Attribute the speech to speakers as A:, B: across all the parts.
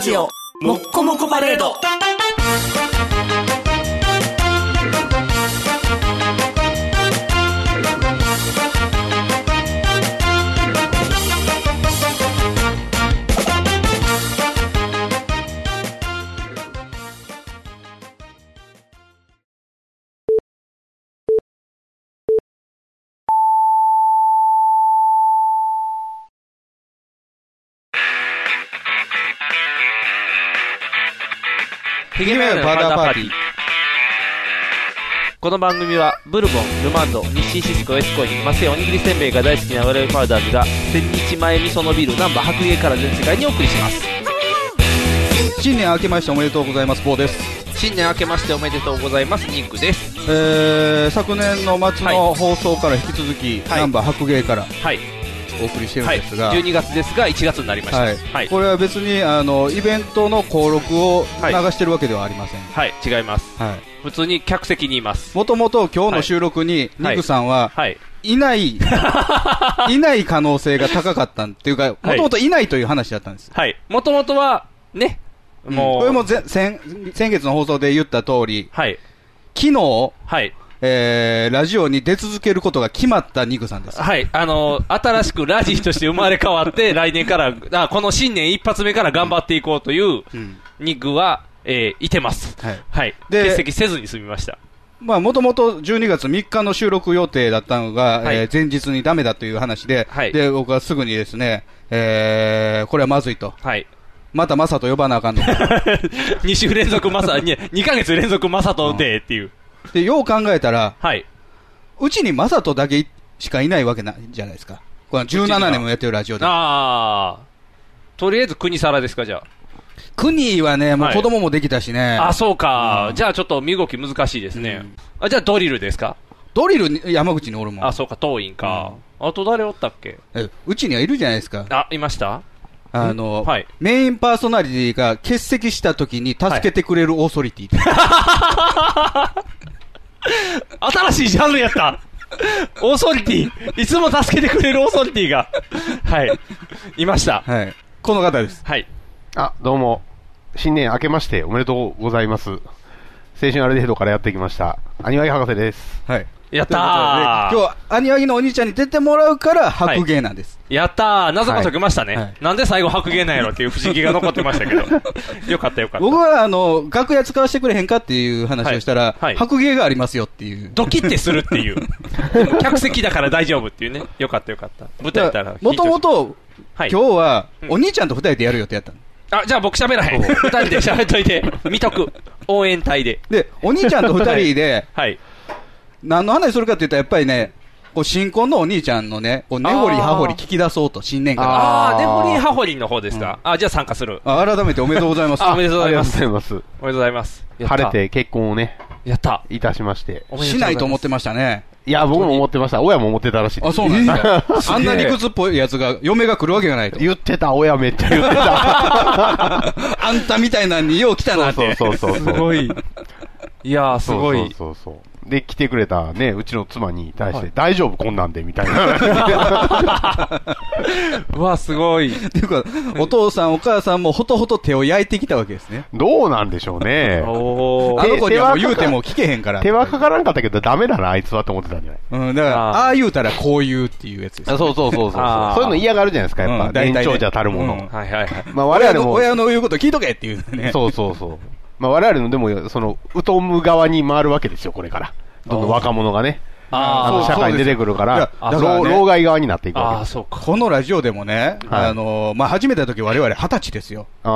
A: ジオもっこもこパレード
B: ヒゲメンパウダーパーティー。
C: この番組は、ブルボン、ルマンド、日清シスコ、エスコイン、マセイ、おにぎりせんべいが大好きな我々パウダーズが、千日前味噌のビール、ナンバー白芸から全世界にお送りします。
B: 新年明けましておめでとうございます、坊です。
C: 新年明けましておめでとうございます、ニックです。
B: えー、昨年の末
C: は
B: の放送から引き続き、
C: はい
B: ナンバー白芸から
C: はい。
B: お送りしてるん
C: はい。
B: ですが、はい。
C: 12月ですが、1月になりました。はい。はい。
B: これは別にあのイベントの登録を流
C: はい
B: してるわけではありません、
C: 違います。
B: はい
C: 普通に客席にいます。
B: もともと今日の収録に、
C: はい
B: ニクさんは、
C: はい。
B: いない、いない可能性が高かったんっていうか、もともといないという話だったんです。
C: はい。もともとは、ね、もう、
B: これも前先先月の放送で言った通り、
C: はい。
B: 昨日、
C: はい。
B: えー、ラジオに出続けることが決まったニクさんです。
C: はい、あの新しくラジーとして生まれ変わって、来年から、あこの新年一発目から頑張っていこうという
B: うん
C: ニグは、えーいてます。
B: はい
C: はい。
B: で
C: 欠席せずに済みました。
B: まあ、もともと12月3日の収録予定だったのが、
C: はい
B: えー前日にダメだという話で、
C: はい
B: で、僕はすぐにですね、えー、これはまずいと。
C: はい。
B: またマサと呼ばなあかんのか。
C: 2週連続マサ、に2ヶ月連続マサとでっていう。
B: で、よう考えたら、
C: はい。
B: うちにマサとだけしかいないわけないじゃないですか。これは17年もやってるラジオで。
C: ああとりあえず国皿ですか、じゃ
B: クニーはね、もう
C: はい
B: 子供もできたしね、
C: あ。あ、そうか。じゃあちょっと身動き難しいですね。あ、じゃあドリルですか
B: ドリルに山口におるもん
C: あ、。そうか、当院か。あと誰おったっけ
B: えうちにはいるじゃないですか。
C: あ、いました
B: あの、
C: はい
B: メインパーソナリティが欠席した時に助けてくれるオーソ リティ。
C: 新しいジャンルやったオーソリティいつも助けてくれるオーソリティが。はい。いました。
B: はい。この方です。
C: はい。
D: あ、どうも。新年明けましておめでとうございます。青春アルデヒドからやってきました。アニワギ博士です。
B: はい。
C: やっ
B: ということで今
C: た
B: 日
C: ー
B: はアニワギのお兄ちゃんに出てもらうから白芸なんです。
C: やったー謎が解けましたね、
B: はいはい
C: なんで最後白芸なんやろっていう不思議が残ってましたけ ど。よかったよかった。
B: 僕はあの、楽屋使わせてくれへんかっていう話をしたら、
C: はいはい
B: 白芸がありますよっていう。
C: ドキッてするっていう。客席だから大丈夫っていうね。よかったよかった。舞台やったら。
B: もとも、と、
C: はい、
B: 今日は
C: う、ん
B: お兄ちゃんと二人でやる予定やったの。
C: あ、じゃあ僕喋らへん。二人で喋っといて。見とく。応援隊で。
B: で、お兄ちゃんと二人 で、
C: はい。
B: 何の話するかって言ったら、やっぱりね、こう新婚のお兄ちゃんのね、こう根掘り葉掘り聞き出そうと、新年から。
C: あー、で、ホリンハホリンの方ですか。あ、じゃあ参加する。
B: あ改めておめでとうございます。
C: あ、おめでとうございま
D: あ
C: す。
D: りがとうございま
C: おめでとうございます。
D: す。晴れ。て結婚をね、
C: やった。
D: いたしまして。
C: おめでう
B: し
C: ござ
B: ない
C: ます
B: と思ってましたね。
D: いや、僕も思ってました。親も思ってたらしいです。
B: あ、そうなんですか。あんな理
D: に
B: 屈っぽいやつが、嫁が来るわけがないと。
D: 言ってた、親めっちゃ言ってた。
B: あんたみたいなのによう来たなって。
D: そうそうそう そう。
C: すごい。いやー、すご
D: そう
C: い。
D: そうそうそう。で、来てくれたね、うちの妻に対して、大丈夫こんなんで、みたいな。
C: うわ、すごい。
B: っていうか、お父さんお母さんもほとほと手を焼いてきたわけですね。
D: どうなんでしょうね。
C: お
B: あ
C: ー。
B: の子にはもう言うても聞けへんから。
D: 手はかからんかったけど、ダメだな、あいつはと思ってたんじゃない
B: うん、だから、
C: あー
B: ああ言うたらこう言うっていうやつです。
D: そうそうそうそうそう
C: あー。
D: そういうの嫌がるじゃないですか、やっぱ。
B: うん大体ね
D: 年長者たるもの。
B: うん
C: はいはいはい。
D: まあ我
B: 親
D: 々
B: の
D: も、
B: 親の言うこと聞いとけっていうね。
D: そうそうそう。まあ我々のでも、その、疎む側に回るわけですよ、これから。どんどん若者がね、あ
C: あ
D: の
C: ー
D: 社会に出てくるから、
B: そう
C: ですよいや
B: だから
D: 老
B: ね
D: 老害側になっていく
C: あ
D: わ
C: ー、
D: けです。
C: そうか。
B: このラジオでもね、
D: はい
B: あのーまあ、始めた時我々二十歳ですよ。
D: あ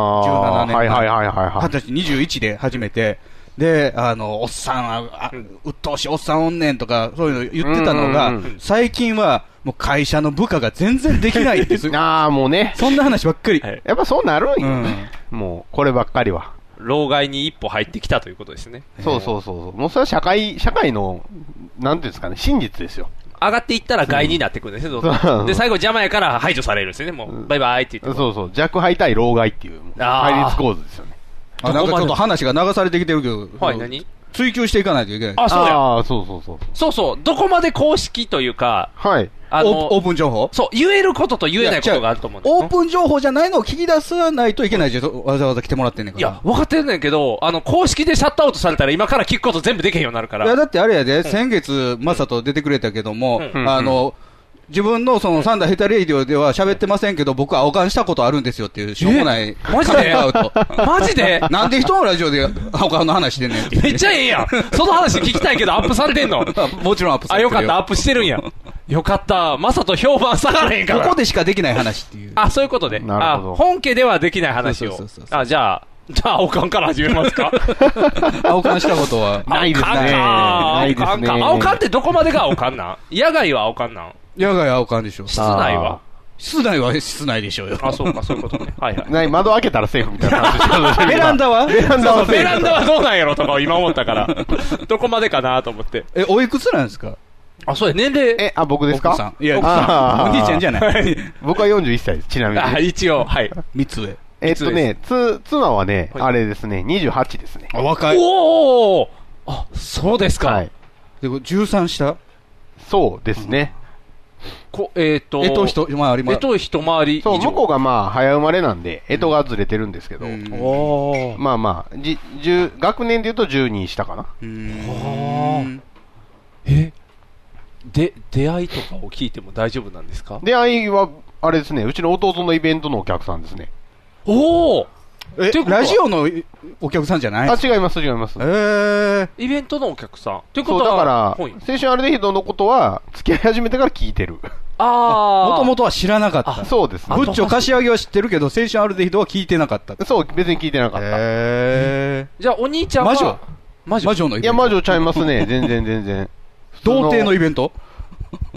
B: 17
D: ー
B: 年
D: はいはいはいはいは
B: 二十
D: い。
B: 歳、21で始めて、で、あの、おっさんは、あ鬱陶しいおっさんおんねんとか、そういうの言ってたのが
D: うんうんう、
B: 最近は、もう会社の部下が全然できないっていう、
D: ああ、もうね。
B: そんな話ばっかり。
C: はい
D: やっぱそうなるん
B: う
D: よ
B: ん。
D: もう、こればっかりは。
C: 老害に一歩入ってきたということですね。
D: そうそうそうそう。もうそれは社会、社会の、なんていうんですかね、真実ですよ。
C: 上がっていったら害になってくるんですね、どん
D: そう
C: ど
D: そ
C: ん。
D: う
C: で、最後邪魔やから排除されるんですよね、もう。バイバイって言って。
D: そうそう。弱敗対老害っていう、
C: あー
D: 対立構図ですよね。
B: あなんかちょっと話が流されてきてるけど、
C: はい、何
B: 追求していかないといけない。
C: あ、そうや。
D: ああー、そうそうそう。
C: そうそう。どこまで公式というか、
D: はい。
C: あの
B: オープン情報
C: そう、言えることと言えないことがあると思うんだよ
B: オープン情報じゃないのを聞き出さないといけないじゃん、わざわざ来てもらってんねんか
C: い
B: ら。
C: や、分かってんねんけど、あの、公式でシャットアウトされたら今から聞くこと全部できへんようになるか
B: いや
C: ら。
B: だってあれやで、先月、マサと出てくれたけども、
D: ん
B: あの、自分のそのサンダーヘタレイディオでは喋ってませんけど、僕は青缶したことあるんですよっていう、しょうもない。
C: マジで
B: アウト。
C: マジで
B: なんで人のラジオで青缶の話してんねんって。
C: めっちゃええやん。その話聞きたいけど、アップされてんの。
B: もちろんアップさ
C: あ、
B: れ
C: よ
B: てる
C: かった、アップしてるんや。よかった、まさと評判下がれへんから。
B: ここでしかできない話っていう。
C: あ、そういうことで。
D: な
C: あ
D: るほど、
C: 本家ではできない話を
B: そうそうそう。そう
C: あ、じゃあ、じゃあ、おかんから始めますか。
B: 青缶したことは。
D: ないですね
C: あおかんか
D: ないですね
C: おかんかあおかんってどこまでがおかんなん野外はおかんなん
B: 野外青缶でしょ。
C: 室内は
B: 室内は室内でしょうよ。
C: あ、そうか、そういう ことね。はいはい。
D: ない窓開けたらセーフみたいな話してたの に今
B: ベランダは
D: ベランダはセーフ
C: ベランダはどうなんやろとかを今思ったから、 どこまでかなと思って。
B: え、おいくつなんですか
C: あ、そうや、年齢。
D: え、あ、僕です
B: 奥さ
D: か
B: ん。いや、奥
D: あ
B: さん。
D: ー
B: お兄ちゃんじゃない。
D: 僕は41歳です、ちなみ
C: あ、
D: に。
C: 一応、はい。
B: 三つ上。
D: えっとね、つ、妻はね、
C: はい
D: あれですね、28ですね。
B: あ、若い。
C: おおあ、そうですか。
D: はい。
B: で、これ13下
D: そうですね。
C: こえっ、と、
B: えと、人、まあ、ありま
C: えと、一回り以
D: そ
C: 上。
D: う、向こうがまあ、早生まれなんで、えとがずれてるんですけど、
B: うん
C: おー
D: まあまあ、じ、十、学年で言うと12下かな。
B: う
C: ー
B: ん
C: ん。えで、出会いとかを聞いても大丈夫なんですか
D: で、あいは、あれですね、うちの弟のイベントのお客さんですね。
C: おお
B: え
C: ていう、ことは
B: ラジオのお客さんじゃない
D: あ、違います、違います
B: え。ー、
C: イベントのお客さん。という
D: そ
C: こ
D: う、
C: と
D: だ
C: は、
D: から
C: はい、
D: 青春アルデヒドのことは、付き合い始めてから聞いてる。
C: ああ、
B: もとも
C: と、
B: とは知らなかった。
D: そうです
C: あ
D: ね
B: ブ。ッチョ柏木は知ってるけど、青春アルデヒドは聞いてなかった。
D: そう、別に聞いてなかった。
B: え
C: じゃあお兄ちゃんは、
B: 魔女
C: 魔
B: ー
C: 女
B: 魔女のイ
D: い
B: ベン
D: や、
B: ト。
D: 魔女ちゃいますね、全然全然。
B: 童貞のイベ
D: ベン
B: ント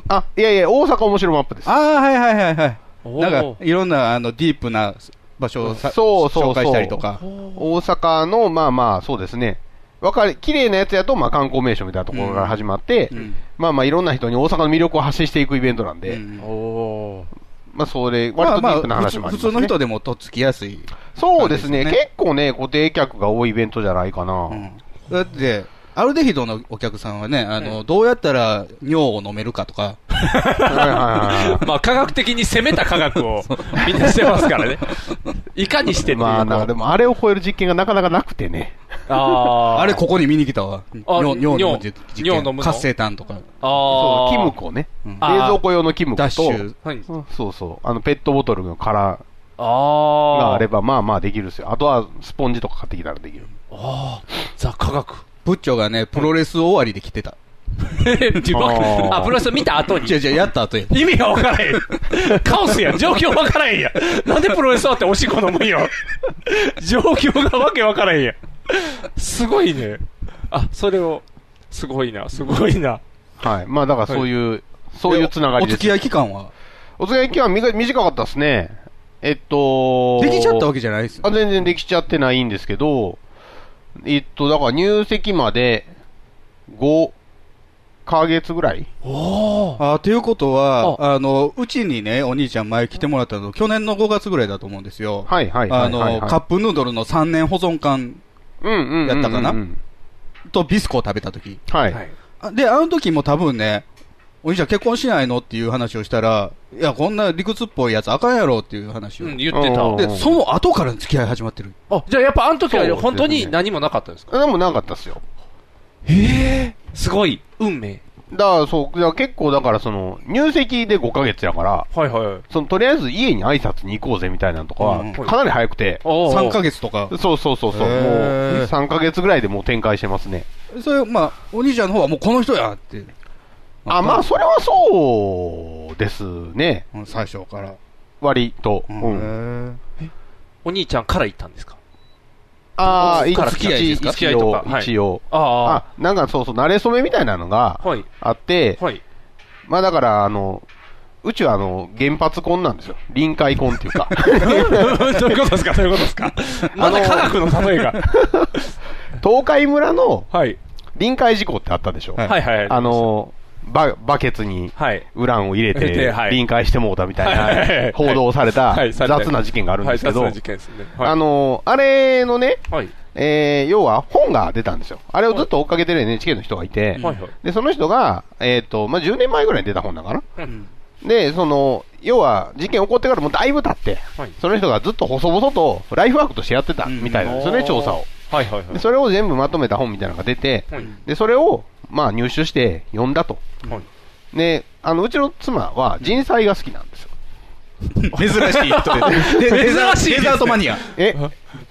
D: トあ、いやいや、大阪面白マップです。
B: ああ、はいはいはいはい。
C: おー
B: なんか、いろんな、あの、ディープな場所をさ
D: そうそうそう
B: 紹介したりとか。
C: おー
D: 大阪の、まあまあ、そうですね。わかり、綺麗なやつやと、まあ観光名所みたいなところから始まって、
B: うん
D: まあまあいろんな人に大阪の魅力を発信していくイベントなんで、
B: うん
C: おー
D: まあそれ、割
B: まあ
D: とデ
B: ま
D: ィ
B: あ
D: ープな話もあ
B: 普
D: り
B: 通
D: ま
B: 普
D: す、ね
B: 通の人でもとっつきやすい。
D: そうですね
B: なんですよ
D: 結構ね、固定客が多いイベントじゃないかな。
B: うんだって、アルデヒドのお客さんはね、あの、どうやったら尿を飲めるかとか、
D: はいはいはいは
C: まあ科学的に攻めた科学 をみんなしてますからね。いかにしてって
D: い。
C: いう
D: まあな、で
C: こう
D: もあれを超える実験がなかなかなくてね。
C: あー
B: あれここに見に来たわ。
C: あ
B: 尿尿の実
C: 尿
B: 実
C: 尿飲む
B: 験。
C: の
B: 活性炭とか、
D: そ
C: あ
D: う、
C: ー
D: キムコね。
B: うん
D: 冷蔵庫用のキムコと、
B: ダッシュ。
C: はい。
D: うんそうそう、あのペットボトルの殻
C: ああ。
D: があれば、まあまあできるですよ。あとはスポンジとか買ってきたらできる。
C: ああ。ザ科 学。
B: ブッチョがね、プロレス終わりで来てた。
C: 自分
D: あー
C: あ、プロレス見た後に
B: 違う。違う、やった後や。
C: 意味が分からへ ん。カオスやん。状況分からへんやん。なんでプロレスだっておしっこ飲むんや。状況がわけ分からへんやん。すごいね。あ、それを、すごいな、すごいな。
D: はい。まあだからそういう、そういうつながり
B: お
D: で
B: 付
D: す
B: き。合い期間は
D: お付き合い期間みが短かったですね。えっと、
B: できちゃったわけじゃないですよ
D: あ。全然できちゃってないんですけど、えっと、だから入籍まで5ヶ月ぐらい
C: おー。
B: あということは、あの、うちにね、お兄ちゃん前来てもらったの、去年の5月ぐらいだと思うんですよ。
D: はいはいはい
B: あ
D: はい、
B: の、カップヌードルの3年保存缶
D: うんうんうんうん
B: やったかなとビスコを食べた時。
D: はい。
C: はい。
B: あで、あの時も多分ね、お兄ちゃん結婚しないのっていう話をしたら、いや、こんな理屈っぽいやつあかんやろっていう話を。
C: うん、
B: で、
C: 言って
D: お
C: た。
D: ー
B: その後から付き合い始まってる。
C: あ、じゃあやっぱあの時
D: そう
C: は
D: ですね
C: 本当に何もなかったんですか
D: でもなかったっすよ。
C: へえ。すごい。運命。
D: だからそう、だから結構だからその、入籍で5ヶ月やから、
C: はいはい。
D: その、とりあえず家に挨拶に行こうぜみたいなのとか
B: う
D: は、
B: ん
D: かなり早くて、
C: お
B: 3ヶ
C: 月。
B: 月とか。
D: そうそうそうそう、もう
B: へー
D: 3ヶ月ぐらいでもう展開してますね。
B: それ、まあ、お兄ちゃんの方はもうこの人やって。
D: あ、まあ、それはそうですね。
B: うん最初から。
D: 割と。うん
B: へー
C: お兄ちゃんから行ったんですか
D: ああ、
C: そっから
D: 一
C: 付き合いですか
D: 一
C: 付き合いと
D: 応
C: か、はい
D: 一応。
C: あ
D: あ、なんかそうそう、慣れ初めみたいなのが
C: あ。はい。
D: あって、
C: はい。
D: まあだから、あの、うちはあの、原発婚なんですよ。臨海婚ってい うか。
C: どういうことですかどういうこと ですかまだ科学の例え が。
D: 東海村の
C: はい。
D: 臨海事故ってあったでしょ。
B: はい
C: はいはい。
D: あ、の、バ、バケツに
C: はい。
D: ウランを入れ
C: 入れて
D: て
C: はい、
D: 臨海してもうたみ
C: はいはいはいは
D: た
C: い
D: いな報道された
C: はいされた
D: 雑な事件があるんですけど、
C: はい、殺人事件ですね。はい、
D: あ、の、あれのね、
C: はい。
D: えー要は本が出たんですよ。あれをずっと追っかけてる NHK の人がいて、
C: はいはい
D: で、その人が、えっ、と、まあ、10年前ぐらいに出た本だから、
C: うん
D: で、その、要は、事件起こってからもうだいぶ経って、
C: はい
D: その人がずっと細々とライフワークとしてやってたみたいなんですよね、
C: うん
D: 調査を。
C: はいはいは
D: で
C: い。
D: それを全部まとめた本みたいなのが出て、
C: はい
D: で、それを、まあ、入手して読んだと。
C: はい
D: で、あの、うちの妻は人災が好きなんですよ。
B: 珍しい人 で。でデザ
C: 珍しいですね
B: デザートマニア。
D: え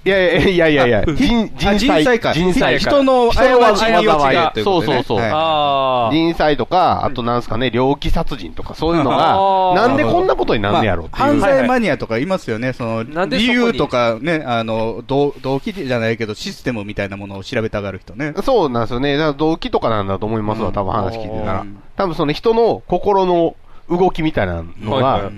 D: いやいやいやいやいや、人
B: あ
D: 人災
B: か。
D: 人災
B: 人の
D: 人
B: あれ
D: の
B: は
D: 災
B: あいは
D: 災
B: 違うということでね
D: そうそうそう
B: はい
C: あー
D: 人災とか、あとなんすかね、猟奇殺人とかそういうの
C: あー
D: が、なんでこんなことになんねやろうっていう
B: 犯。罪マニアとかいますよね、その
C: なんでそ
B: 理
C: こに
B: 由とかね、あの動動機じゃないけど、システムみたいなものを調べたがる人ね。
D: そうなんですよね。だから動機とかなんだと思いますわ、多分話聞いてた
B: う
D: ら
B: ん。
D: 多分その人の心の動きみたいなの
C: はいは
D: が
C: い、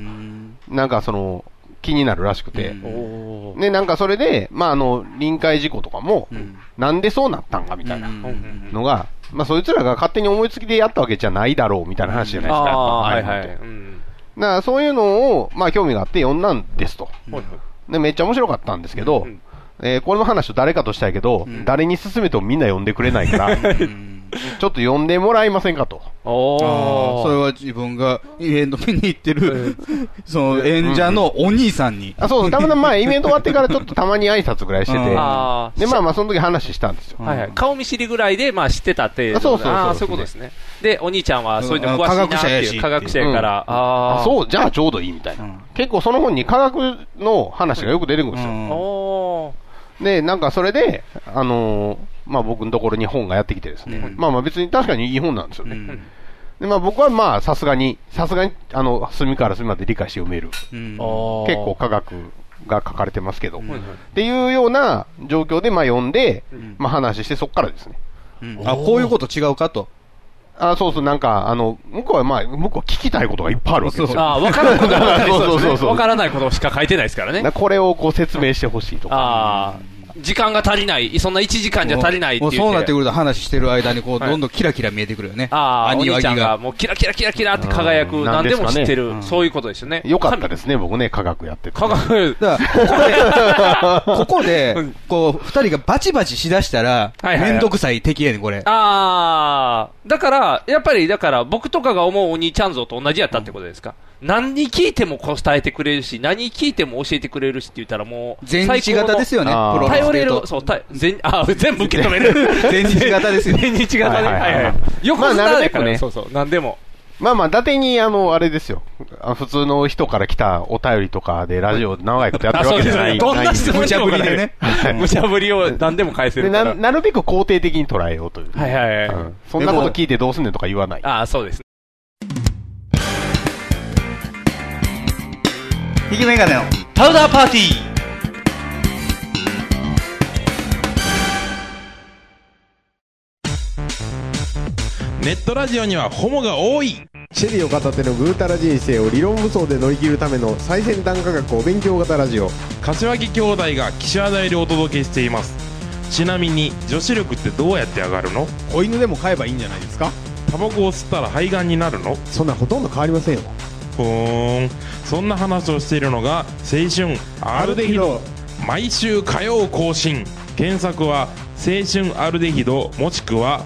D: なんかその、気になるらしくて。
B: うん
C: おー
D: で、なんかそれで、まああの、臨界事故とかも、
B: うん
D: なんでそうなったんかみたいな
B: うん
C: うん
D: のが、まあそいつらが勝手に思いつきでやったわけじゃないだろうみたいな話じゃないですか。やっぱ
C: あ ーはい
D: ああ
C: は
D: うの
C: い。
D: って
C: うん
D: だからそういうのを、まあ興味があって読んだんですと。
C: はいはい
D: で、めっちゃ面白かったんですけど、
C: うん
D: えーこの話を誰かとしたいけど、
B: うん
D: 誰に勧めてもみんな読んでくれな いから、ちょっ
B: うん
D: と読んでもらえませんかと。
C: お
B: あーそれ
C: ー。
B: は自分がイベント見に行ってる、 その演者のお兄さんに。
D: あ、そう、たま たままあイベント終わってからちょっとたまに挨拶ぐらいしてて、
B: うん
D: で、ま
C: あー
D: あまあその時話したんですよ。
B: うん
C: はいはい、顔見知りぐらいで、まあ、知ってたって、
D: あそうそうそう
C: あーそういうことですね。で、お兄ちゃんはそういうの詳しいなっていう、科
B: うん科学
C: 学
B: 者
C: 者
D: やし
C: やから、あ
D: あ
C: ー
D: そう、じゃあちょうどいいみたいな。
B: うん
D: 結構その本に科学の話がよく出てくるんですよ。
B: うん
C: お
D: で、なんかそれで、あのーまあ僕のところに本がやってきてですね、
B: うん
D: まあまあ別に確かにいい本なんですよね。
B: うん
D: で、まあ僕はまあさすがに、さすがに、あの、隅から隅まで理解して読める。
B: うん
C: ーおー
D: 結構、科学が書かれてますけど、
B: ん
D: っ
C: はいはい
D: ていうような状況で、まあ読んで、
B: ん
D: まあ話して、そこからですね。
B: うんあ、こういうこと違うかと。
D: あそうそう、なんか、あの、向こうはまあ、向こうは聞きたいことがいっぱいあるわけですよ。
C: あーわからんことは
D: そうそうそうそう
C: わからないことしか書いてないですからね。
D: なこれをこう説明してほしいとか。
C: ああ、時間が足りない、そんな1時間じゃ足りないって
B: も
C: 言
B: う
C: って。
B: そうなってくると話してる間に、こう、
C: はい
B: どんどんキラキラ見えてくるよね。
C: ああ、お兄ちゃんが
B: が。
C: もうキラキラキラキラって輝
D: う
C: く、
D: ん
C: 何でも知って
B: な
C: る
B: んで、すかね
C: そういうことですよね。
D: よかったですね、僕ね、科学やってて。
C: 科学、
B: だから、 ここで、こ
C: う
B: こ
C: ん
B: で、こう、二人がバチバチしだしたら、
C: はいはいはい
B: めんどくさい敵やねん、これ。
C: ああ、だから、やっぱり、だから、僕とかが思うお兄ちゃん像と同じやったってことですか。何に聞いても答えてくれるし、何に聞いても教えてくれるしって言ったらもう、
B: 全日型ですよね、
D: あ
B: プ
D: ー
B: ロレス
C: 頼
B: で
C: れ
B: 言
C: る、
B: うと。
C: そう、た全、あー全部受け止め る。
B: 全日型ですよ。
C: 全日型ね。
D: はいは
C: はいい
D: はい
C: はい。横
D: まあ
C: 綱
D: なるべ
C: だ
D: く
C: から
D: ね
C: ね。そうそう、何でも。
D: まあまあ、伊達に、あの、あれですよ。あ普通の人から来たお便りとかで、ラジオ長いことやって
C: あ、
D: る
C: そ
D: わ
C: う
D: けじ
C: で
D: ゃ
C: す
D: ない。
C: ね。どんな質問しても
B: 無茶ぶりでね
C: はい無茶ぶりを何でも返せ
D: で
C: るか
D: な
C: ら。
D: なるべく肯定的に捉えようという。
C: はいはいはい
D: うんそんなこと聞いてどうすんねんとか言わない。
C: ああ、そうです。
B: 引きメガネの。
E: パウダーパーティー
F: ネットラジオにはホモが多い
G: シェリーを片手のぐうたら人生を理論武装で乗り切るための最先端科学お勉強型ラジオ
F: 柏木兄弟が岸和田よりお届けしていますちなみに女子力ってどうやって上がるの
G: 子犬でも飼えばいいんじゃないですか
F: タバコを吸ったら肺がんになるの
G: そんなほとんど変わりませんよ
F: ふーんそんな話をしているのが青春アルデヒド毎週火曜更新検索は青春アルデヒドもしくは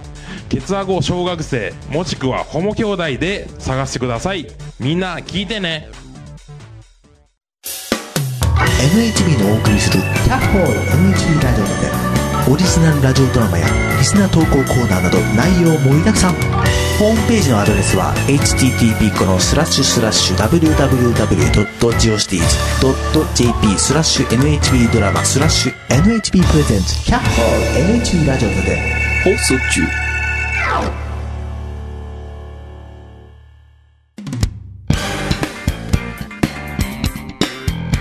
F: ケツアゴ小学生もしくはホモ兄弟で探してくださいみんな聞いてね
H: NHB のお送りする「キャッホール NHB ラジオ」でオリジナルラジオドラマやリスナー投稿コーナーなど内容盛りだくさんホームページのアドレスは http このスラッシュスラッシュ www.geocities.jp スラッシュ NHB ドラマスラッシュ NHB プレゼンツキャッホール NHB ラジオで
E: 放送中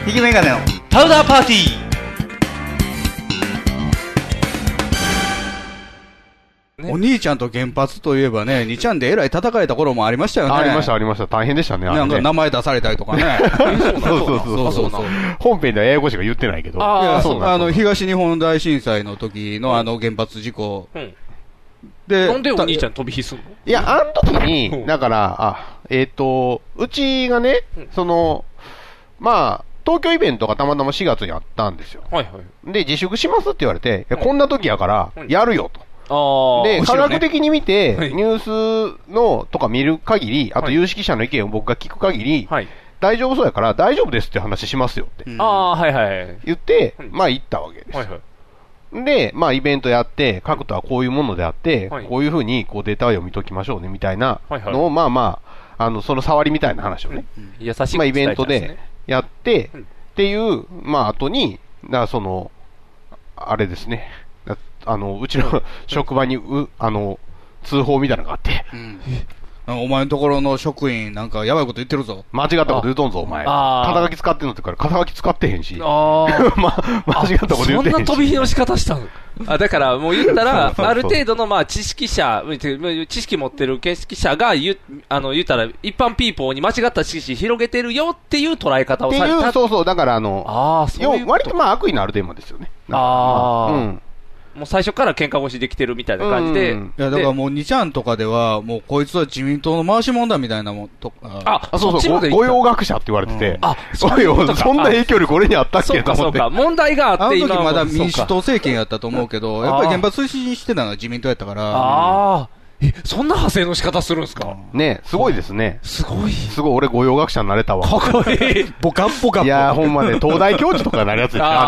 B: 引きメガネの。
E: パウダーパーティー
B: お兄ちゃんと原発といえばね、二ちゃんでえらい叩かれた頃もありましたよね。
D: ありました、ありました。大変でしたね、あ
B: な
D: れ
B: んか
D: ね。
B: 名前出されたりと かね。
D: そうそうそう
B: そうそう。
D: 本編では英語しか言ってないけど。
C: あー
B: いや
D: そうなん
B: あの、東日本大震災の時のあの原発事故
C: うん。
B: で。
C: なんでお兄ち
B: ゃ
C: ゃん飛び火すんの
D: いや、あの時
C: う
D: に、
C: ん
D: だから、あ、えっ、と、うちがね、その、まあ、東京イベントがたまたま4月にあったんですよ。
C: はいはい。
D: で、自粛しますって言われて、いやこんな時やから
C: う、ん
D: やるよと。
C: あ
I: あ
D: で、
I: あ。
D: 科学的に見て、
I: はい
D: ニュースのとか見る限り、あと
I: はい
D: 有識者の意見を僕が聞く限り、
I: はい。
D: 大丈夫そうやから、大丈夫ですって話しますよって
B: うん
I: ああ、はいはい。はい
D: 言って、
I: はい
D: まあ行ったわけです。
I: はい。
D: で、まあイベントやって、各とはこういうものであって、
I: はい
D: こういうふうにこうデータを読み解きましょうねみたいな
I: はいはい
D: のを、まあまあ、あの、その触りみたいな話をね、
I: 優しく伝えたんすね。
D: まあイベントでやって、
I: はい
D: っていう、まあ後に、だからその、あれですね、だあの、うちの 職場にう、あの、通報みたいなのがあって、
B: うんなんかお前のところの職員、なんかやばいこと言ってるぞ。
D: 間違ったこと言うとんぞ、お前。
I: あー
D: 肩書き使ってんのって言うから、肩書き使ってへんし。
I: ああ。
D: ま、間違ったこと言
I: そ
D: うんてへんし。
I: な飛び火の仕方したの
C: あだから、もう言った
D: そう
C: ら、
D: そうそう
C: ある程度のまあ知識者、うんて知識持ってる見識者が言う、あの言ったら、一般ピーポーに間違った知識広げてるよっていう捉え方
D: っ
C: を
D: て
C: され
D: い
C: た
D: う、。そうそう、だからあの、
C: ああ、そういう
D: 要
C: こ
D: 割
C: と
D: とまあ悪意のあるテーマですよね。
C: あー
D: うん。
C: もう最初から喧嘩腰できてるみたいな感じで。
D: うん
B: いや、だから
C: で
B: もう2ちゃんとかでは、もうこいつは自民党の回し者だみたいなもんとか。
C: あ、
D: あ、
C: そっ
D: そう
C: ち
D: そ
C: ま
D: う、
C: で行
D: ご御
C: っ
D: 用学者って言われてて
C: た。、あ、
D: おいおい、 そんな影響力俺にあったっ
C: そ
D: け
C: う
D: と
C: か、
D: 思
C: そ
D: っ
C: う
D: て。
C: か。問題があ
B: あ
C: っ
B: の
C: て、
B: 時
C: 今
B: まだ民主
C: そうか
B: 党政権やったと思うけど、やっぱり原発推進してたのは自民党やったから、
C: ああ。え、そんな派生の仕方するんですか
D: ねすごいですね。
C: すごい。
D: すごい、俺御用学者になれたわ。
C: かっこいい。
B: ボカッボカ
D: いやー、ほんまね、東大教授とかになるやつでしょ、あんな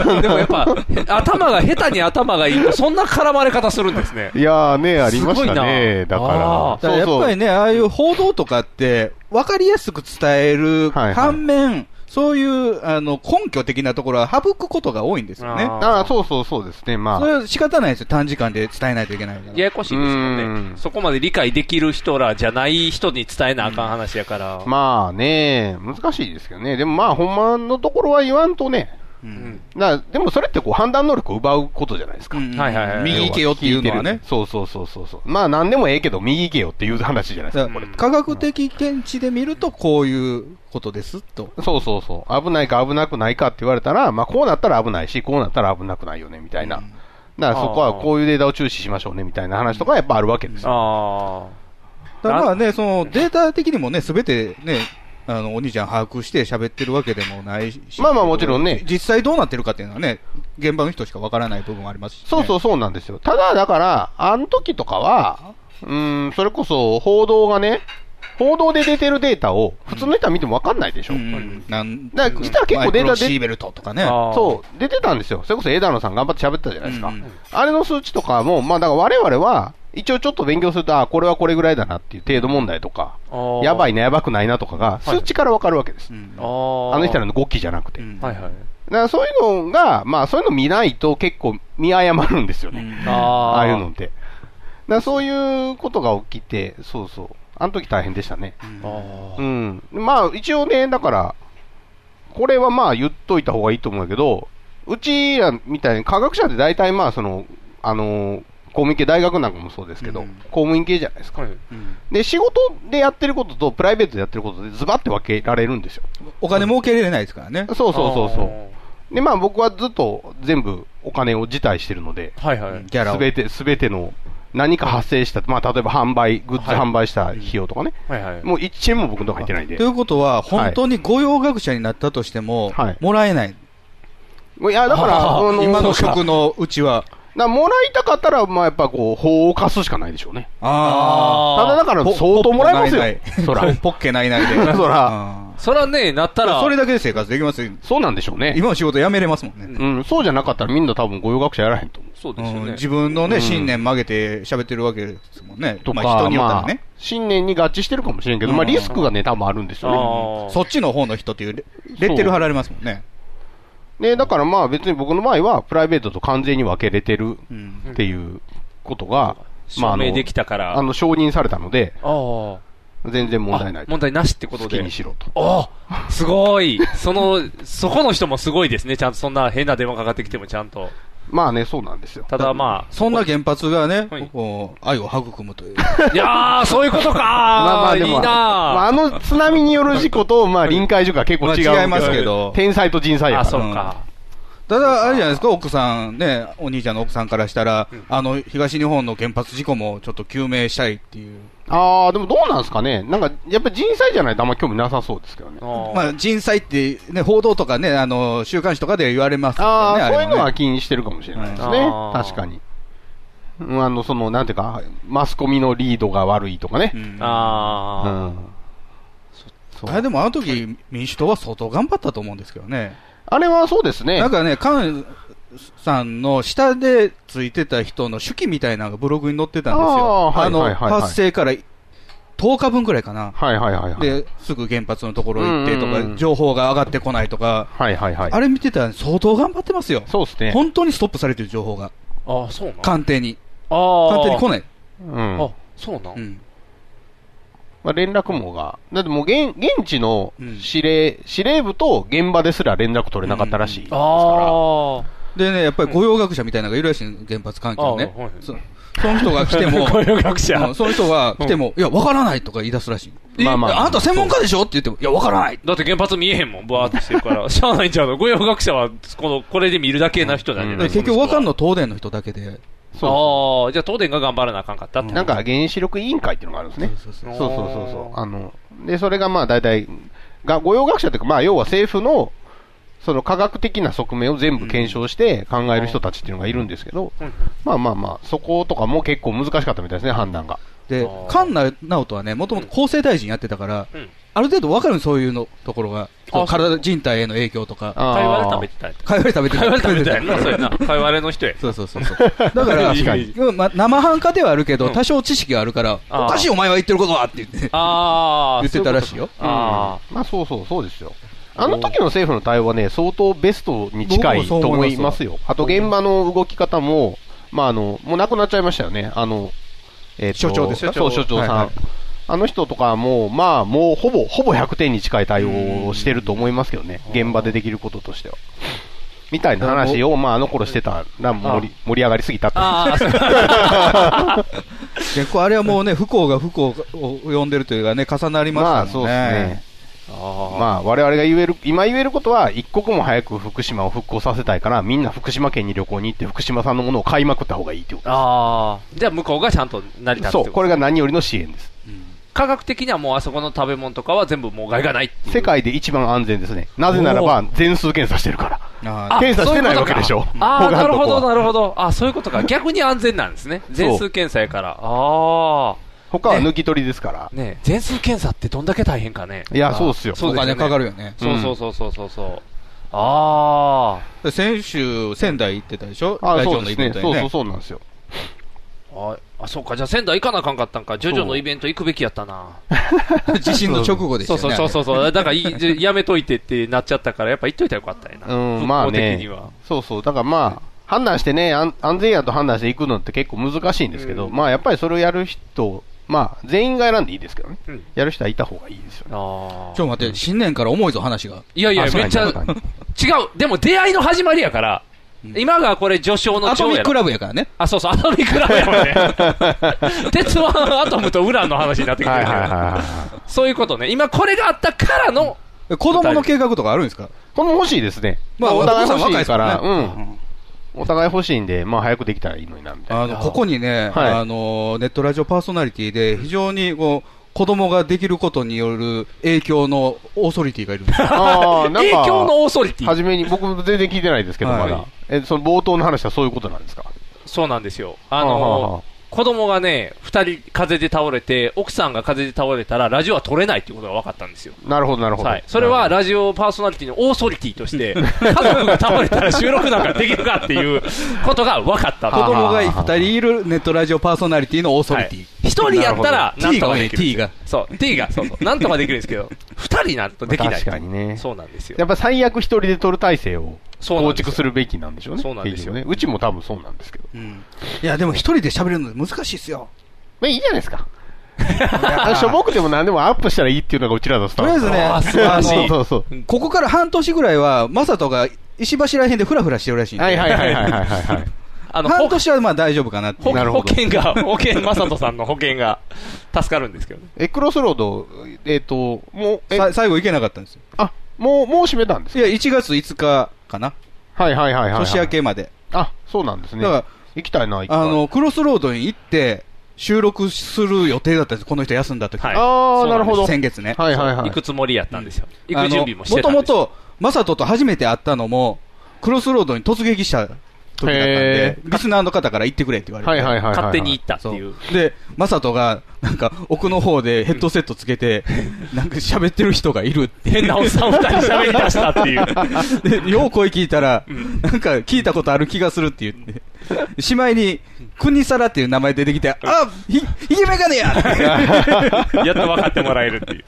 C: ああ。でもやっぱ、頭が、下手に頭がいいと、そんな絡まれ方するんですね。
D: いやーね、ありました
C: すご
D: ね。
C: いな
D: だか
C: あ
D: ら、
B: だからやっぱりね、ああいう報道とかって、分かりやすく伝える
D: はいはい
B: 反面、そういうあの根拠的なところは省くことが多いんですよね。
D: ああー、そうそうそうですね、まあ。
B: それは仕方ないですよ、短時間で伝えないといけないから。
C: ややこしいですよ
D: う
C: ね
D: ん。
C: そこまで理解できる人らじゃない人に伝えなあかん話やから。
D: まあね、難しいですけどね、でもまあ、ほんまのところは言わんとね、
B: うん
D: なでもそれってこう判断能力を奪うことじゃないですか。
B: うん
C: はいはいはい
B: 右行けよっていうのはね。
D: そうそうそうそうそう、まあ、なんでもええけど、右行けよっていう話じゃないです
B: だ
D: か、
B: か
D: こ
B: ら
D: れ。
B: 科学的見地で見ると、こういうことですと。
D: そうそうそう、危ないか危なくないかって言われたら、まあ、こうなったら危ないし、こうなったら危なくないよねみたいな、だからそこはこういうデータを注視しましょうねみたいな話とかやっぱあるわけですよ。
C: あ
B: だからまあね、そのデータ的にもね、すべてね、あの、お兄ちゃん把握して喋ってるわけでもないし。
D: まあまあもちろんね
B: 実際どうなってるかっていうのはね、現場の人しかわからない部分はありますし、ね。
D: そうそうそうなんですよ。ただ、だから、あの時とかは、うーん、それこそ報道がね、報道で出てるデータを普通の人は見ても分かんないでしょ。
B: うん。なん
D: だから実は結構
B: マイ
D: データで
B: クロシーベルトとかね。
C: あー。
D: そう、出てたんですよ。それこそ枝野さん頑張って喋ってたじゃないですか。
B: うん
D: あれの数値とかも、まあだから我々は、一応ちょっと勉強すると、あ、これはこれぐらいだなっていう程度問題とか、
C: う
D: やば
C: い。
D: いな、やばくないなとかが、数値から分かるわけです。
B: うん
C: あー
D: あの人らの語気じゃなくて。
B: うん
C: はいはい。
D: だからそういうのが、まあそういうの見ないと結構見誤るんですよね。
B: うん
C: あ
D: あ
C: あ
D: あいうのって。だからそういうことが起きて、そうそう。あの時大変でしたね。
C: あ
D: うん。まあ一応ね、だから、これはまあ言っといた方がいいと思うけど、うちらみたいに科学者って大体まあその、あのー公務員系大学なんかもそうですけど、
B: うん
D: 公務員系じゃないです
C: ー。
D: か。
C: はい
B: うん
D: で、仕事でやってることとプライベートでやってることでズバって分けられるんですよ。
B: お金儲けれないですからね。
D: そうそうそうそ
C: あ
D: う。で、まあ僕はずっと全部お金を辞退してるので、
C: ーはいはい。
B: ギャラ
D: す
B: を。
D: べて、すべての何か発生した、まあ、例えば販売、グッズ
C: はい
D: 販売した費用とかね、
C: はいはい。
D: もう1円も僕のとこ入ってないんで
B: とい。うことは、本当に御用学者になったとしても、
D: はい
B: もらえない。
D: いや、だから、あの
B: 今の
D: だか
B: 職のうちは。
D: らもらいたかったら、まあ、やっぱこう、法を課すしかないでしょうね。
B: あ
D: ただだから、
B: ポ
D: 相当もらえ ますよ
B: ポッ。
D: そら
B: あ。。ポッケないないで。
D: そら。
B: あ
C: そらね、なった
B: ー
C: ら、
B: それだけで生活できますよ。
D: そうなんでしょうね。
B: 今の仕事辞めれますもんね。
D: うん、そうじゃなかったらみんな多分御用学者やらへんと思う。
C: そう
B: う
C: ですよ
B: ん、
C: ね。
B: 自分のね、
D: うん
B: 信念曲げて喋ってるわけですもんね。
D: とか、
B: まあ人によって
D: ま
B: は
D: あ
B: ね。、
D: 信念に合致してるかもしれんけど、まあ、リスクがね、多分あるんですよね。
C: ああ。
B: そっちの方の人っていうレ、レッテル貼られますもんね。
D: で、だからまあ別に僕の場合は、プライベートと完全に分けれてる
B: うん。
D: っていうことが、ま
C: 証
D: ああの
C: 明できたから。
D: あの承認されたので、
C: あー
D: 全然問
C: あ
D: 題ない。
C: 問題なしってこ
D: 好
C: と
D: き
C: で。
D: にしろと。
C: おすごい。その、そこの人もすごいですね。ちゃんとそんな変な電話かかってきてもちゃんと。
D: まあね、そうなんですよ。
C: ただまあ、
B: そんな原発がね、
C: はい
B: こう愛を育むという。
C: いやー、そういうことかー。
D: まあまあで
C: いい
D: も、まあ、
C: な
D: あの津波による事故と、まあ臨海事故は結構違うけど。
B: まあ違いますけど
D: 天災と人災
C: ー。
D: や
C: あ、
D: か
C: そう
D: ら。
C: か。
B: ただ、あれじゃないですか、奥さんね、お兄ちゃんの奥さんからしたら、あの、東日本の原発事故もちょっと究明したいっていう。
D: ああ、でもどうなんですかね。なんか、やっぱり人災じゃないとあんま興味なさそうですけどね。
C: あ
B: まあ、人災って、ね、報道とかね、あの、週刊誌とかで言われますけどね、
D: ああ、
B: れ
D: そう
B: も
D: い
B: ね
D: うのは気にしてるかもしれないですね
C: うん。
D: 確かに。うんあの、その、なんていうか、マスコミのリードが悪いとかね。う
C: ああ、
D: ん。
B: あれでもあの時、民主党は相当頑張ったと思うんですけどね。
D: あれはそうですね。
B: なんかね、菅さんの下でついてた人の手記みたいなのがブログに載ってたんですよ。
D: あーはい
B: の、
D: はいはいはい
B: 発生から10日分くらいかな。
D: はいはいはいはい。
B: で、すぐ原発のところ行ってと
D: うんうんう
B: か、
D: ん
B: 情報が上がってこないとか、
D: はいはいはい。
B: あれ見てたら相当頑張ってますよ。
D: そうですね。
B: 本当にストップされてる情報が、
C: ああ、そうなん。
B: 官邸に。
C: ああ、
B: 官邸に来ない。
D: うん。
C: あ、そうなん。
B: うん。
D: まあ、連絡網が。だってもう現、現地の
B: うん
D: 司令、司令部と現場ですら連絡取れなかったらしいですから。
C: あ
B: でね、やっぱり雇用学者みたいなのがいるらしいの原発環境ね
C: あはい。
B: そその人が 来ても、
C: あ、有学
B: うんその人が来ても、いや、わからないとか言い出すらしい。
D: まあまあ
B: えあなた専門家でしょって言っても、いや、わからない。
C: だって原発見えへんもん、ブワーってしてるから。 しゃあないんちゃうの。御用学者は、この、これで見るだけな人なんじゃな
B: だから
C: い
B: 結局、わかん
C: ない。
B: の東電の人だけで。
D: そ
C: ああ、じゃあ東電が頑張らなあかんかったって
D: う。なんか原子力委員会っていうのがあるんですね。
B: そうそう
D: そうそうそうそう。あの、で、それがまあ大体、が御用学者というか、まあ要は政府の、その科学的な側面を全部検証して考える人たちっていうのがいるんですけど、まあまあまあ、そことかも結構難しかったみたいですね、判断が。
C: あ、
B: で
C: ー
B: 菅直人はね、もともと厚生大臣やってたから
C: うん、
B: ある程度わかるのそういうのところが、
C: あ
B: 体、人体への影響とか、
D: あー
C: 会話で食べてたやつ。
B: 会話で食べて
C: 会話で食べてたや
B: 食
C: ん
B: べ
C: な、それな。会話での人や。
B: そうそうそうそう。だから、
C: 確かに
B: うんまあ生半可ではあるけど、
C: うん
B: 多少知識があるから、
C: あー
B: おかしいお前は言ってることはって言って、
C: ああ、
B: 言ってたらしいよ。
C: あ
D: まあそうそうそうですよ。あの時の政府の対応はね、相当ベストに近いと思いますよ。あと現場の動き方も、まああの、もうなくなっちゃいましたよね。あの、えっと
B: 所長ですよ
D: そう、所長さん。
B: はいはい
D: あの人とかも、まあもうほぼ、ほぼ100点に近い対応をしてると思いますけどね。現場でできることとしては。みたいな話を、まああの頃してたら盛り盛り上がりすぎたって
C: あ。ああ、 そう
B: 結構あれはもうね、不幸が不幸を呼んでるというかね、重なり
D: ま
B: ま
D: あ
B: した
D: そう
B: もん
D: です
B: ね
D: ね。。まあ、我々が言える、今言えることは、一刻も早く福島を復興させたいから、みんな福島県に旅行に行って、福島産のものを買いまくった方がいいというこ
C: ああ、じゃあ向こうがちゃんと成り
D: と
C: 立つ
D: そう、これ
C: れ
D: が何よりの支援です。
C: 科学的にはもうあそこの食べ物とかは全部もう害がないっていう
D: 世界で一番安全ですね。なぜならば、全数検査してるから。
B: あ
C: あ
D: 検査してないわけでし
C: そ
D: ょ
C: ういうことかああ、
D: 他
C: な
D: の
C: る
D: と
C: ほ
D: こは
C: ど、なるほど。あそういうことか。逆に安全なんですね。全数検査やから。あ
D: 他は抜き取りですから
C: あ。。ねえ全数検査ってどんだけ大変かね。
D: いや、そうっすよ。
C: そ
B: お
C: うです
B: 金
C: よね
B: かかるよね。
C: そうそうそうそうそうそう。あ
B: で先週、仙台行ってたでしょ
D: あ
B: 大
D: そ
B: 腸
D: う
B: の
D: で
B: イ
D: す
B: ベ
D: ね。
B: ント
D: そ
B: に
D: うそ
B: ね
D: う。そうなんですよ。
C: ーあ。あ、そうか。じゃあ仙台行かなあかんかったんか。ジョジョのイベント行くべきやったな。
B: 地震の直後でした
C: そう
B: よね。
C: そうそうそうそう。だからい、やめといてってなっちゃったから、やっぱ行っといたらよかったやな。
D: うん、まあ
C: 復興的
D: ね
C: には。。
D: そうそう。だからまあ、判断してね、安安全やと判断していくのって結構難しいんですけど、
C: うん
D: まあやっぱりそれをやる人、まあ全員が選んでいいですけどね。
C: うん
D: やる人はいた方がいいですよね。
C: あ
B: ちょ
C: あ
B: っと。待って、新年から重いぞ、話が。
C: いやいや、めっちゃ、違う。でも出会いの始まりやから、今がこれ序章の
B: アト
C: 章
B: ミ
C: や
B: ック
C: ろ。
B: ラブやからね。
C: あ、そうそう、アトミックラブやもんね。鉄腕アトムとウランの話になってきてるけど。
D: はい。
C: そういうことね。今これがあったからの、
B: 子供の計画とかあるんですか
D: この欲しいですね。
B: ま
D: ま
B: あ
D: あ、お互い欲しいから、
B: お父さん若いですもん
D: うん。お互い欲しいんで、まあ、早くできたらいいのにな、みたいな。
B: あの、ここにね、
D: はい
B: あの、ネットラジオパーソナリティで、非常にこう、子供ができることによる影響のオーソリティがいるん ですよ
D: ああ、
C: 影響のオーソリティ。
D: 初めに、僕も全然聞いてないですけど、
B: は
D: ま
B: い
D: だ。え、その冒頭の話はそういうことなんですか
C: そうなんですよ。あ
D: はあはあ
C: の、子供がね、二人風邪で倒れて、奥さんが風邪で倒れたら、ラジオは取れないっていうことが分かったんですよ。
D: なるほど、なるほど。
C: はい、それはラジオパーソナリティのオーソリティと して、家族が倒れたら収録なんかできるかっていうことが分かった
B: 子
D: は
B: 供が二人いるネットラジオパーソナリティのオーソリティ。
C: 一人やったら、なん
B: T
C: と
B: が
C: かで
B: ね、
C: きる。
B: T が。
C: そう、T が、そうそう、なんとかできるんですけど、二人になるとできない。
D: 確かにね
C: そうなんですよ
D: や。っぱ最悪一人で取る体制を
C: そうなん
D: 構
C: ですよ
D: 築するべきなんでしょうね。
C: そうなんですよ
D: 結局ね。うちも多分そうなんですけど。
B: うんいや、でも一人で喋るの難しいっすよ。
D: まあ、いいじゃないですか。しょぼくでも何でもアップしたらいいっていうのがうちらのスタ
B: とりあえ
D: ンス。
B: ずね、
C: あー素晴らしい
B: あ
D: そう
B: の
D: そうそう。
B: ここから半年ぐらいは、マサトが石橋らへんでフラフラしてるらしいんで
D: はいはいはいはいはいはい。
C: あの、
B: 半
C: ほ
B: 年はまあ大丈夫かなって
C: ほ
D: なる
C: 保
D: ほど
C: 険が、保険、マサトさんの保険が助かるんですけどね。
D: え、クロスロード、えっと、もう、え、
B: さ最後行けなかったんですよ。
D: あ、もう、もう閉めたんです
B: いや、1月5日かな、
D: はいはいはいはいはい。
B: 年明けまで。
D: あ、そうなんですね。
B: だから
D: 行きたいな、行きたい。
B: あの、クロスロードに行って、収録する予定だったんです、この人休んだ時、
C: はい
D: あ
C: そ
D: ー、
C: うなん
D: な
C: です
D: るほど。
B: 先月ね。
D: はいはいはい。
C: 行くつもりやったんですよ。行
B: あ
C: く
B: の
C: 準備もしてたんです
B: もともと、マサトと初めて会ったのも、クロスロードに突撃した時だったん
D: へ
B: で、リスナーの方から言ってくれって言われて。
D: はいはいはいはい。
C: 勝手に行ったっていう。
B: で、マサトが、なんか、奥の方でヘッドセットつ けて、なんか喋ってる人がいるって。
C: 変なおっさん二人喋り出したって いう。
B: で、よう声聞いたら、なんか聞いたことある気がするって言って。しまいに、国皿っていう名前出てきて、あひ、ひげメガネや
I: やっと分かってもらえるっていう。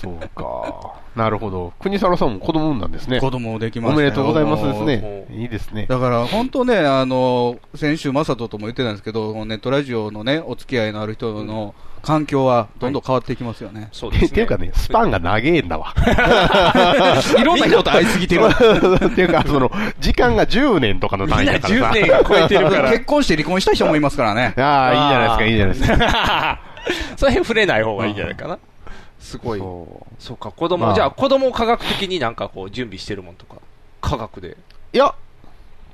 D: そうか。なるほど。国沢さんも子供産んだんですね。
B: 子供できま
D: お
B: した
D: め
B: よ
D: でとうございますですね。いいですね。
B: だから本当ね、あの先週、正人とも言ってたんですけど、ネットラジオのねお付き合いのある人の環境はどんどん変わっていきますよね、
C: そうですね。
D: っていうかね、スパンが長えんだわ。
B: いろんな人と会いすぎてる、
D: っていうか、その、時間が10年とかの単位だからさ。
C: 10年超えてるから。
B: 結婚して離婚した人もいますからね、
D: ああ、いいじゃないですか、いいじゃないですか。
C: その辺触れない方がいいんじゃないかな。すごい。
D: そう
C: そうか、子供、
D: まあ
C: じゃあ子供を科学的になんかこう準備してるもんとか、科学で。
D: いや、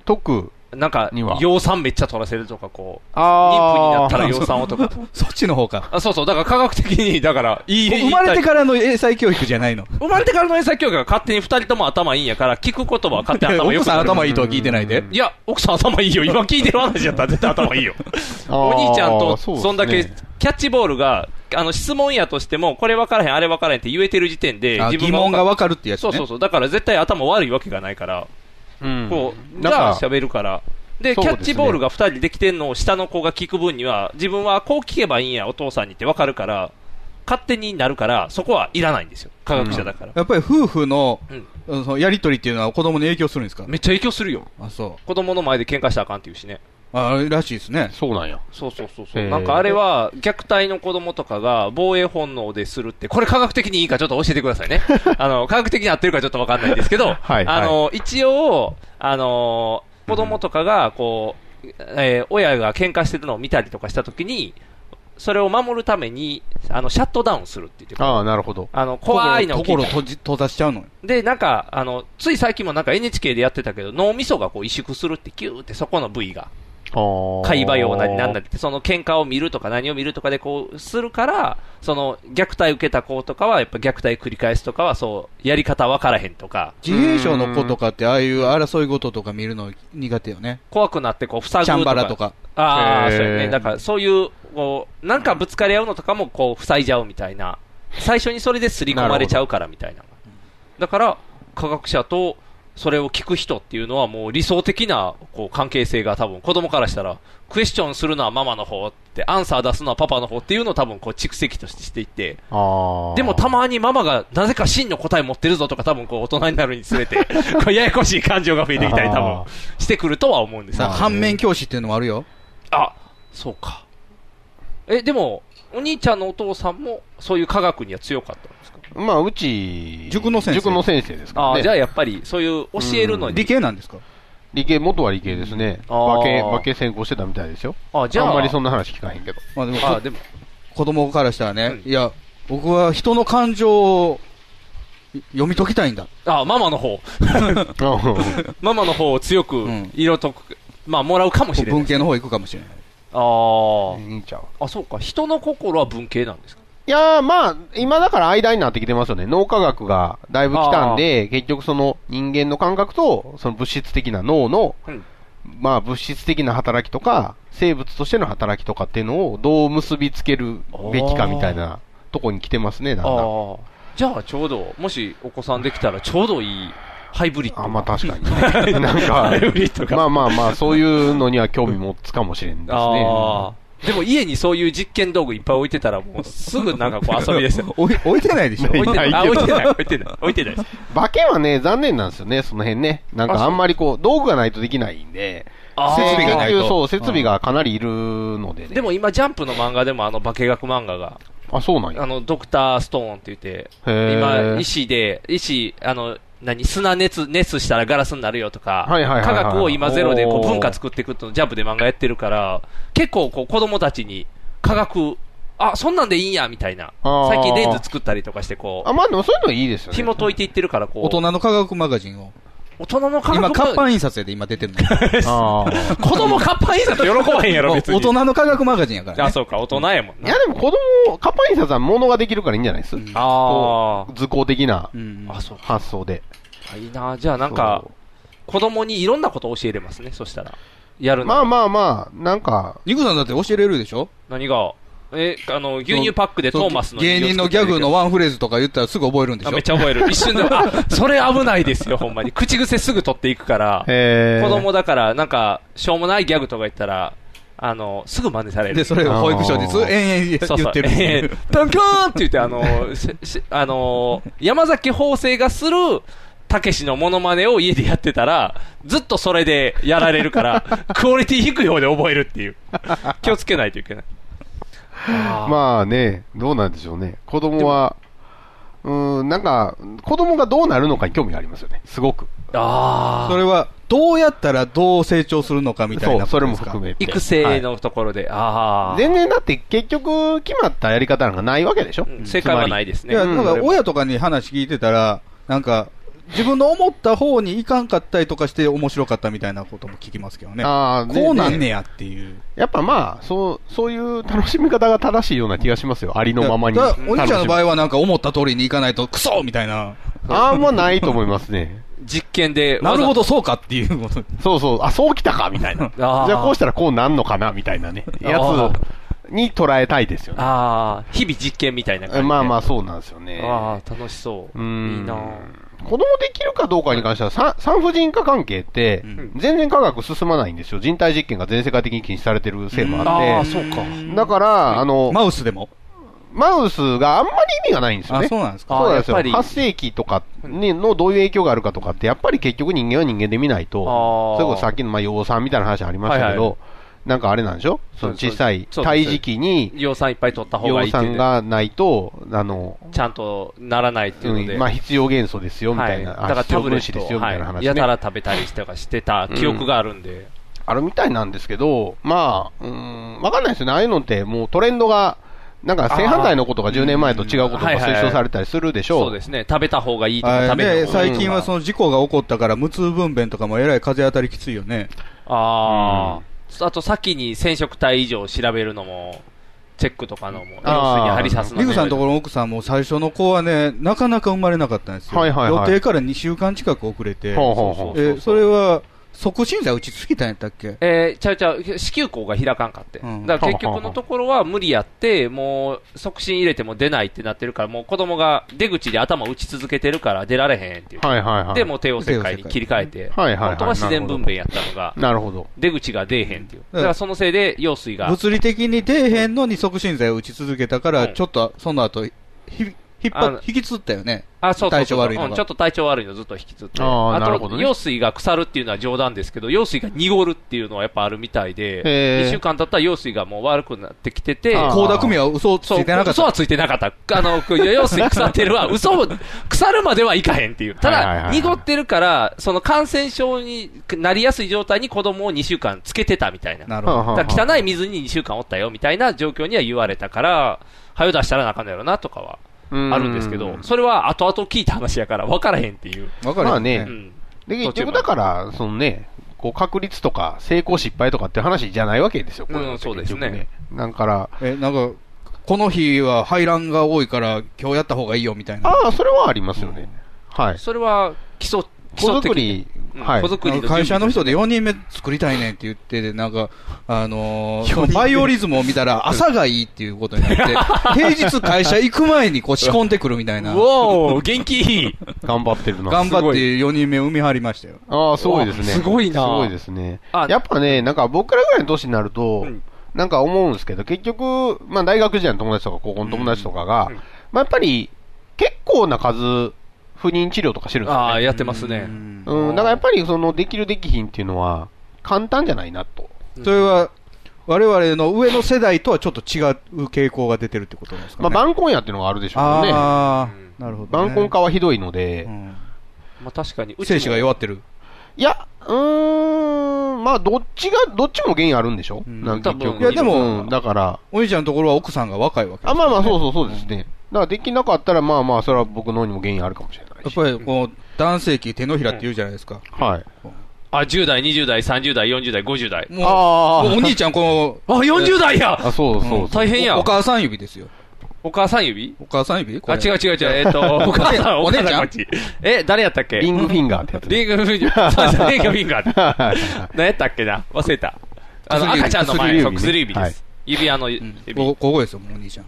D: 特、
C: なんか
D: には、
C: 養酸めっちゃ取らせるとか、こう、妊婦にな
D: あ
C: ったら養酸をとか。
B: そっちの方か、
C: あそうそう、だから科学的に、だから、いい、
B: 生まれてからの英才教育じゃないの、
C: 生まれてからの英才教育が勝手に二人とも頭いいんやから、聞く言葉は勝手に 頭良
B: 奥
C: く
B: さん
C: なる。
B: 頭いいとは聞いてないで、
C: いや、奥さん頭いいよ。今聞いてる話やったら絶対頭いい よ。お兄ちゃんと、そんだけ、キャッチボールが、あの、質問やとしても、これ分からへん、あれ分からへんって言えてる時点で、
B: あ
C: 自分
B: 疑問が
C: 分
B: わかるってやつね、
C: そうそうそう。だから絶対頭悪いわけがないから、こう、じゃあ喋るから。で、
D: そう
C: キ
D: です
C: ャ
D: ね
C: ッチボールが二人できてんのを下の子が聞く分には、自分はこう聞けばいいんや、お父さんにって分かるから、勝手になるから、そこはいらないんですよ。科学者だから。
B: やっぱり夫婦の,、
C: うん
B: そのやりとりっていうのは子供に影響するんですか、
C: めっちゃ影響するよ。
B: あそ
C: 子供の前で喧嘩したらあかんっていうしね。
B: うあらしいですね、
D: そうなんや。
C: そうそうそうそ
D: へ
C: う。
D: ー
C: なんかあれは、虐待の子供とかが防衛本能でするって、これ科学的にいいかちょっと教えてくださ いね。あの、科学的に合ってるかちょっとわかんないんですけど、
D: はい
C: あの、一応、あの、子供とかが、こう、えー親が喧嘩してるのを見たりとかしたときに、それを守るために、あの、シャットダウンするって言って
D: ああ、なるほど。
C: あの、怖いのを聞い
B: 心
C: た
B: 閉じ閉ざしちゃうの、
C: で、なんか、あの、つい最近もなんか NHK でやってたけど、脳みそがこう萎縮するって、キューってそこの部位が。会話用なりなんなりって、その喧嘩を見るとか何を見るとかでこうするから、その虐待受けた子とかは、やっぱ虐待繰り返すとかは、そう、やり方わからへんとか、
B: 自閉症の子とかって、ああいう争い事とか見るの苦手よね、
C: 怖くなってこう、塞ぐと
B: チ
C: か。
B: ャンバラとか。
C: ああ、
D: へ
C: そ
D: ー
C: うやね。だからそういう、こう、なんかぶつかり合うのとかもこう、塞いじゃうみたいな。最初にそれで刷り込まれちゃうからみたいな。だから、科学者と、それを聞く人っていうのはもう理想的なこう関係性が多分子供からしたらクエスチョンするのはママの方ってアンサー出すのはパパの方っていうのを多分こう蓄積としてしていって
D: ああ。
C: でもたまにママがなぜか真の答え持ってるぞとか多分こう大人になるにつれてこうややこしい感情が増えてきたり多
D: あ
C: 分してくるとは思うんです
B: さ
C: よ
B: あ、反面教師っていうのもあるよ。
C: あ、そうか。え、でも、お兄ちゃんのお父さんも、そういう科学には強かったんですか
D: まあ、うち、
B: 塾の先生
D: 塾の先生ですから
C: あ、
D: ね。
C: あ、じゃあやっぱり、そういう教えるの
B: 理
C: に。
B: 系なんですか
D: 理系、元は理系ですね。
C: あー
D: 和系、和系専攻してたみたいですよ。
C: あ、じゃあ、
D: あんまりそんな話聞かへんけど。
B: まあでも、
C: あ、
B: こ
C: でも、
B: 子供からしたらね、いや、僕は人の感情をい読み解きたいんだ。
C: あ、ママの方。 ママの方を強く
B: ん、
C: 色とく、まあ、もらうかもしれない
B: 文。系の方行くかもしれない。
C: あー
D: いいんちゃう
C: あ、そうか。人の心は文系なんですか
D: いやー、まあ、今だから間になってきてますよね。脳科学がだいぶ来たんで、結局その人間の感覚と、その物質的な脳の、
C: うん
D: まあ物質的な働きとか、生物としての働きとかっていうのをどう結びつけるべきかみたいなとこに来てますね、だん
C: あ
D: だ
C: あ
D: ん。
C: ー。じゃあ、ちょうど、もしお子さんできたら、ちょうどいい、ハイブリッド。
D: あ、まあ確かに。なんか
C: ハイ、ブリッドが。
D: まあまあまあ、そういうのには興味持つかもしれんです
C: あ
D: ね。
C: ーでも家にそういう実験道具いっぱい置いてたら、もうすぐなんかこう遊びですよ。
B: 置い置いて ないでしょ
C: 置いてない。
D: いな
C: あ、
D: いけ
C: 置
D: ど
C: いてない。置いてない。置いてない。
D: バケはね、残念なんですよね、その辺ね。なんかあんまりこう、道具がないとできないんで、
C: あー
D: 設備が
B: な
D: ないい
B: と
D: そう、設備がかなりいるのでね。
C: でも今、ジャンプの漫画でもあの化学漫画が、
D: あ、そうなん
C: あ
D: や。
C: の、ドクターストーンって言って、
D: へー
C: 今、石で、石、あの、何、砂熱、熱したらガラスになるよとか、
D: はいはいはいはい
C: 科学を今ゼロでこ
D: お
C: う
D: ー
C: 文化作っていくとジャンプで漫画やってるから、結構こう子供たちに科学、あ、そんなんでいいんや、みたいな。
D: あー
C: 最近レンズ作ったりとかしてこ
D: あ、まあでもそういうのいいですよ
C: う、
D: ね。
C: 紐解いていってるからこう、
B: 大人の科学マガジンを。
C: 大人の科学
B: 今、
C: も
B: 活版印刷やで今出てるの。
D: あー
C: 子供活版印刷喜ばへんやろ、
B: 大
C: 別に。
B: 人の科学マガジンやから
C: あ、
B: ね。
C: そうか、大人やもん
D: い
C: な。
D: やでも子供、カッパ印刷は物ができるからいいんじゃないです
C: あ
D: 図工的な
B: うん
C: あ。あ、そうか。
D: 発想で。
C: いいな。じゃあなんか
D: そ、
C: 子供にいろんなことを教えれますね、そしたら。やるの。
D: まあまあまあ、なんか、
B: ニコさんだって教えれるでしょ
C: 何が、え、あの、牛乳パックでトーマスの
B: 芸人のギャグのワンフレーズとか言ったらすぐ覚えるんでし
C: あ
B: ょ
C: めっちゃ覚える。一瞬で、あ、それ危ないですよ、ほんまに。口癖すぐ取っていくから、
D: えー
C: 子供だから、なんか、しょうもないギャグとか言ったら、あの、すぐ真似される。
B: で、それを保育所にず延
C: そうそ
B: 々言
C: う
B: ってるってい
C: え
B: う
C: ーダンカーンって言って、あ の、ししあの、山崎邦生がする、たけしのモノマネを家でやってたら、ずっとそれでやられる から、クオリティ低い方で覚えるっていう。気をつけないといけない。まあ
D: まあね、どうなんでしょうね。子供は、うーん、なんか、子供がどうなるのかに興味がありますよね。すごく。
C: ー、あ
B: それは、どうやったらどう成長するのかみたい
D: そ
B: な
D: う、
B: こと
D: それ
B: で
D: も
B: すか。
D: 含めて。
C: 育成
D: はい
C: のところで、ああ。
D: 全然だって結局決まったやり方なんかないわけでしょ、
C: うん正解はない
D: で
C: です
B: い
C: ね。
B: や、
C: うん
B: なんか親とかに話聞いてたら、なんか、自分の思った方にいかんかったりとかして面白かったみたいなことも聞きますけどね。
D: あーね
B: こうなんねやっていう。
D: やっぱまあそう、そういう楽しみ方が正しいような気がしますよ、ありのままに。
B: だからお兄ちゃんの場合
D: は。
B: はなんか思った通りにいかないと、クソみたいな。
D: あんまないと思いますね。
C: 実験で。
B: なるほど、そうかっていうこと。
D: そうそう、あ、そうきたかみたい な。じ
C: あー
D: ゃあこうしたらこうなんのかなみたいなね、や
C: あ
D: つに捉えたいですよね。
C: ああ、日々実験みたいな感じで。
D: まあまあ、そうなんですよね。
C: ああ、楽しそう。
D: うーん
C: いいなあ
D: 子供できるかどうかに関しては、さ産婦人科関係って、全然科学進まないんですよ。人体実験が全世界的に禁止されてるせいもあって。
C: うか。
D: だから、あの、
B: マウスでも。
D: マウスがあんまり意味がないんですよ
B: あ、
D: ね。
B: そうなんですか。
C: あ
D: そうなんですよ。
C: やっぱり
D: 8世紀とかにのどういう影響があるかとかって、やっぱり結局人間は人間で見ないと、
C: あー
D: それこそさっきのまあ養蚕みたいな話ありましたけど、
C: はいは
D: なんかあれなんでしょその
C: そうです
D: 小さい
C: そうです
D: 胎児期に
C: 養蚕いっぱい取った方がいい
D: 養
C: っていう
D: 蚕
C: ね
D: がないと、あの、
C: ちゃんとならないっていううので。
D: んまあ必要元素ですよみたい
C: は
D: な、
C: だから
D: 必要
C: タブレ
D: 分子です
C: ット
D: よ
C: を、
D: みたいな
C: はい、
D: 話
C: や
D: ね
C: た。ら食べたりしてとかしてた記憶があるんで。
D: あるみたいなんですけど、まあ、うーん、わかんないですよね。ああいうのってもうトレンドが、なんか正反対のことが10年前と違うことが
C: はいはいはい
D: 推奨されたりするでしょ
C: そうですね。食べた方がいいとか
B: あ
C: 食べない
B: で、
C: 方がいい
B: 最近はその事故が起こったから、無痛分娩とかもえらい風当たりきついよね。
C: ああ、あと先に染色体異常を調べるのも、チェックとかのも、要するに針刺すの
B: リグさんのとこ
C: ろ
B: ろの奥さんも最初の子はね、なかなか生まれなかったんですよ。
D: はいはいはい
B: 予定から2週間近く遅れて。
D: ほうほうほう
B: えーそれは、促進剤打ちすぎたんやったっけ
C: えー、ちゃうちゃう、子宮口が開かんかって。
B: うん
C: だから結局のところは無理やって、もう、促進入れても出ないってなってるから、もう子供が出口で頭打ち続けてるから出られへんって言って。
D: はいはいはい。
C: で、もう帝王切開に切り替えて、
D: はいはいはい
C: 本当は自然分娩やったのが、
D: なるほど。
C: 出口が出えへんっていう。
B: うん
C: だからそのせいで、羊水が。
B: 物理的に出えへんのに促進剤を打ち続けたか
C: う
B: ら、
C: ん
B: ちょっとその後、ひ引っ
C: あ
B: 張
C: の、
B: 引きつったよね。
C: あ、そうそう
B: 体
C: そう
B: 調悪いの
C: うん
B: が
C: ちょっと体調悪いのずっと引きずって。
D: あー
C: あ
D: なるほ
C: と、
D: どね
C: 用水が腐るっていうのは冗談ですけど、用水が濁るっていうのはやっぱあるみたいで、
D: へー
C: 1週間経ったら用水がもう悪くなってきてて、
D: あー
B: 高田組は嘘つ
C: そう、
B: いてなかっ
C: 嘘
B: た。
C: はついてなかった。あの、 こう用水腐ってるわ。嘘も、腐るまではいかへんっていう。た
D: はいはいはい
C: だ、
D: はい
C: 濁ってるから、その感染症になりやすい状態に子供を2週間つけてたみたいな。
B: なるほど。
C: だから汚い水に2週間おったよみたいな状況には言われたから、早出したらなあかんのやろなとかはあるんですけ
D: う
C: ど
D: ん、
C: それは後々聞いた話やから分からへんっていう。
B: わかるよ
D: まあ
C: う
D: ね
C: ん途
D: で、結
C: 中ま
D: 局
C: で
D: だから、そのね、こう確率とか成功失敗とかって話じゃないわけですよ、これ
C: うん
D: って
C: そうですね
D: 結局だから、
B: え、なんか、この日は排卵が多いから、今日やった方がいいよみたいな。
D: ああ、それはありますよね。はい。
C: それは基礎、基
D: 子
C: 礎的
D: 作
C: に。
D: り、
C: うん
D: はい
C: 子。作り
B: なん
C: の
B: か会社の
C: 準備
B: 人で4人目作りたいねんって言ってて、なんか、あのーそのバイオリズムを見たら朝がいいっていうことにな って、平日会社行く前にこう仕込んでくるみたいな、
C: うおー、元気いい。
D: 頑張ってるな。
B: 頑張って4人目産み張りましたよ。
D: ああ、すごいですね。
C: すごいな
D: すごいですね
C: あ。
D: やっぱね、なんか僕らぐらいの年になると、
C: うん
D: なんか思うんですけど、結局、まあ大学時代の友達とか高校の友達とかが、
C: うん
D: まあやっぱり結構な数、不妊治療とかしてるんですよ、ね。
C: ああ、やってますね。
D: うん、だからやっぱりそのできるできひんっていうのは簡単じゃないなと。
B: それは、我々の上の世代とはちょっと違う傾向が出てるってことなんですか
D: まあ
B: ね。
D: 晩婚やっていうのがあるでしょうけどね。
B: あ
C: うん
B: あ、なるほど、ね。
D: 晩婚化はひどいので、
B: うん
C: まあ確かに。うちも
B: 精子が弱ってる。
D: いや、うーん、まあどっちが、どっちも原因あるんでしょ、
B: うん
D: なんか結局
C: 多分いやで
B: も
D: うんだから、
B: お兄ちゃんのところは奥さんが若いわけです
D: あまあまあそうそうそうですね。だからできなかったらまあまあそれは僕の方にも原因あるかもしれない
B: やっ
D: し。
B: ぱりこう、男性器手のひらって言うじゃないですか。
D: はい。
C: あ、10代、20代、30代、40代、50代。
B: もう
D: あー
B: もうお兄ちゃんこの、
C: あ、40代や
D: あ、そうそうそ う。
C: 大変や
B: おお。母さん指ですよ。
C: お母さん指
B: お母さん指こ
C: あ、
B: れ
C: 違う違う違う。えっと、お母さん、お
B: お
C: 母
B: 姉ち
C: さ
B: ゃ
C: んこ
B: ん
C: っち。え、誰やったっけ
D: リングフィンガーってやつ。
C: リングフィンガー。そうそうリングフィン ガー。何やったっけな忘れた。あの、
B: 薬指
C: 赤ちゃんの前、
D: 薬指ね
C: そう薬指で
D: はい
C: す。指輪の
B: うん
C: 指。
B: ここここですよ、もうお兄ちゃん。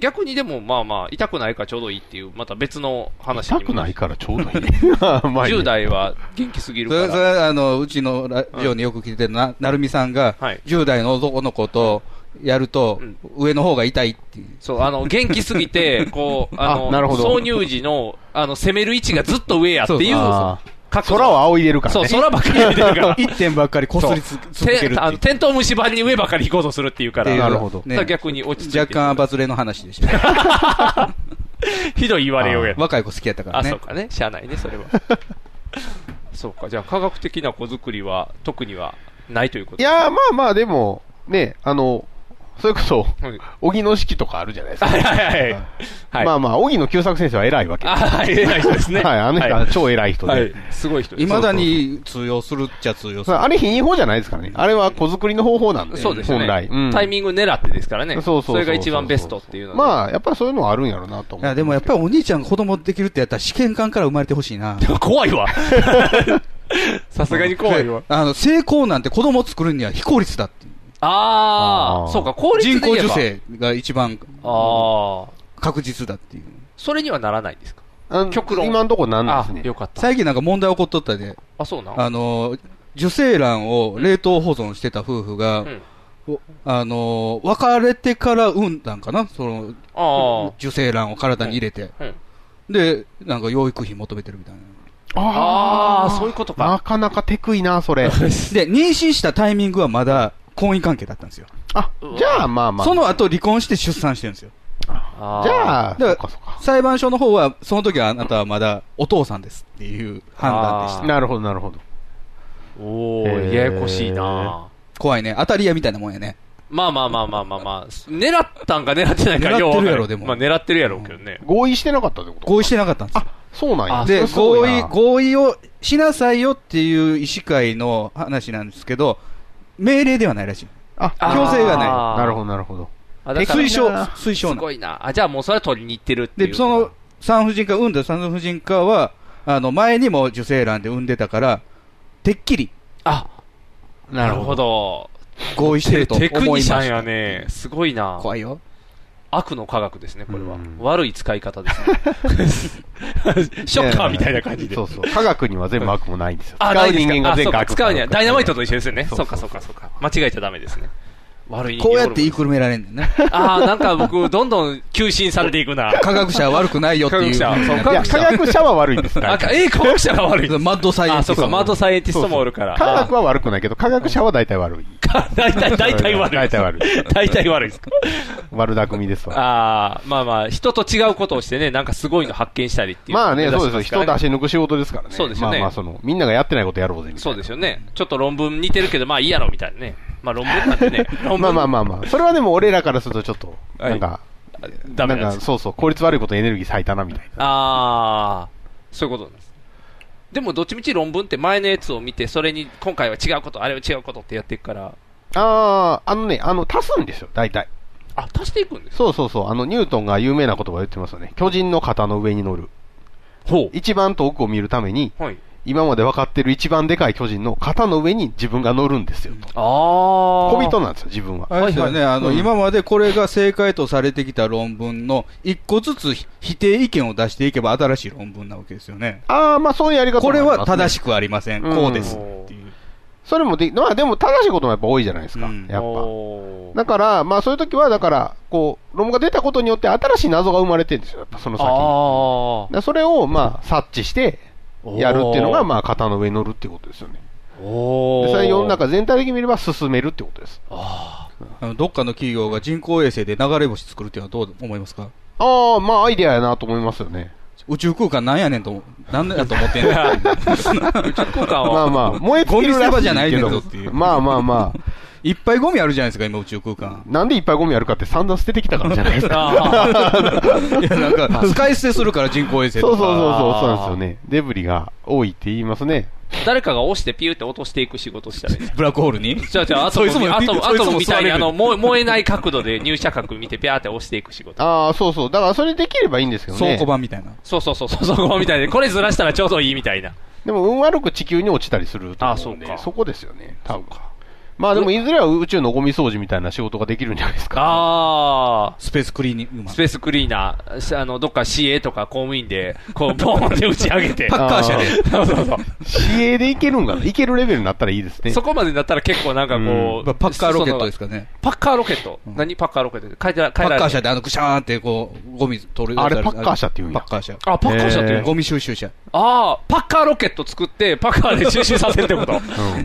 C: 逆にでも、まあまあ、痛くないからちょうどいいっていう、また別の話
D: 痛
C: に
D: く
C: も
D: ないからちょうどいい。10
C: 10代は元気すぎる
B: それ、
C: か
B: そ
C: ら。
B: れあの、うちのラジオによく来てるな、なるみさんが
C: はい、
B: 10代の男の子とやると
C: うん、
B: 上の方が痛いっていう。
C: そう、あの、元気すぎて、こう、あの、
D: あなるほど
C: 挿入時の、あの、攻める位置がずっと上やっていう、
D: あ
C: 角度
D: 空を仰いでるから
C: そう、
D: ね。
C: 空ばっかり見てる から。
B: 一点ばっかりこすりつ続けるってい
C: てあの
B: う。
C: テントウムシ版に上ばかり行こうとするっていうから、
B: っていう
D: なるほど
C: だから逆に落ち着いて
B: 若干アバズレの話 でした。
C: ひどい言われようや
B: 若い子好きやったか
C: あ、
B: ら
C: そ
B: ね
C: う。かね。しゃあないね、それ は。そうか。じゃあ、科学的な子作りは、特にはないということ
D: いやーまあまあ、でも、ね、あの、それこそ、
C: はい
D: 荻野式とかあるじゃないです
C: は
D: か。
C: いはいはい。はい。
D: まあまあ、荻野久作先生は偉いわけ。
C: あ、はい、偉い人ですね。
D: はい、あの人は超偉い人
C: はい
D: で。
C: すごい人
B: い
C: です。
B: まだに通用するっちゃ通用す
D: そう
B: る。
D: あれ、品法じゃないですからね。あれは子作りの方法なんで、
C: そうですよ
D: 本来。
C: ね
D: う。ん
C: タイミング狙ってですからね。
D: そうそうそう
C: それが一番ベストっていうの
D: ま
C: あ
D: あ、やっぱりそういうのはあるんやろうなと
B: い
D: 思
B: や、
D: う。
B: でもやっぱりお兄ちゃんが子供できるってやったら試験官から生まれてほし いな。
C: 怖 いわ。さすがに怖いわ。
B: あの、成功なんて子供作るには非効率だって。
C: あ
D: あ
C: あ、
D: ー
C: そうか、効率
B: 人
C: で言
B: 工
C: えば
B: 授。精が一番
C: ああ、
B: 確実だっていう。
C: それにはならないですか。
D: あの
C: 極論
D: 今のところなんな
C: あ
D: んですね
C: よ。かった。
B: 最近なんか問題起こっとったで、
C: あ、そうなん。
B: あの、受精卵を冷凍保存してた夫婦が、
C: うん
B: おあの、別れてから産んだんかなその、
C: あ
B: 受精卵を体に入れて。
C: あ、うん。
B: で、なんか養育費求めてるみたいな。
C: ああ、そういうことか。
D: なかなかテクいな、そ れ。
B: で、妊娠したタイミングはまだ婚姻関係だったんですよ。
D: あ、じゃあまあまあ。
B: その後離婚して出産してるんですよ。
C: あー
D: じゃあ、
B: だ
D: そ
B: から
D: っかそっか。
B: 裁判所の方は、その時はあなたはまだお父さんですっていう判断でし
C: あ
B: た。
C: ー
D: なるほど、なるほど。
C: おお、
D: へー
C: ややこしいな
B: 怖いね。当たり屋みたいなもんやね。
C: まあまあまあまあまあまあ、狙ったんか狙ってないか、
B: 狙ってるやろ
C: ようわからん
B: でも
C: まあ狙ってるやろうけどね。
D: 合意してなかったってこと
B: 合意してなかったんですよ。
D: そうなんや。
B: で、
D: そ
B: 合
D: れすごい
B: 意、
D: な
B: 合意をしなさいよっていう医師会の話なんですけど、命令ではないらしい。
D: あ、
C: あー
B: 強制がない
D: なるほど、なるほど。
C: あだから
B: 推奨、推
C: す
B: 奨なの
C: ごいな。あ、じゃあもうそれは取りに行ってるっていう。
B: で、その、産婦人科、産んだ産婦人科は、あの、前にも受精卵で産んでたから、てっきり
C: あ、
D: な
C: なるほ。ど。
B: 合意してると思
C: テ
B: いま
C: ク
B: した。
C: ニシャンやね。すごいな。
B: 怖いよ。
C: 悪の科学ですね、これは
D: うん。
C: 悪い使い方ですね。ショッカーみたいな感じで
D: そ。うそう。科学には全部悪もないんですよ。
C: あ、
D: 使
C: ないん
D: う
C: です
D: 人
C: か
D: 間が
C: あそう
D: 全部
C: か
D: 悪。
C: 使うには、ダイナマイトと一緒ですよね。
D: そう
C: そ
D: そうう
C: か
D: そう
C: そうかそうか。間違えちゃダメですね。悪い人
B: こうや
C: 間
B: って言いくるめられんね んな。
C: ああ、なんか僕、どんどん急進されていくな。
B: 科学者は悪くないよっていう。
C: 科学者そう
D: い
C: 科
D: や、科学者は悪いんです。
C: あ
D: 科、
C: ええ、科学者が悪い。
B: マッドサイエンティ
C: あ、
B: スト
C: そうか、マードサイエンティストもおるから。
D: 学は悪くないけど、科学者は大体悪い。
C: あ 大体、大体悪い。
D: 大体悪い。
C: 大体悪いですか。
D: 悪巧みですわ。
C: ああ、まあまあ、人と違うことをしてね、なんかすごいの発見したりっていう。
D: まあね、そうですよ。
C: 目
D: 人
C: 指しま
D: 出
C: す
D: し抜く仕事ですからね。
C: そうですよね
D: まあまあ、その、みんながやってないことやろうぜ、みたい
C: から
D: な。
C: そうですよね。ちょっと論文似てるけど、まあいいやろ、みたいなね。まあ論文なんでね。論文。
D: まあまあまあまあ。それはでも俺らからするとちょっと、
C: はい
D: なんか、
C: ダメ
D: な
C: なん
D: ん
C: で
D: か、
C: す。
D: そうそう、効率悪いことエネルギー咲いたな、みたいな。
C: ああ、そういうことなんです。でも、どっちみち論文って前のやつを見て、それに今回は違うこと、あれは違うことってやっていくから、
D: ああ、あのね、あの、足すんですよ、大体。
C: あ、足していくんです
D: そうそうそう、あの、ニュートンが有名な言葉を言ってますよね。巨人の肩の上に乗る。
C: ほ
D: 一番遠くを見るために、
C: う。はい。
D: 今まで分かってる一番でかい巨人の肩の上に自分が乗るんですよ、と。
C: ああ。
D: 小人なんですよ、自分は。
B: あれですよね、あの、今までこれが正解とされてきた論文の一個ずつ否定意見を出していけば新しい論文なわけですよね。
D: ああ、まあそういうやり方も
B: こ
D: あり
B: れ
D: ますね
B: は正しくありません。
D: うん
B: こうです。
D: それもで、まあでも正しいこともやっぱ多いじゃないですか、
B: うん
D: やっぱ。
C: おー
D: だから、まあそういう時は、だから、こう、論文が出たことによって新しい謎が生まれてるんですよ、やっぱその先に。
C: あ
D: だからそれを、まあ、察知して、やるっていうの
C: お
D: が、
C: ー
D: まあ、型の上に乗るっていうことですよね。
C: あ。おー
D: でそれ世の中全体的に見れば進めるってことです。
B: あのどっかの企業が人工衛星で流れ星作るっていうのはどう思いますか
D: ああ、まあ、アイデアやなと思いますよね。
B: 宇宙空間なんやねんと、なんやと思 ってんねん。
C: 空間
D: まあ
C: は。
D: まあ、燃え尽きる
B: ゴミ捨
D: らしいけど
B: て場じゃないけどっていう
D: まあまあまあ。
B: いっぱいゴミあるじゃないですか、今宇宙空 間。
D: なんでいっぱいゴミあるかって散々捨ててきたからじゃないですか。
C: ああ
B: いや、なんか、使い捨てするから人工衛星
D: そ
B: と
D: うそうそう
B: か。
D: そう、そうなんですよね。デブリが多いって言いますね。
C: 誰かが押してピューって落としていく仕事したらいいんです
B: ブラックホールに
C: じゃあじゃあ、アト
B: そいつ
C: ム
B: も
C: に、アトム、
B: そ
C: ア
B: いつも
C: トムみたいに、
B: そ
C: あ
B: いつも
C: の、燃え燃えない角度で入射角見て、ピャーって押していく仕事。
D: ああ、そうそう。だからそれできればいいんですけどね。
B: 倉庫版みたいな。
C: そうそうそう、そうそう、みたいで、これずらしたらちょうどいいみたいな。
D: でも運悪く地球に落ちたりすると思うんで、
C: あそうか
D: そこですよね、多分まあでも、いずれは宇宙のゴミ掃除みたいな仕事ができるんじゃないですか。
C: ああ。
B: スペースクリーニングマン
C: ス。ペースクリーナーし、あの、どっか CA とか公務員で、こう、ボーンって打ち上げて。
B: パッカー車で。
C: そうそうそう。
D: 市営でいけるんかないけるレベルになったらいいですね。
C: そこまでになったら結構なんかこ
B: ま
C: う。
B: あパッカーロケットです
C: か
B: かね。
C: パッカーロケット。何パッカーロケット変えてら、
B: パ
C: 変えられな
B: ッカー
C: い
B: 車で、あの、クシャーンってこう、ゴミ取るやつ
D: あ
B: る
D: れパッカー車って言うんや
B: パッカー車。
C: あ、パッカー車っていうの
B: ゴミ収集車。
C: ああ、パッカーロケット作って、パッカーで収集させるってこと。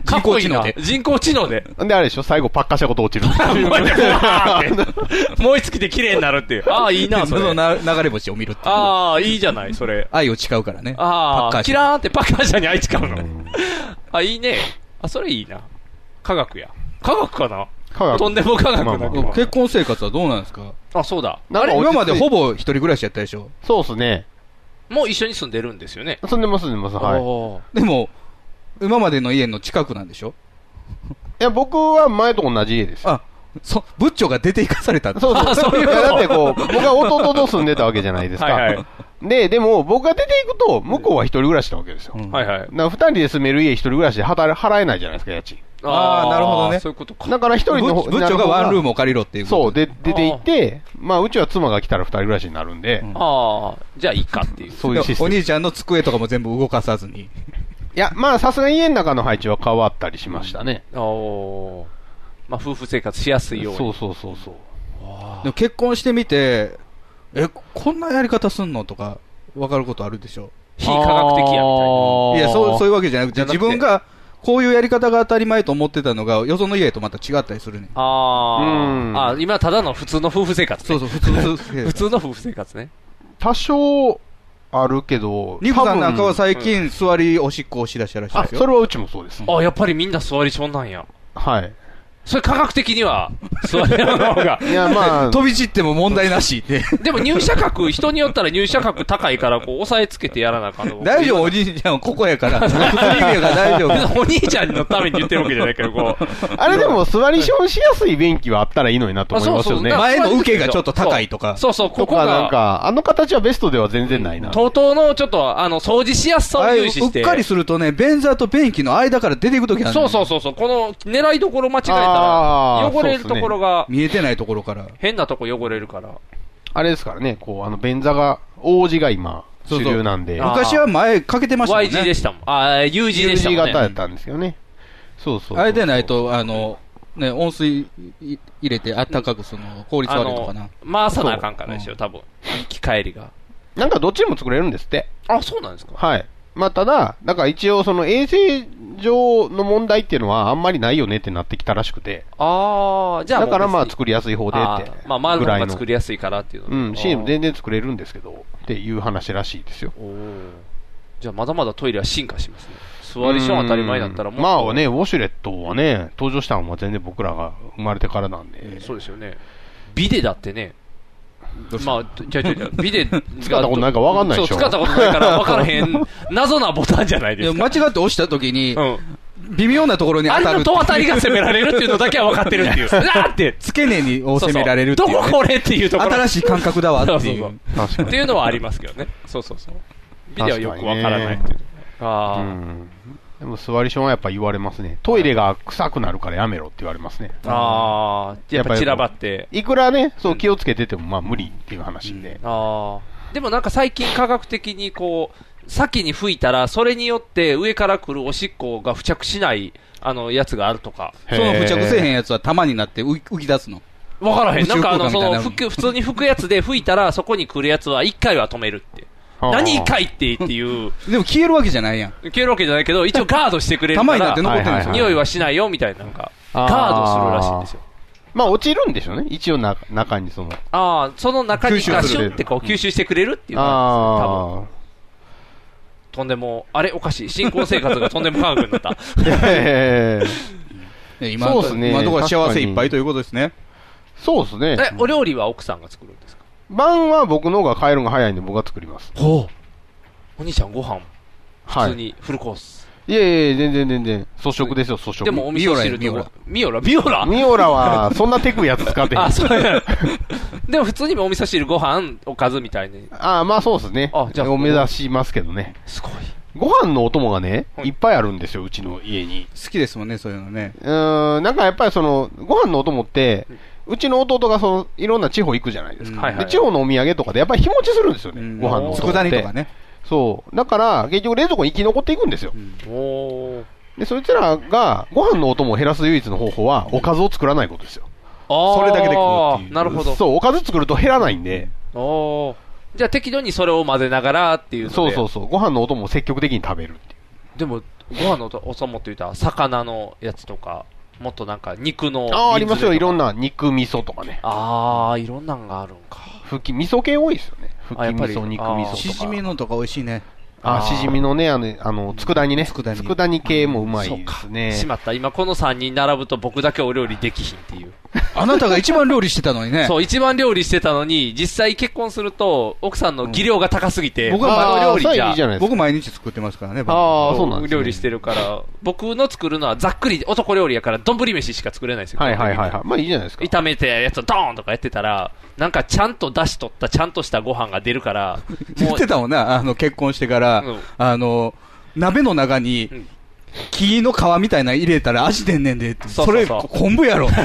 C: かっこいいな
B: 人工知能で
C: 人工知能で。
D: で、あれでしょ最後パッカシャごと落ちるんです よ
C: 燃えて、わーって燃え尽きて綺麗になるっていう。ああ、いいな、
B: で
C: そ
B: その
C: れ。
B: な流れ星を見るっていう。
C: ああ、いいじゃない、それ。
B: 愛を誓うからね。
C: あ
B: パッカー
C: あ、
B: 車
C: キラーンってパッカー車に愛知買うの。あ、いいね。あ、それいいな。科学や。科学かな
D: 科学
C: とんでも科学だけ
D: まあ
C: ど
D: ま。
B: 結婚生活はどうなんですか
C: あ、そうだ。
D: なんか
B: 今まで
D: 落ち着
B: ほ
D: い
B: ぼ一人暮らしやったでしょ
D: そうっすね。
C: もう一緒に住んでるんですよね。
D: そんでます、そんでます。はい。い
C: おー
B: でも、今までの家の近くなんでしょ
D: や、僕は前と同じ家ですよ。
B: あ、そ、ブッチョが出て行かされたんだ
D: そう
C: あそ
D: そ。
C: うういうこと
D: やだってこう、僕は弟と住んでたわけじゃないですか。
C: はいは
D: で、でも僕が出ていくと、向こうは一人暮らしなわけですよ。
B: うん
C: はいはい。
D: な二人で住める家一人暮らしで働払えないじゃないですか、家賃。
B: あーなるほどね
C: そういうことか。
D: だから一人
B: ブ
D: の
B: ッ
D: 方
B: ブッチョがワンルームを借りろっていうこと
D: そう、で、出て行って、まあ、うちは妻が来たら二人暮らしになるんで、
B: ん
C: ああ、じゃあいいかっていう。
D: そういうシステ
B: お
D: ム。い
B: 兄ちゃんの机とかも全部動かさずに。
D: や、まあ、さすがに家の中の配置は変わったりしましたね。
C: おーまあ、夫婦生活しやすいように。
D: そうそうそうそう。
B: でも結婚してみて、え、こんなやり方すんのとか、わかることあるでしょ
C: 非科学的やみたいな。
B: いや、そう、そういうわけじゃなくて、
C: じゃなく
B: 自
C: て
B: 分が、こういうやり方が当たり前と思ってたのが、よその家とまた違ったりするね。
C: あ
D: うん
C: あ、あ今ただの普通の夫婦生活ね。
B: そうそ う、普通、普通
C: 普。通の夫婦生活ね。
D: 多少、あるけど、
B: ニフさんなんかは
D: 多分
B: 最近、座りおしっこをしだしたらしい
D: あ、
B: です
D: そ
B: よ。
D: れはうちもそうです。
C: あやっぱりみんな座りションなんや。
D: はい。
C: それ科学的には、 座りションの方が。
D: い や、まあ、
B: 飛び散っても問題なしって。
C: でも入射角、人によったら入射角高いから、こう、押さえつけてやらなあかんと思う。
B: 大丈夫、おじいちゃんはここや から。薬指が大丈夫。
C: 夫。お兄ちゃんのために言ってるわけじゃないけど、こう。
D: あれでも、座りションしやすい便器はあったらいいのにな と思いますよね。
C: あそうそう
B: 前の受けがちょっと高いとか
C: そうそう、こ
D: と
C: こ
D: か、なん
C: が、
D: か、あの形はベストでは全然ないな。
C: とうとうの、ちょっと、あの、掃除しやすさを
B: あれ
C: 重
B: う
C: 視して。
B: っかりするとね、便座と便器の間から出ていくときある
C: そうそう
B: そ
C: そうそう、この狙いどころ間違えたら
D: あ、ー
C: 汚れるところが、
B: 見えてないところから。
C: 変なとこ汚れるから。
D: あれですからね、こう、あの、便座が、王子が今、
B: そう
D: 主
B: そう
D: 流なんで。
C: あ
B: 昔は前かけてましたもん
C: YG で
B: ね。
C: したもん。あー UG でしたも
D: U
C: ん
D: 型や
C: ね
D: っ。たんですよね。そうそうそう
B: あれでない。と、あの、ね、温水い入れてあったかくするのが効率
C: あ
B: 悪いのかな
C: の。、回さなあかんからでしょ、多分。行き帰りが。
D: なんかどっちでも作れるんですって。
C: あ、そうなんですか
D: はい。まあ、ただ、だから一応その衛生上の問題っていうのはあんまりないよねってなってきたらしくて。
C: ああ、じゃあもう別
D: だ
C: に。
D: からまあ作りやすい方で
C: あ
D: って
C: ー。まあ、まあ、
D: ぐ
C: の
D: ら
C: 方
D: い
C: が
D: の
C: 作。りやすいからっていう
D: う
C: の。
D: ん、シーン全然作れるんですけど、っていう話らしいですよ。
C: おーじゃあ、まだまだトイレは進化しますね。座りション当たり前だったらも
D: う。
C: うん
D: まあね、ウォシュレットはね、登場したのは全然僕らが生まれてからなんで。
C: そうですよね。ビデだってね。まあ、ちゃちゃちゃ、ビデ使った
D: ことないからわかんないでし
C: そ
D: ょ
C: う、使ったことないからわからへん。謎なボタンじゃない
B: い
C: で
B: や
C: すか。
B: 間違って押したときに
C: う、ん。
B: 微妙なところに当
C: あれ
B: たるって
C: の
B: いう。
C: 戸当たりが攻められるっていうのだけは分かってるっていう。あって。
B: 付け根にを
C: そう
B: 攻
C: そう
B: められるっていうね、
C: どここれっていうところ。
B: 新しい感覚だわってい
C: そう
B: う。
D: 確か
C: っ
D: に。
C: ていうのはありますけどね。そうそうそう。ビデオはよくわからないっていう。あ
D: う
C: あ、
D: ん。でも座りションはやっぱ言われますね。トイレが臭くなるからやめろって言われますね。
C: ああ、やっぱ散らばって。
D: いくらね、そう気をつけてても、まあ無理っていう話で。
C: ああ。でもなんか最近科学的にこう、先に吹いたら、それによって上から来るおしっこが付着しない、あの、やつがあるとか。
B: その付着せえへんやつは玉になって浮き浮き出すの。
C: わからへん。
B: 宇宙
C: なんかあの、
B: 空間み
C: そ
B: たいな
C: の、吹く、普通に吹くやつで吹いたら、そこに来るやつは一回は止めるって。
D: あー
C: 何一回ってっていう、
B: でも消えるわけじゃないやん。
C: 消えるわけじゃないけど、一応ガードしてくれるか
B: 玉になって
C: ら、
B: 残ってるんです
D: は
B: よ。
C: 匂いはしないよみたいな、なんか、
D: あ
C: ガ
D: ー
C: ードするらしいんですよ。
D: まあ落ちるんでしょうね。一応な中にその。
C: ああ、その中に
D: 吸収
C: ガ
D: する
C: シュンってこう吸収してくれるっていう感じですね多分。
D: あ
C: とんでも、あれおかしい。新婚生活がとんでも科学になった。
D: あ。へへへ
B: ね今
D: そうですね
B: 今のところは幸せいっぱ
D: 確か
B: い
D: に
B: ということですね。
D: そうですね。
C: え、お料理は奥さんが作るんですか
D: 晩は僕の方が帰るのが早いんで僕が作ります。
C: ほう。お兄ちゃんご飯、
D: は
C: 普
D: い
C: 通。にフルコース。
D: いえいえ、全然全然。粗食ですよ、粗食。
C: でもお味噌汁
B: ミオラ
C: と、ミオラ、ミオラ
D: ミオラは、そんなテクやつ使ってへん
C: あ、そうや。でも普通にお味噌汁、ご飯、おかずみたいに。
D: ああ、まあそうですね。
C: あじゃあ
D: お目指しますけどね。
C: すごい。
D: ご飯のお供がね、
C: はい
D: いっぱいあるんですよ、うちの家に。
B: 好きですもんね、そういうのね。
D: うーん、なんかやっぱりその、ご飯のお供って、うちの弟がその、いろんな地方行くじゃないです
B: うん
D: か。
C: はいはい
D: で、地方のお土産とかでやっぱり日持ちするんですよね、
B: うん
D: ご飯のお供って
B: 佃煮とかね。
D: そう。だから、結局冷蔵庫に生き残っていくんですよ。
C: おー。
D: で、そいつらが、ご飯のお供を減らす唯一の方法は、おかずを作らないことですよ。
C: あー
B: それだけで食うっていう
C: なるほど。
D: そう、おかず作ると減らないんで、
C: おーじゃあ適度にそれを混ぜながらっていうので。
D: そうそうそう、ご飯のお供を積極的に食べるっていう。
C: でも、ご飯のお供って言ったら、魚のやつとか、もっとなんか肉の。
D: ああ、ありますよ。いろん
C: な。
D: な肉味噌とかね。
C: ああ、いろんなんがあるんか。
D: ふき、味噌系多いですよね。ふき
C: あや
D: 味
C: っぱり
D: 噌、肉
C: あ
D: 味
C: ー
D: 噌
B: し
D: と
B: じ
D: か。
B: みのとか美味しいね。
D: あー、しじみのね、あの、あの、佃煮ね。
B: 佃煮
D: 佃煮系もうまい
C: そう
D: で
C: か
D: す。ね。
C: しまった。今この3人並ぶと僕だけお料理できひんっていう。
B: あなたが一番料理してたのにね。
C: そう、一番料理してたのに、実際結婚すると、奥さんの技量が高すぎて、
B: うん僕
C: あ
B: は
C: の料
D: あー
C: 理じ
D: それい
C: ゃ
D: いじ、ゃないですか。
B: 僕毎日作ってますからね。僕
D: ああ、そうなんです、ね。
C: 料理してるから、僕の作るのはざっくり、男料理やから、丼飯しか作れないんですよ。
D: はいはいはい
C: 基本
D: はい。まあいいじゃないです
C: 的
D: か
C: に。。炒めてやつをドーンとかやってたら、なんかちゃんと出汁取った、ちゃんとしたご飯が出る から、
B: 言ってたもんな、あの、結婚してから、
C: うん
B: あの、鍋の中に
C: うん、
B: 木の皮みたいなの入れたら味出んねんでって、
C: そう
B: そ
C: そう
B: れ、
C: そう
B: 昆布やろ。
C: そう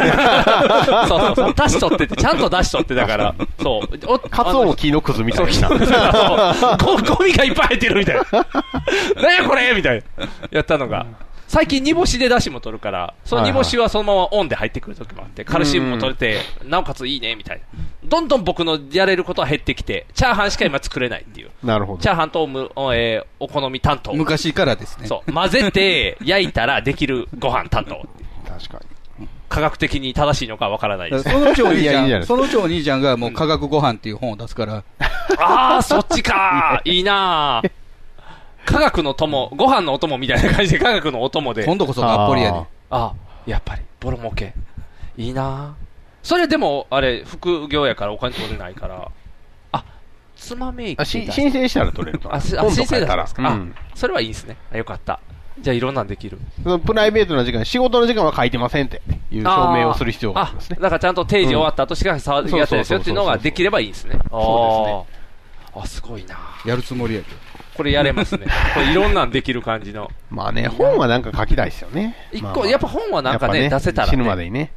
C: そうそう、出汁取ってて、ちゃんと出汁取ってだ から、そう。お
D: カツオも木のくずみたいな。
C: そう、そうゴゴミがいっぱい入ってるみたいな。何やこれみたいな。やったのが。最近煮干しで出汁も取るから、その煮干しはそのままオンで入ってくる時もあって、カルシウムも取れて、なおかついいね、みたいな。どんどん僕のやれることは減ってきて、チャーハンしか今作れないっていう。
D: なるほど。
C: チャーハンとおむお,、えーお好み担当。
B: 昔からですね。
C: そう。混ぜて、焼いたらできるご飯担当。
D: 確かに。
C: 科学的に正しいのかわからないです。
B: そのうちお兄
D: い
B: ち
D: やいいじ
B: ゃ
D: ゃない
B: ん、そのうちお兄ちゃんがもう
C: うん
B: 科学ご飯っていう本を出すから、
C: ああ、そっちかー。いいなー。科学の友、ご飯のお供みたいな感じで科学のお供で。
B: 今度こそがっぽりやで。
C: あやっぱり、ボロ儲け。いいなー。それでも、あれ、副業やからお金取れないから。あ、つまめい
D: あ、し申請したら取れるから。
C: あ、しあ
D: 本
C: 申
D: とか
C: 請
D: や
C: だ
D: った
C: から
D: ら
C: です。
D: う
C: か。
D: ん。
C: あ、それはいいですね。あよかった。じゃあ、いろんなんできる。
D: そのプライベートな時間、仕事の時間は書いてませんっていう証明をする必要があ
C: あ
D: りますね。
C: だからちゃんと定時終わった後しか触りやってないですよっていうのができればいいんですね。
D: そ
C: あーあ、すごいなー。
B: やるつもりやで。
C: これやれますね。これいろんなんできる感じの。
D: まあね、本はなんか書きたいですよね。
C: 一
D: まあ
C: 個、
D: まあ
C: やっぱ本はなんかね、
D: やっぱ
C: 出せたら、ね、
D: 死ぬまでにね。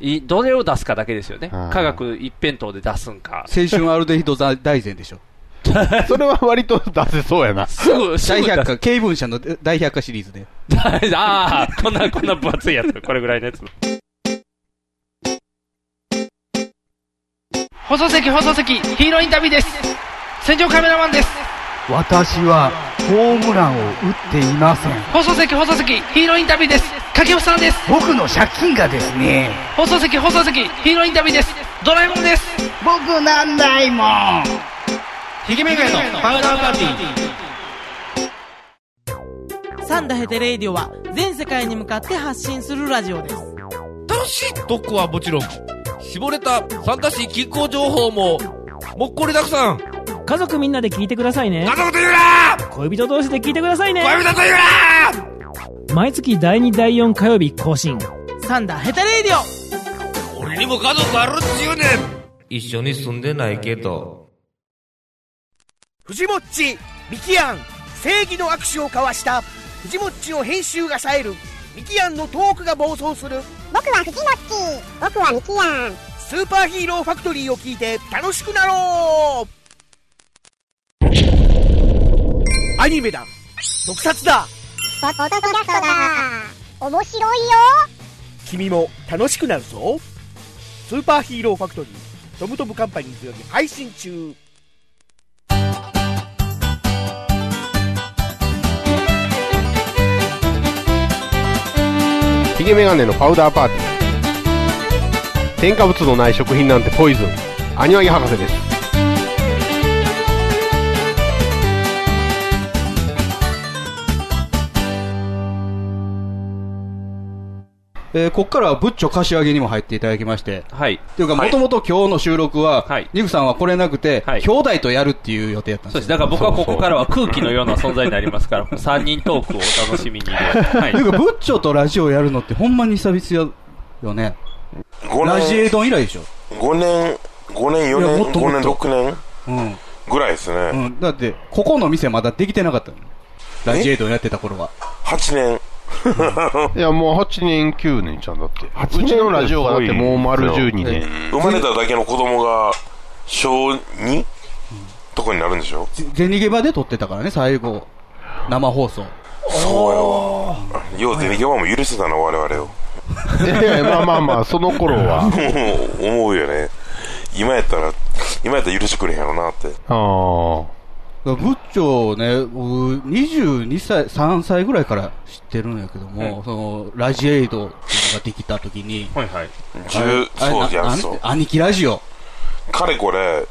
C: いどれを出すかだけですよね。
D: うん
C: 科学一辺倒で出すんか。
B: 青春アルデヒド大大全でしょ。
D: それは割と出せそうやな。
C: すぐ、す
B: 大
C: ぐ出す
B: 百。科、軽文社の大百科シリーズで。
C: ああ、こんな、こんな分厚いやつ。これぐらいのやつ。
J: 放送席放送席ヒーローインタビューです戦場カメラマンです
K: 私はホームランを打っていません
J: 放送席放送席ヒーローインタビューです掛布さんです
K: 僕の借金がですね
J: 放送席放送席ヒーローインタビューですドラえもんです
K: 僕なんないもん
J: ひげめがのパウダーパーティー
L: サンダヘテレイディオは全世界に向かって発信するラジオです
M: 楽しい特攻はもちろん、絞れた参加し気候情報も、もっこりたくさん
L: 家族みんなで聞いてくださいね
M: 家族と言うな
L: 恋人同士で聞いてくださいね
M: 恋人と言うな
L: 毎月第2第4火曜日更新サンダヘテレイディオ
M: 俺にも家族あるっちゅうねん一緒に住んでないけど。
J: 藤もっちミキアン正義の握手を交わした藤もっちの編集が冴えるミキアンのトークが暴走する僕は藤もっち僕はミキアンスーパーヒーローファクトリーを聞いて楽しくなろうアニメだ特撮だ
K: ポッドキャストだ面白いよ
J: 君も楽しくなるぞスーパーヒーローファクトリートムトムカンパニーズより配信中
D: ヒゲメガネのパウダーパーティー。添加物のない食品なんてポイズン。アニワギ博士です。
B: えーここからはブッチョ柏木にも入っていただきまして、
C: はい。
B: というか、もともと今日の収録は、ニフさんは来れなくて、兄弟とやるっていう予定だったん
C: そうです。
B: です
C: だから僕はここからは空気のような存在になりますから、3人 トークをお楽しみに。は
B: はいい。というか、ブッチョとラジオやるのってほんまに久々よね。
N: 年
B: ラジエドン以来でしょ。
N: 5年、5年、4
B: いや
N: 年、
B: もっと
N: 5
B: も
N: 年、
B: っと
N: 6
B: 年
N: ぐらいです
B: う
N: ね。
B: ん。だって、ここの店まだできてなかったのラジエドンやってた頃は。
N: 8年。
D: いや、もう8年、9年ちゃんだって。うちのラジオがだってもう丸12年。
N: 生まれただけの子供が小 2? とかになるんでしょ
B: ゼニゲバで撮ってたからね、最後。生放送。
N: そうやわ。よう、ゼニゲバも許してたな、我々を。
D: いやいやまあまあまあ、その頃は。
N: もう思うよね。今やったら、今やったら許してくれへんやろなって。
D: あ
B: ブッチョね、僕22歳、3歳ぐらいから知ってるんやけども、
N: うん
B: その、ラジエイドっていうのができた時に、
C: はいはい。
N: 十そうじゃんそう
B: 兄貴ラジオ。
N: かれこれ、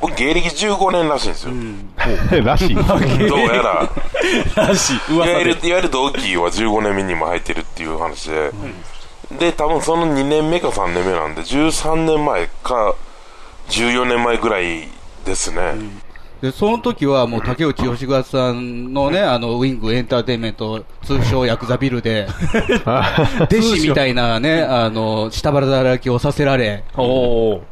N: 僕芸歴15年らしいんですよ。
D: らしい。
N: どうやら。
C: らしい。
N: いわゆる、いわゆる同期は15年目にも入ってるっていう話で、で、多分その2年目か3年目なんで、13年前か14年前ぐらいですね。
B: で、その時はもう竹内義和さんのね、あの、ウィングエンターテインメント、通称ヤクザビル で、弟子みたいなね、あの、下腹だらけをさせられ、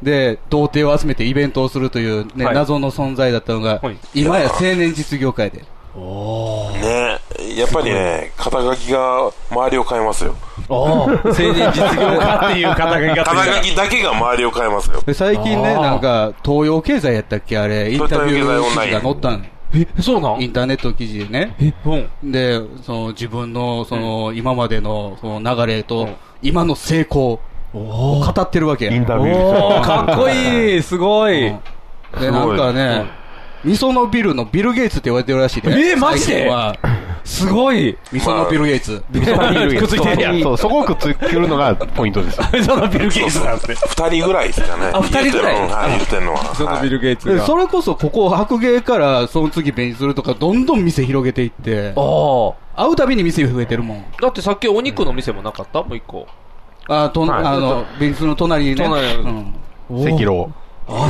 B: で、童貞を集めてイベントをするというね、
N: はい
B: 謎の存在だったのが、今や青年実業界で。
N: ねやっぱりね、肩書きが周りを変えますよ。
B: 青
C: 年実業家っていう肩書きがついたら
N: 肩書きだけが周りを変えますよ。
B: で最近ね、なんか、東洋経済やったっけあれ、インタビュー記事が載ったん
C: え、そうなん
B: インターネット記事でね。で、その自分の、その、今までの、その流れと、今の成功を語ってるわけ。インタ
C: ビューおーかっこい
B: いすごい。で、
C: すごい
B: なんかね、みそのビルのビル・ゲイツって言われてるらしいね。
C: えーマジで
B: 最近 は
C: すごい。
B: みそのビル・ゲイツ。
D: ビルゲイツ
B: くっついてるやん
D: そう、そこをくっつけるのがポイントです。
C: そのビル・ゲイツなんですね。
N: 2人ぐらいですかね。
B: あ二人ぐらい
N: 言うてるのは言うてんのは。はい
B: ル・ゲイ
N: ツが
B: それこそここ、白芸からその次ベンするとか、どんどん店広げていって、会うたびに店増えてるもん。
C: だってさっきお肉の店もなかったもう一個。
B: あ、と、
C: はい
B: あの、ベンツの隣にね。
C: 隣
B: うん
D: 赤老。
N: 今、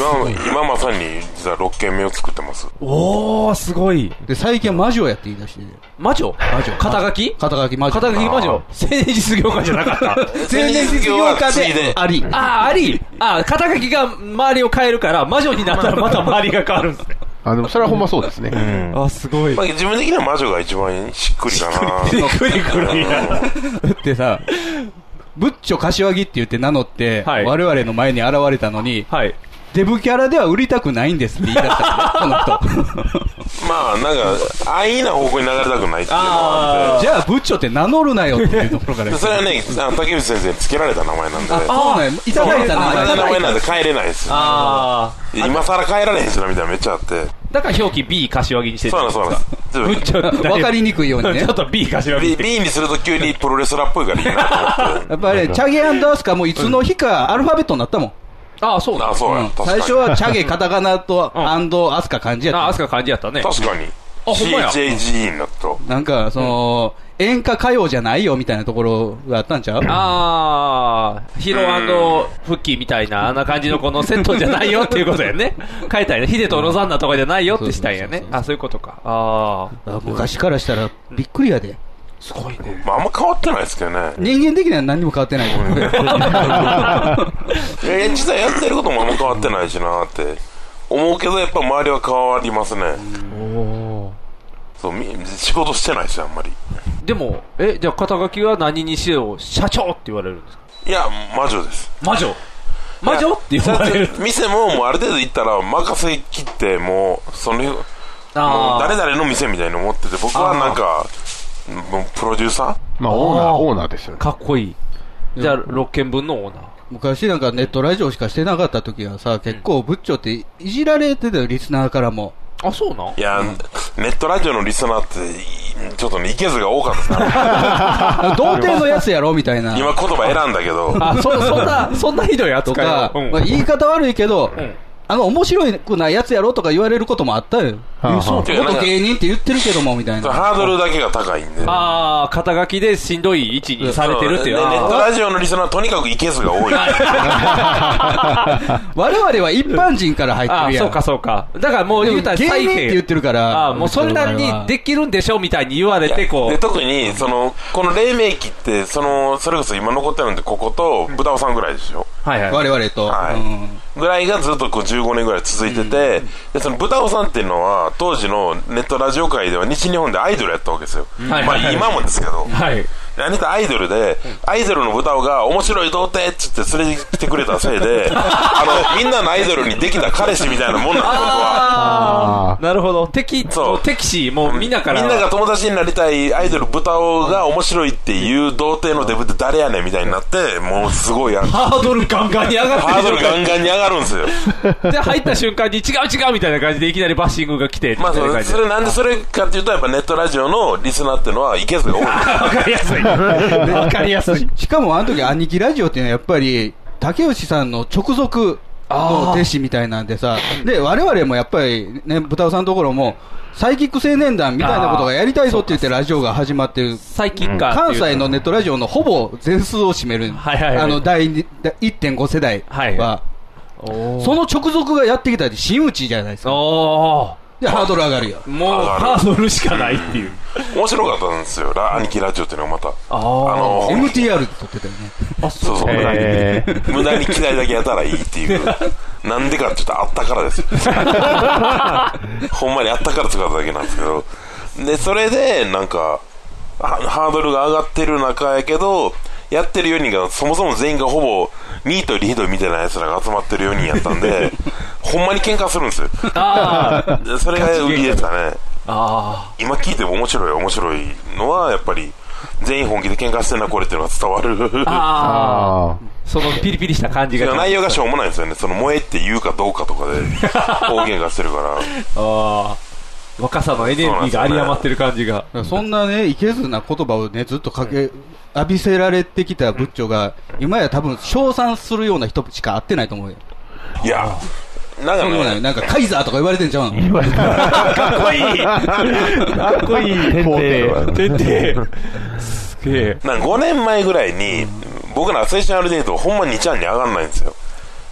N: 今まさに実は6軒目を作ってます。
B: おー、すごい。で、最近は魔女やって言い出して。
C: 魔女魔女。肩書き
B: 肩書き魔女。
C: 肩書き魔女。青年実業家じゃなかった。青
B: 年実業家であり
C: ああ、あり。ああ、肩書きが周りを変えるから、魔女になったらまた周りが変わるんですね。
D: あ、でもそれはほんまそうですね。
C: あ、すご
N: まあ、自分的には魔女が一番しっくりかな。
B: しっくりくるやん
N: うん
B: だってさ、 ブッチョ柏木って言って名乗って、我々の前に現れたのに、デブキャラでは売りたくないんですって言い出したから ねこの人。
N: まあ、なんか、安易な方向に流れたくないっていうのはあって。
B: じゃあ、ブッチョって名乗るなよっていうところから
N: で。それはね、あの竹内先生に付けられた名前なんで。
B: あそうなんやいただいた名前
N: そういただいた名前なんで変えれないです。
C: あ
N: 今更変えられへんしな、みたいなめっちゃあって。
C: だから表記 B 柏木にして
N: そうなんですそうなんです。ぶっ
C: ちゃ
B: ってわかりにくいようにね
C: ちょっと B 柏木
N: B, B にすると急にプロレスラーっぽいからいいな
B: やっぱり、チャゲアスカもいつの日かアルファベットになったもん。
C: ああ、そう
N: あそうや、確かに
B: 最初はチャゲ、カタカナと、アンド、アスカ漢字やった。
C: アスカ漢字やったね
N: 確かに。
C: あほんまや
N: CHAGE になった。
B: なんか、その、演歌歌謡じゃないよみたいなところがあったんちゃう
C: ああ、ヒロフッキーみたいな、あんな感じのこのセットじゃないよっていうことやね。書いたんやね。ヒデとロザンナとかじゃないよってしたんやね。あ、そういうことか。あ
B: あ。昔からしたらびっくりやで。
C: すごい
N: まあ、あんま変わってないですけどね。
B: 人間的には何にも変わってない。
N: いや実際やってることもあんま変わってないしなって思うけどやっぱ周りは変わりますねそうみ仕事してないしあんまり
C: でも、え、じゃあ肩書きは何にしよう、社長って言われるんですか
N: いや魔女です
C: 魔女魔女って言われる。
N: 店ももうある程度行ったら任せきってもうそのもう
C: あー
N: 誰々の店みたいに思ってて僕はなんかもうプロデューサ
D: まあ、オーナー、オーナーですよね。
C: かっこいい。じゃあ、6件分のオーナー。
B: 昔なんかネットラジオしかしてなかった時はさ、結構ブッチョっていじられてたよ、リスナーからも。
C: あ、そうなん
N: ーいや、ネットラジオのリスナーってちょっとねいけずが多かったですね
B: 童貞のやつやろみたいな。
N: 今言葉選んだけど
C: あ、そ、そんな、そんなひどいやつ
B: と
C: か
B: か、まあ、言い方悪いけど、あの、面白くないやつやろとか言われることもあったよ。
N: はあはあ
B: そう元芸人って言ってるけども、みたいな。
N: ハードルだけが高いんで。
C: ああ、肩書きでしんどい位置にされてるっていう。
N: ねネットラジオのリスナーはとにかくいけずが多い。
B: 我々は一般人から入ってるやん。
C: あそうかそうか。だからもう言うたら
B: 芸人って言ってるから。
C: あもうそれなりにできるんでしょみたいに言われて、こ
N: で
C: う。
N: 特にそのこの黎明期ってそのそれこそ今残ってるのってこことブダオさんぐらいでしょ、
C: はいはい
B: 我々と、
N: ぐらいがずっとこう15年ぐらい続いてて、でそのブダオさんっていうのは当時のネットラジオ界では西日本でアイドルやったわけですよ、
C: はいはいは
N: まあ
C: い
N: 今もですけど、
C: はい。
N: であなたアイドルで、アイドルの歌をが面白い童貞っつって連れてきてくれたせいで、あの、みんなのアイドルにできた彼氏みたいなもんなんだ、僕は。
C: なるほど。敵、そう。敵視、もうみんなから。
N: みんなが友達になりたいアイドル豚をが面白いっていう童貞のデブって誰やねんみたいになって、もうすごいあ
C: ハードルガンガンに上がってる
N: ハードルガンガンに上がるんですよ。
C: で、入った瞬間に違う違うみたいな感じでいきなりバッシングが来て。
N: まあそうそれなんでそれかっていうと、やっぱネットラジオのリスナーっていうのは、いけずが多い。わ
C: かりやすい
B: わかりやすい。しかもあの時、兄貴ラジオっていうのはやっぱり、竹内さんの直属の弟子みたいなんでさ、で、我々もやっぱり、ね、豚尾さんのところも、サイキック青年団みたいなことがやりたいぞって言ってラジオが始まってる。
C: サイキッカーって
B: 関
C: いう
B: 西のネットラジオのほぼ全数を占める。
C: はいはいはい
B: あの、第二第1.5世代は、その直属がやってきたって真打ちじゃないですか。で、ハードル上がるよ。
C: もう
N: ハ
C: ードルしかないっていう。
N: 面白かったんですよ、ラ兄貴ラジオっていうのがまた。
C: あ
N: の
B: MTR で撮ってたよね。
C: あ、
N: そうそう。無駄に嫌いだけやったらいいっていう。なんでかって言ったらあったからですよ。ほんまにあったから使っただけなんですけど。で、それで、なんか、はハードルが上がってる中やけど、やってる4人が、そもそも全員がほぼ、ニートよりひどいみたいな奴らが集まってる4人やったんで、ほんまに喧嘩するんですよ。
C: あ
N: でそれが売りですかね。
C: あ
N: 今聞いても面白い面白いのは、やっぱり、全員本気で喧嘩してんな、これっていうのが伝わる。
C: ああ。そのピリピリした感じが。
N: 内容がしょうもないんですよね、その萌えって言うかどうかとかで大喧嘩してるから、
C: ああ。若さのエネルギーが有り余ってる感じが。
B: そんなね、いけずな言葉をね、ずっとかけ、浴びせられてきた仏長が、今や多分、称賛するような人しか会ってないと思うよ。
N: いや、なんか
B: そうでもない。なんか、カイザーとか言われてんじゃうん。言われ
C: かっこいいかっこいい
N: 天
C: 帝
N: す
C: げえ
N: なんか5年前ぐらいに、僕ら青春アルデート、ほんま2ちゃんに上がんないんですよ、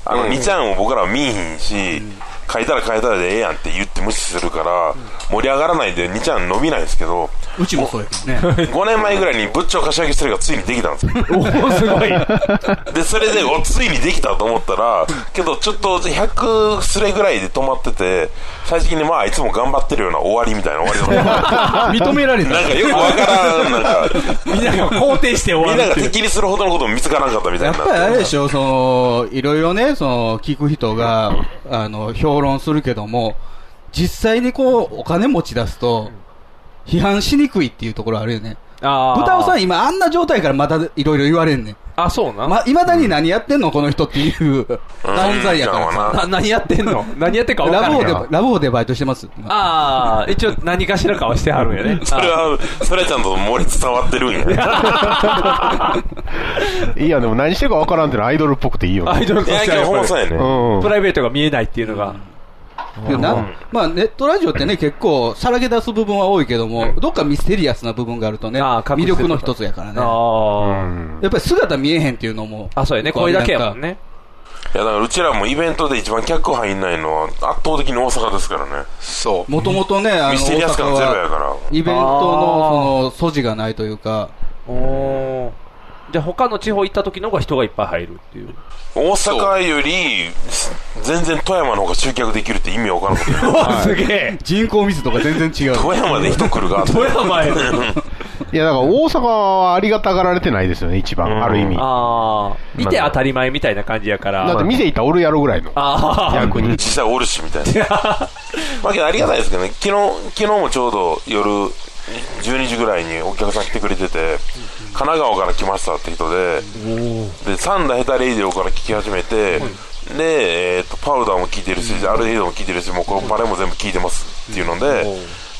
N: あの
F: うん
N: 2ちゃんを僕らは見いひんし、書いたら書いたらでええやんって言って無視するから、盛り上がらないで2ちゃん伸びないんですけど、
B: うちもそうやけどね。
N: 5年前ぐらいに仏頂柏木ステがついにでき たんですよ。
C: おすごい。
N: で、それで、お、ついにできたと思ったら、けどちょっと100すれぐらいで止まってて、最終的にまあ、いつも頑張ってるような終わりみたいな終わりだった
B: 認めら れた。
N: なんかよくわからん、なんか、
C: みんなが肯定して終わ
N: みん
C: る
N: な
C: っ
N: が
C: ていう
N: 敵にするほどのことも見つからなかったみたい
B: や
N: な。
B: っぱりあれでしょ、その、いろいろね、その、聞く人が、あの、評論するけども、実際にこう、お金持ち出すと、批判しにくいっていうところあるよね。
C: あ
B: 豚尾さん今あんな状態からまたいろいろ言われんねん。
C: あ、そうな。
B: ま、いまだに何やってんのこの人っていう存在やからさ。
C: な何やってんの 何やってんか分か
B: ラ
C: ん
B: ブ
C: な
B: ホ
C: い
B: で、ラブホでバイトしてます。
C: ああ、一応何かしらかはしてはるんやね。
N: それは、それはちゃんと森伝わってるんや。
D: いや、でも何してるかわからんってのはアイドルっぽくていいよね。
C: アイドルとしてはやっぱり
D: うん
C: プライベートが見えないっていうのが。
B: でなまあ、ネットラジオってね、結構、さらけ出す部分は多いけども、どっかミステリアスな部分があるとね、魅力の一つやからね。やっぱり姿見えへんっていうのも、
C: あ、そうやね、声だけやもんね。
N: いや、だからうちらもイベントで一番客入んないのは圧倒的に大阪ですからね。そう
B: もともとね、あの、
N: ミステリアス感ゼロやから。
B: イベントの、その、素地がないというか、
C: おーじゃあ他の地方行った時の方が人がいっぱい入るっていう。
N: 大阪より全然富山の方が集客できるって意味わからんことや
C: すげえ
B: 人口密度が全然違う。
N: 富山で人来るか
C: 富山へ
D: いや、だから大阪はありがたがられてないですよね、一番、ある意味。
C: ああ。いて当たり前みたいな感じやから。
D: だって見ていたらおるやろぐらいの。
C: ああ。
D: 逆に。
N: 実際おるしみたいなまあけどありがたいですけどね昨日昨日もちょうど夜12時ぐらいにお客さん来てくれてて神奈川から来ましたって人でで三代ヘタレイディオから聞き始めてで、えー、とパウダーも聞いてるし、アルデヒドも聞いてるしもうこのパレも全部聞いてますっていうので,、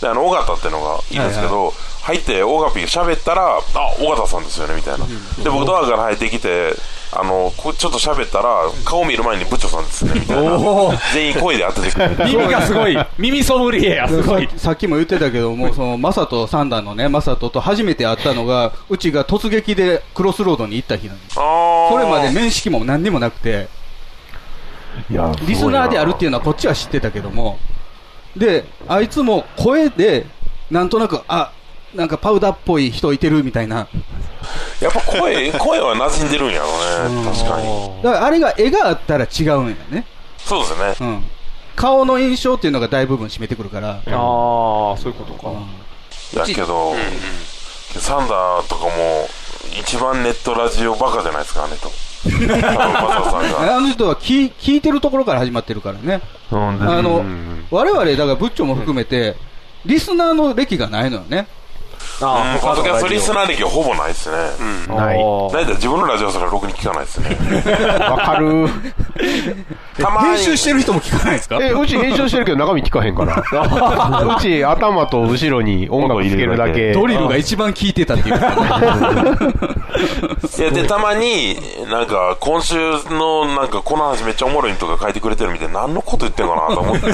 N: であの尾形っていうのがいるんですけど、入って大ガピーが喋ったら「あ尾形さんですよね」みたいなで僕ドアから入ってきてあのこちょっと喋ったら顔見る前に部長さんですねみたいな
I: おー
N: 全員声で当ててくる
I: 耳ソムリエやすごい
B: ささっきも言ってたけどもうそのマサト三段のねマサトと初めて会ったのがうちが突撃でクロスロードに行った日なんですそれまで面識も何にもなくてリスナーであるっていうのはこっちは知ってたけどもであいつも声でなんとなくあなんかパウダーっぽい人いてるみたいな
N: やっぱ声声は馴染んでるんやろね確かに
B: だからあれが絵があったら違うんやね
N: そうです
B: う
N: ね
B: ん顔の印象っていうのが大部分占めてくるからあ
I: あそういうことか、
N: やけど、サンダーとかも一番ネットラジオバカじゃないですかあの人
B: あの人は聞い聞いてるところから始まってるからね、あの我々、だから仏長も含めて、リスナーの歴がないのよね。
N: うんポッドキャストリスナー歴はほぼないですね、うん、
B: ない
N: だいたい自分のラジオすらろくに聞かないですね
D: わかる。
N: たまに
D: 編集
B: してる人も聞かないです
N: か
D: え、うち編集してるけど中身聞かへんから。うち頭と後ろに音楽つけるだけ。
B: ドリルが一番聞いてたっていう。
N: いやでたまになんか今週のなんかこの話めっちゃおもろいんとか書いてくれてるみたいな何のこと言ってんかなと思って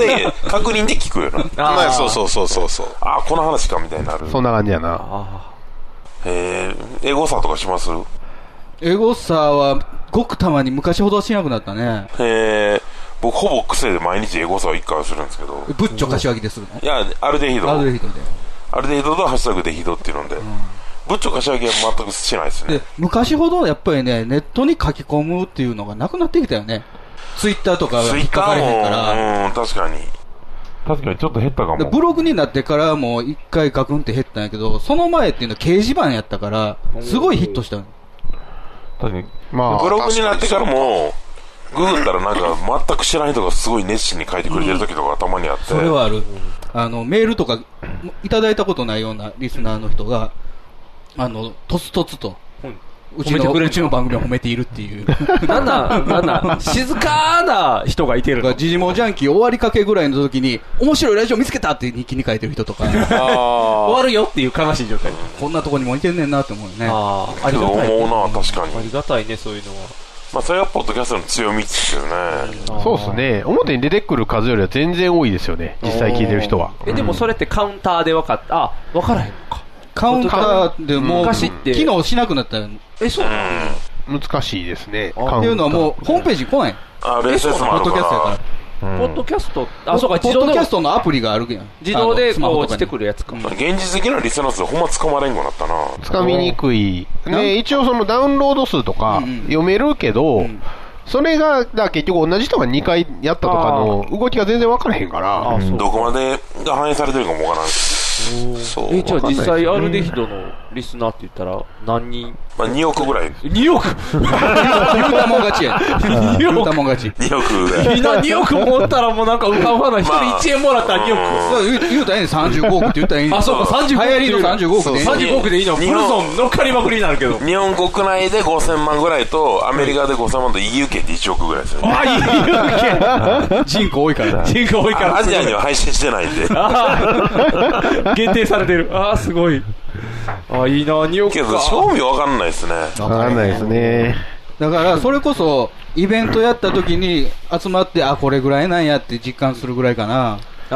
N: 確認で聞くよな
D: あーまあそう
N: そうそうそうそうあこの話かみたいになる
D: そんな感じやな。
N: えー、エゴサとかします
B: エゴサはごくたまに昔ほどはしなくなったね。
N: えー、僕ほぼ癖で毎日エゴサを1回はするんですけど
B: ブッチョ柏木でする
N: いやアルデヒド
B: の。アルデヒドで。
N: アルデヒドとハッシュタグデヒドっていうので、ブッチョ柏木は全くしないですね
B: で昔ほどやっぱりね、ネットに書き込むっていうのがなくなってきたよね。ツイッターとかが
N: ツイ
B: 引っ
N: ッタ
B: かかれへんから。
N: ーもうん確かに確かにちょっと減ったか
B: でブログになってからも一回ガクンって減ったんやけど、その前っていうのは掲示板やったから、すごいヒットしたの。
N: 確かにブログになってからもググったらなんか全く知らない人がすごい熱心に書いてくれてる時とかたまにあって
B: それはある。あの、メールとかいただいたことないようなリスナーの人が、あの、とつとつと、うち
I: 褒めて
B: の
I: くれる
B: うちの番組を褒めているっていう。
I: なんなんなんなん静かな人がいてる
B: の。ジジモジャンキー終わりかけぐらいの時に、面白いラジオ見つけたって日記に書いてる人とか、
N: 終
I: わるよっていう悲しい状態
B: こんなとこにもいてんねんなって思うよね。
I: あ
N: けど思うな確かに
C: ありがたいねそういうのは
N: まあそれはポッドキャストの強みですよね
D: そうですね。表に出てくる数よりは全然多いですよね。実際聞いてる人は。
C: えでもそれってカウンターで分かったあ分からへんのか
B: カウンターでもう、
C: 昔
B: 機
C: って
B: 能しなくなったの
C: えそう
D: 難しいですね。カウンター
B: っていうのはもう、ホームページ来ない。
N: あ
B: えそう
N: RSS もある
B: ポッドキャストや
N: か
B: から
C: ポッドキャストあそうか
B: ポ
C: 自
B: ッド
C: 動
B: キ
C: で
B: ャストのアプリがあるやん。
C: 自動で
B: あのスマ
C: こう
B: ホ
C: 落
B: と
C: ち
B: か
C: て
B: に
C: くるやつか
N: 現実的なリスナー数ほんま捕まれんごなったな
D: つかみにくい、ね、一応そのダウンロード数とか読めるけど、それがだから結局同じ人が2回やったとかの動きが全然分からへんから、
N: どこまでが反映されてるかもわからんそう
C: えじゃあ
N: わかんな
C: 実
N: いです
C: 際アルデヒドのリスナーって言ったら何人
N: まあ2億ぐらい
C: 2億
B: 言うたもん勝ちや。言うたもん勝ち。
N: 2億ぐ らい
C: みんな2億持ったらもうなんかうかうかな一
N: まあ
C: 人1円もらったら2億
B: 言う言うたらええねん35億って言ったらええねん
C: あそうか35億
B: 流行りの35億でええねん
C: 35億でいいのブルゾン乗っかりまくりになるけ ど
N: 日本国内で5000万ぐらいとアメリカで5000万と EU 圏で1億ぐらいですよね
C: あいい
B: 人口多い か ら
C: 人口多いから
N: アジアには配信してないんで
C: ああ限定されてるああすごいあいいな2億
N: けど賞味わかんないですね
D: 分からないですね。
B: だから、それこそ、イベントやった時に集まって、あ、これぐらいなんやって実感するぐらいかな。
C: あ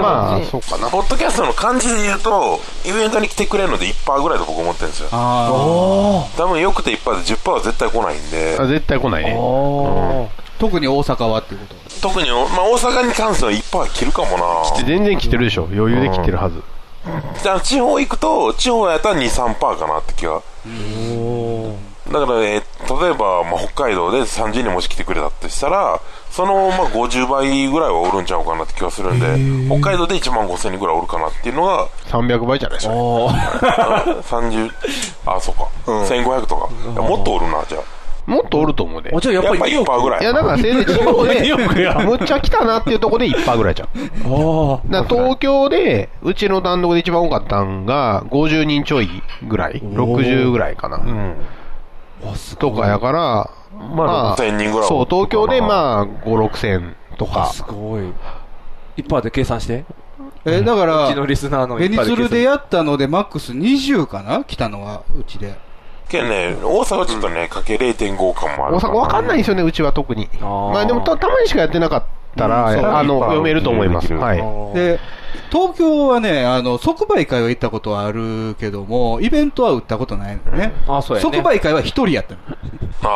D: まあ、そうかな。
N: ポッドキャストの感じで言うとイベントに来てくれるので1%ぐらいと僕思ってるんですよ
B: あ
N: 多分よくて1%で10%は絶対来ないんで
D: あ絶対来ないね。
B: 特に大阪はっていうこと。
N: 特に、まあ、大阪に関しては1%は切るかもな
D: 全然来てるでしょ。余裕で来てるはず。
N: じゃあ地方行くと地方やったら23%かなって気がだから、えー例えば、まあ、北海道で30人もし来てくれたってしたらその、まあ、50倍ぐらいはおるんちゃうかなって気がするんで北海道で1万5000人ぐらいおるかなっていうのが
D: 300倍じゃないですか。
N: 30あそうか、1500とかいやもっとおるなじゃあ
D: もっとおると思うで。
N: あじゃあやっぱりやっぱ1%ぐらい
D: いや、だからせいぜい地 方で
N: 2億や、
D: むっちゃ来たなっていうところで1%ぐらいじゃん。だから東京で、うちの単独で一番多かったんが、50人ちょいぐらい ?60 ぐらいかな。とかやから、ま
N: 6000人ぐらい
D: そう、東京でまあ、5、6000とか。
C: すごい。一般で計算して。
B: えだから、
C: うちのリスナーのい
B: ベ
C: っぱい
B: ニ
C: で消す
B: ツルでやったので、マックス20かな来たのは、うちで。
N: けどね、大阪はちょっとね、かけ0.5感もあ
D: 大
N: るか
D: 阪
N: ら。
D: わかんないですよね、うちは特に。まあでもたたまにしかやってなかったら、
B: うんそういっぱ
D: あの
B: い
D: 読めると思います。
B: できる
D: はい。
B: で、東京はね、あの、即売会は行ったことはあるけども、イベントは売ったことないのね。
C: あそうやね
B: 即売会は一人やったの。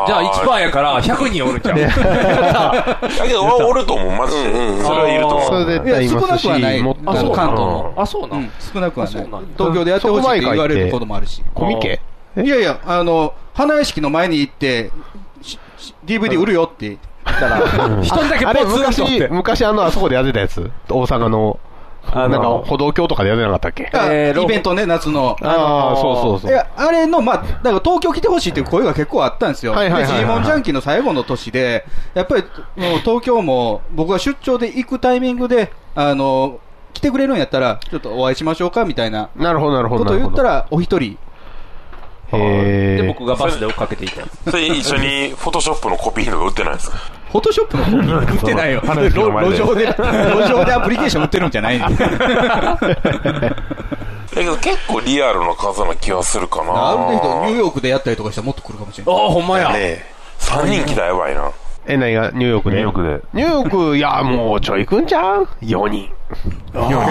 C: じゃあ1%やから100人おるんちゃう
N: だけど、おおると思う、マジで。それはいると思う。
B: いや少なくはない。あ、そう関東も。
C: あ、そう
B: なん少なくはない。東京でやってほしいって言われることもあるし。
D: コミケ
B: いやいや、あの、花屋敷の前に行って、しし DVD 売るよって言ったら、
D: 一人だけポツンとって昔、昔あの、あそこでやってたやつ。大阪の、なんか歩道橋とかでやってなかったっけ
B: あイベントね、夏の。
D: あー
B: のー
D: そうそうそう
B: いや、あれの、まあ、だから東京来てほしいっていう声が結構あったんですよ。
D: はいはいはいはい
B: でジーモンジャンキーの最後の年で、やっぱり、もう東京も、僕が出張で行くタイミングで、あの、来てくれるんやったら、ちょっとお会いしましょうか、みたいな。
D: なるほど、なるほど。
B: ことを言ったら、お一人。
D: え
C: で、僕がバスで追っかけていた。
N: それ一緒にフォトショップのコピーとか売ってないんですか
B: フォトショップのコピー売ってない よ。
N: 話の前
B: 路上で、
N: で
B: 路上でアプリケーション売ってるんじゃない
N: だけど結構リアルな数な気がするかな。
B: ある程度、ニューヨークでやったりとかしたらもっと来るかもしれ ない。
C: あ、ほんまや。
N: 3人来たらやばいな。
D: え、何がニューヨークでニューヨ
N: ーク
D: で。ニューヨーク、いや、もうちょい行くんじゃん ?4 人。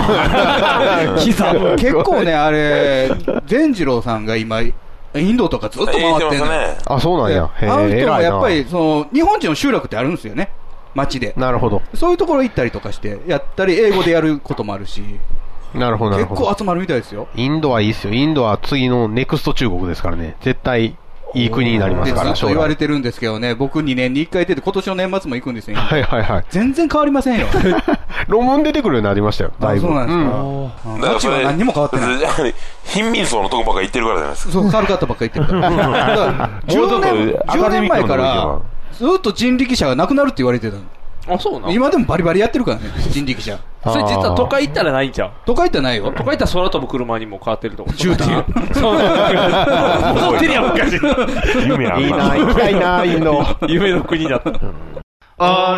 B: 結構ね、あれ、善次郎さんが今、インドとかずっと回ってんのよ。
D: あ、そうなんや。へ
B: あの人
D: え、偉
B: も
D: い
B: やっぱ
D: な。
B: りその日本人の集落ってあるんですよね、街で。
D: なるほど。
B: そういうところ行ったりとかして、やったり、英語でやることもあるし、
D: なるほど、なる
B: 結
D: ほど。
B: 構集まるみたいですよ。
D: インドはいいっすよ。インドは次のネクスト中国ですからね。絶対いい国になりますか
B: で
D: ら、
B: ずっと
D: 将
B: 言わ
D: 来。
B: れてるんですけどね、僕2年に1回出て、今年の年末も行くんですよ、
D: はいはいはい。
B: 全然変わりませ んよ。
D: 論文出てくるようになりましたよ。だいぶ。
B: そうなんですか
D: うん
N: だからそれ、
B: 何も変わって
N: ない。貧民層のとこばっか行ってるからじゃないですか。
B: そう、軽かったばっかり言ってるから。だ から10年、10年前から、ずっと人力車がなくなるって言われてたの。
C: あ、そうなの
B: 今でもバリバリやってるからね、人力車。
C: それ実は都会行ったらないんちゃう
B: 都会行ったらないよ。
C: 都会行ったら空飛ぶ車にも変わってると思う。
B: 絨毯
C: そう 戻ってるやん、昔。
N: 夢
C: あ
N: る
C: な
D: 行きたいなインド。
C: 夢の国だった。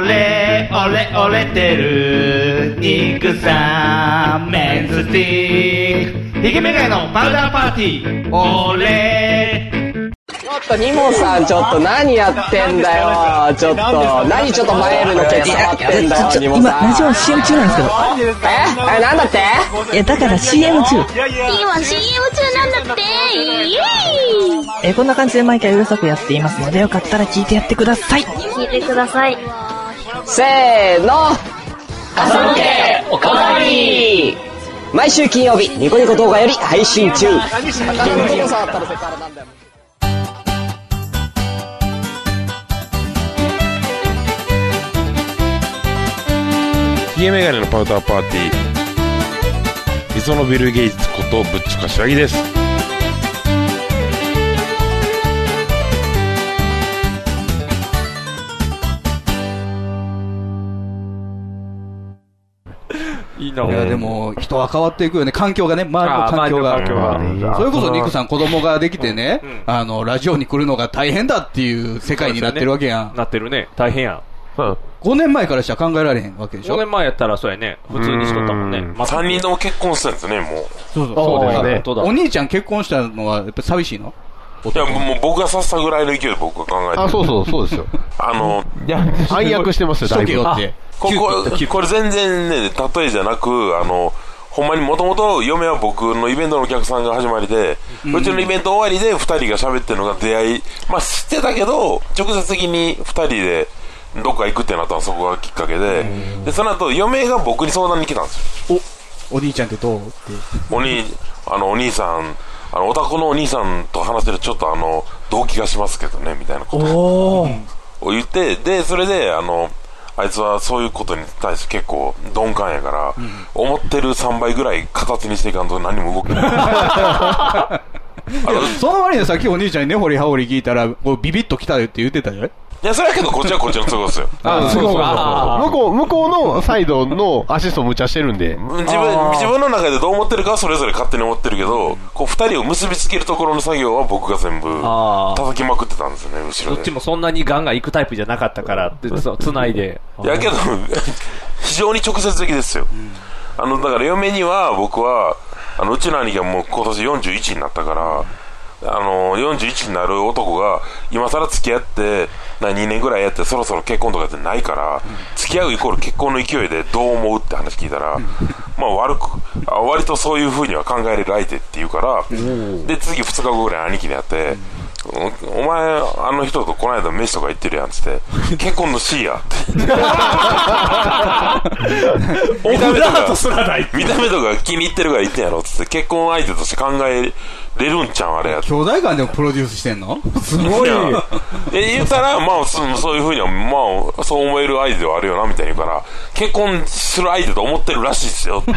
O: 俺、俺、俺てる、肉さ、メンズティック、ヒゲメガネのパウダーパーティー、俺、
P: ちょっとニモさんちょっと何やってんだよちょっと何ちょっと前よりのケツ触ってんだよニモ
A: 今
P: さん
A: ラジオ CM 中なんですけど
P: ええなんだって
A: えだから CM 中
Q: 今 CM 中なんだってイ
A: えこんな感じで毎回うるさくやっていますのでよかったら聞いてやってください
Q: エーイ聞いてください
P: せーの朝向けおかわり毎週金曜日ニコニコ動画より配信中
N: 冷えメガネのパウダーパーティー磯のビル・ゲイツことぶっちょかしらぎです
C: いい
B: いや、でも、人は変わっていくよね。環境がね、周りの
C: あー
B: 環境
C: 周りの環境
B: が。
C: が
B: それこそ、ニクさん、子供ができてね、あの、ラジオに来るのが大変だっていう世界になってるわけやん。
C: なってるね。大変やん。
B: 5年前からしたら考えられへんわけでし
C: 5
B: ょ。
C: 年前やったらそうやね。普通にしとったもんね。また
N: 3人とも結婚したんですねも
B: そうそう
C: そうですね
B: だからお兄ちゃん結婚したのは、やっぱ寂しいの
N: ういやもう僕がさしたぐらいの勢いで僕が考えてる
D: あ、そうそう、そうですよ。
N: あの
D: 暗躍してますよ、だいぶ。
N: こここれ全然ね例えじゃなくあのほんまにもともと嫁は僕のイベントのお客さんが始まりで、うちのイベント終わりで2人が喋ってるのが出会いまあ知ってたけど直接的に2人でどっか行くってなったのはそこがきっかけででその後嫁が僕に相談に来たんですよ
B: お兄ちゃんってどうって。
N: お兄あのお兄さんあのお宅のお兄さんと話してるちょっとあの動機がしますけどねみたいなこと
C: おー。
N: を言ってでそれであのあいつはそういうことに対して結構鈍感やから、思ってる3倍ぐらい形にしていかんと何も動けない
B: その割にはさっきお兄ちゃんにね、掘り葉織り聞いたら、こうビビッときたよって言ってたじゃない
N: いやそれやけどこっちはこっちの都合ですよ
D: あ、そうそうそう
N: あー
D: 向こう、向こうのサイドのアシスト無茶してるんで。
N: 自分自分の中でどう思ってるかはそれぞれ勝手に思ってるけど、こう2人を結びつけるところの作業は僕が全部
C: あー
N: 叩きまくってたんですよね後
C: ど
N: ろ
C: っ
N: で
C: ちもそんなにガンガン行くタイプじゃなかったから、つないで。
N: いやけど、非常に直接的ですよ。あのだから嫁には僕はあのうちの兄がもう今年41になったからあの41になる男が今更付き合ってな2年ぐらいやってそろそろ結婚とかってないから付き合うイコール結婚の勢いでどう思うって話聞いたらまあ悪くあ割とそういうふうには考えれる相手っていうからで次2日後ぐらいに兄貴に会って。おお前、あの人とこの間飯とか行ってるやんっつ って、結婚のシーやって。
I: オブラートすらない。
N: 見た目とか気に入ってるから言ってんやろっつって結婚相手として考えれるんちゃうんあれやって
B: 兄弟間でもプロデュースしてんのす
N: やえ言ったらまあそそういうふうにはまあそう思える相手ではあるよなみたいに言うから結婚する相手と思ってるらしいっすよってい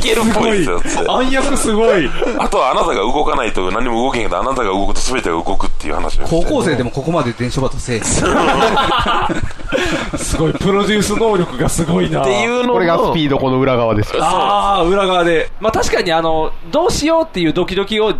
N: けるっぽいっすよって暗
I: 躍すごい
N: あとはあなたが動かないと何も動けへんけどあなたが動くと全てが動くっていう話をして
B: 高校生でもここまで電書バトせえへん
I: すごい、プロデュース能力がすごいな。
D: これがスピードこの裏側です
I: ああ、裏側で。
C: まあ確かにあの、どうしようっていうドキドキを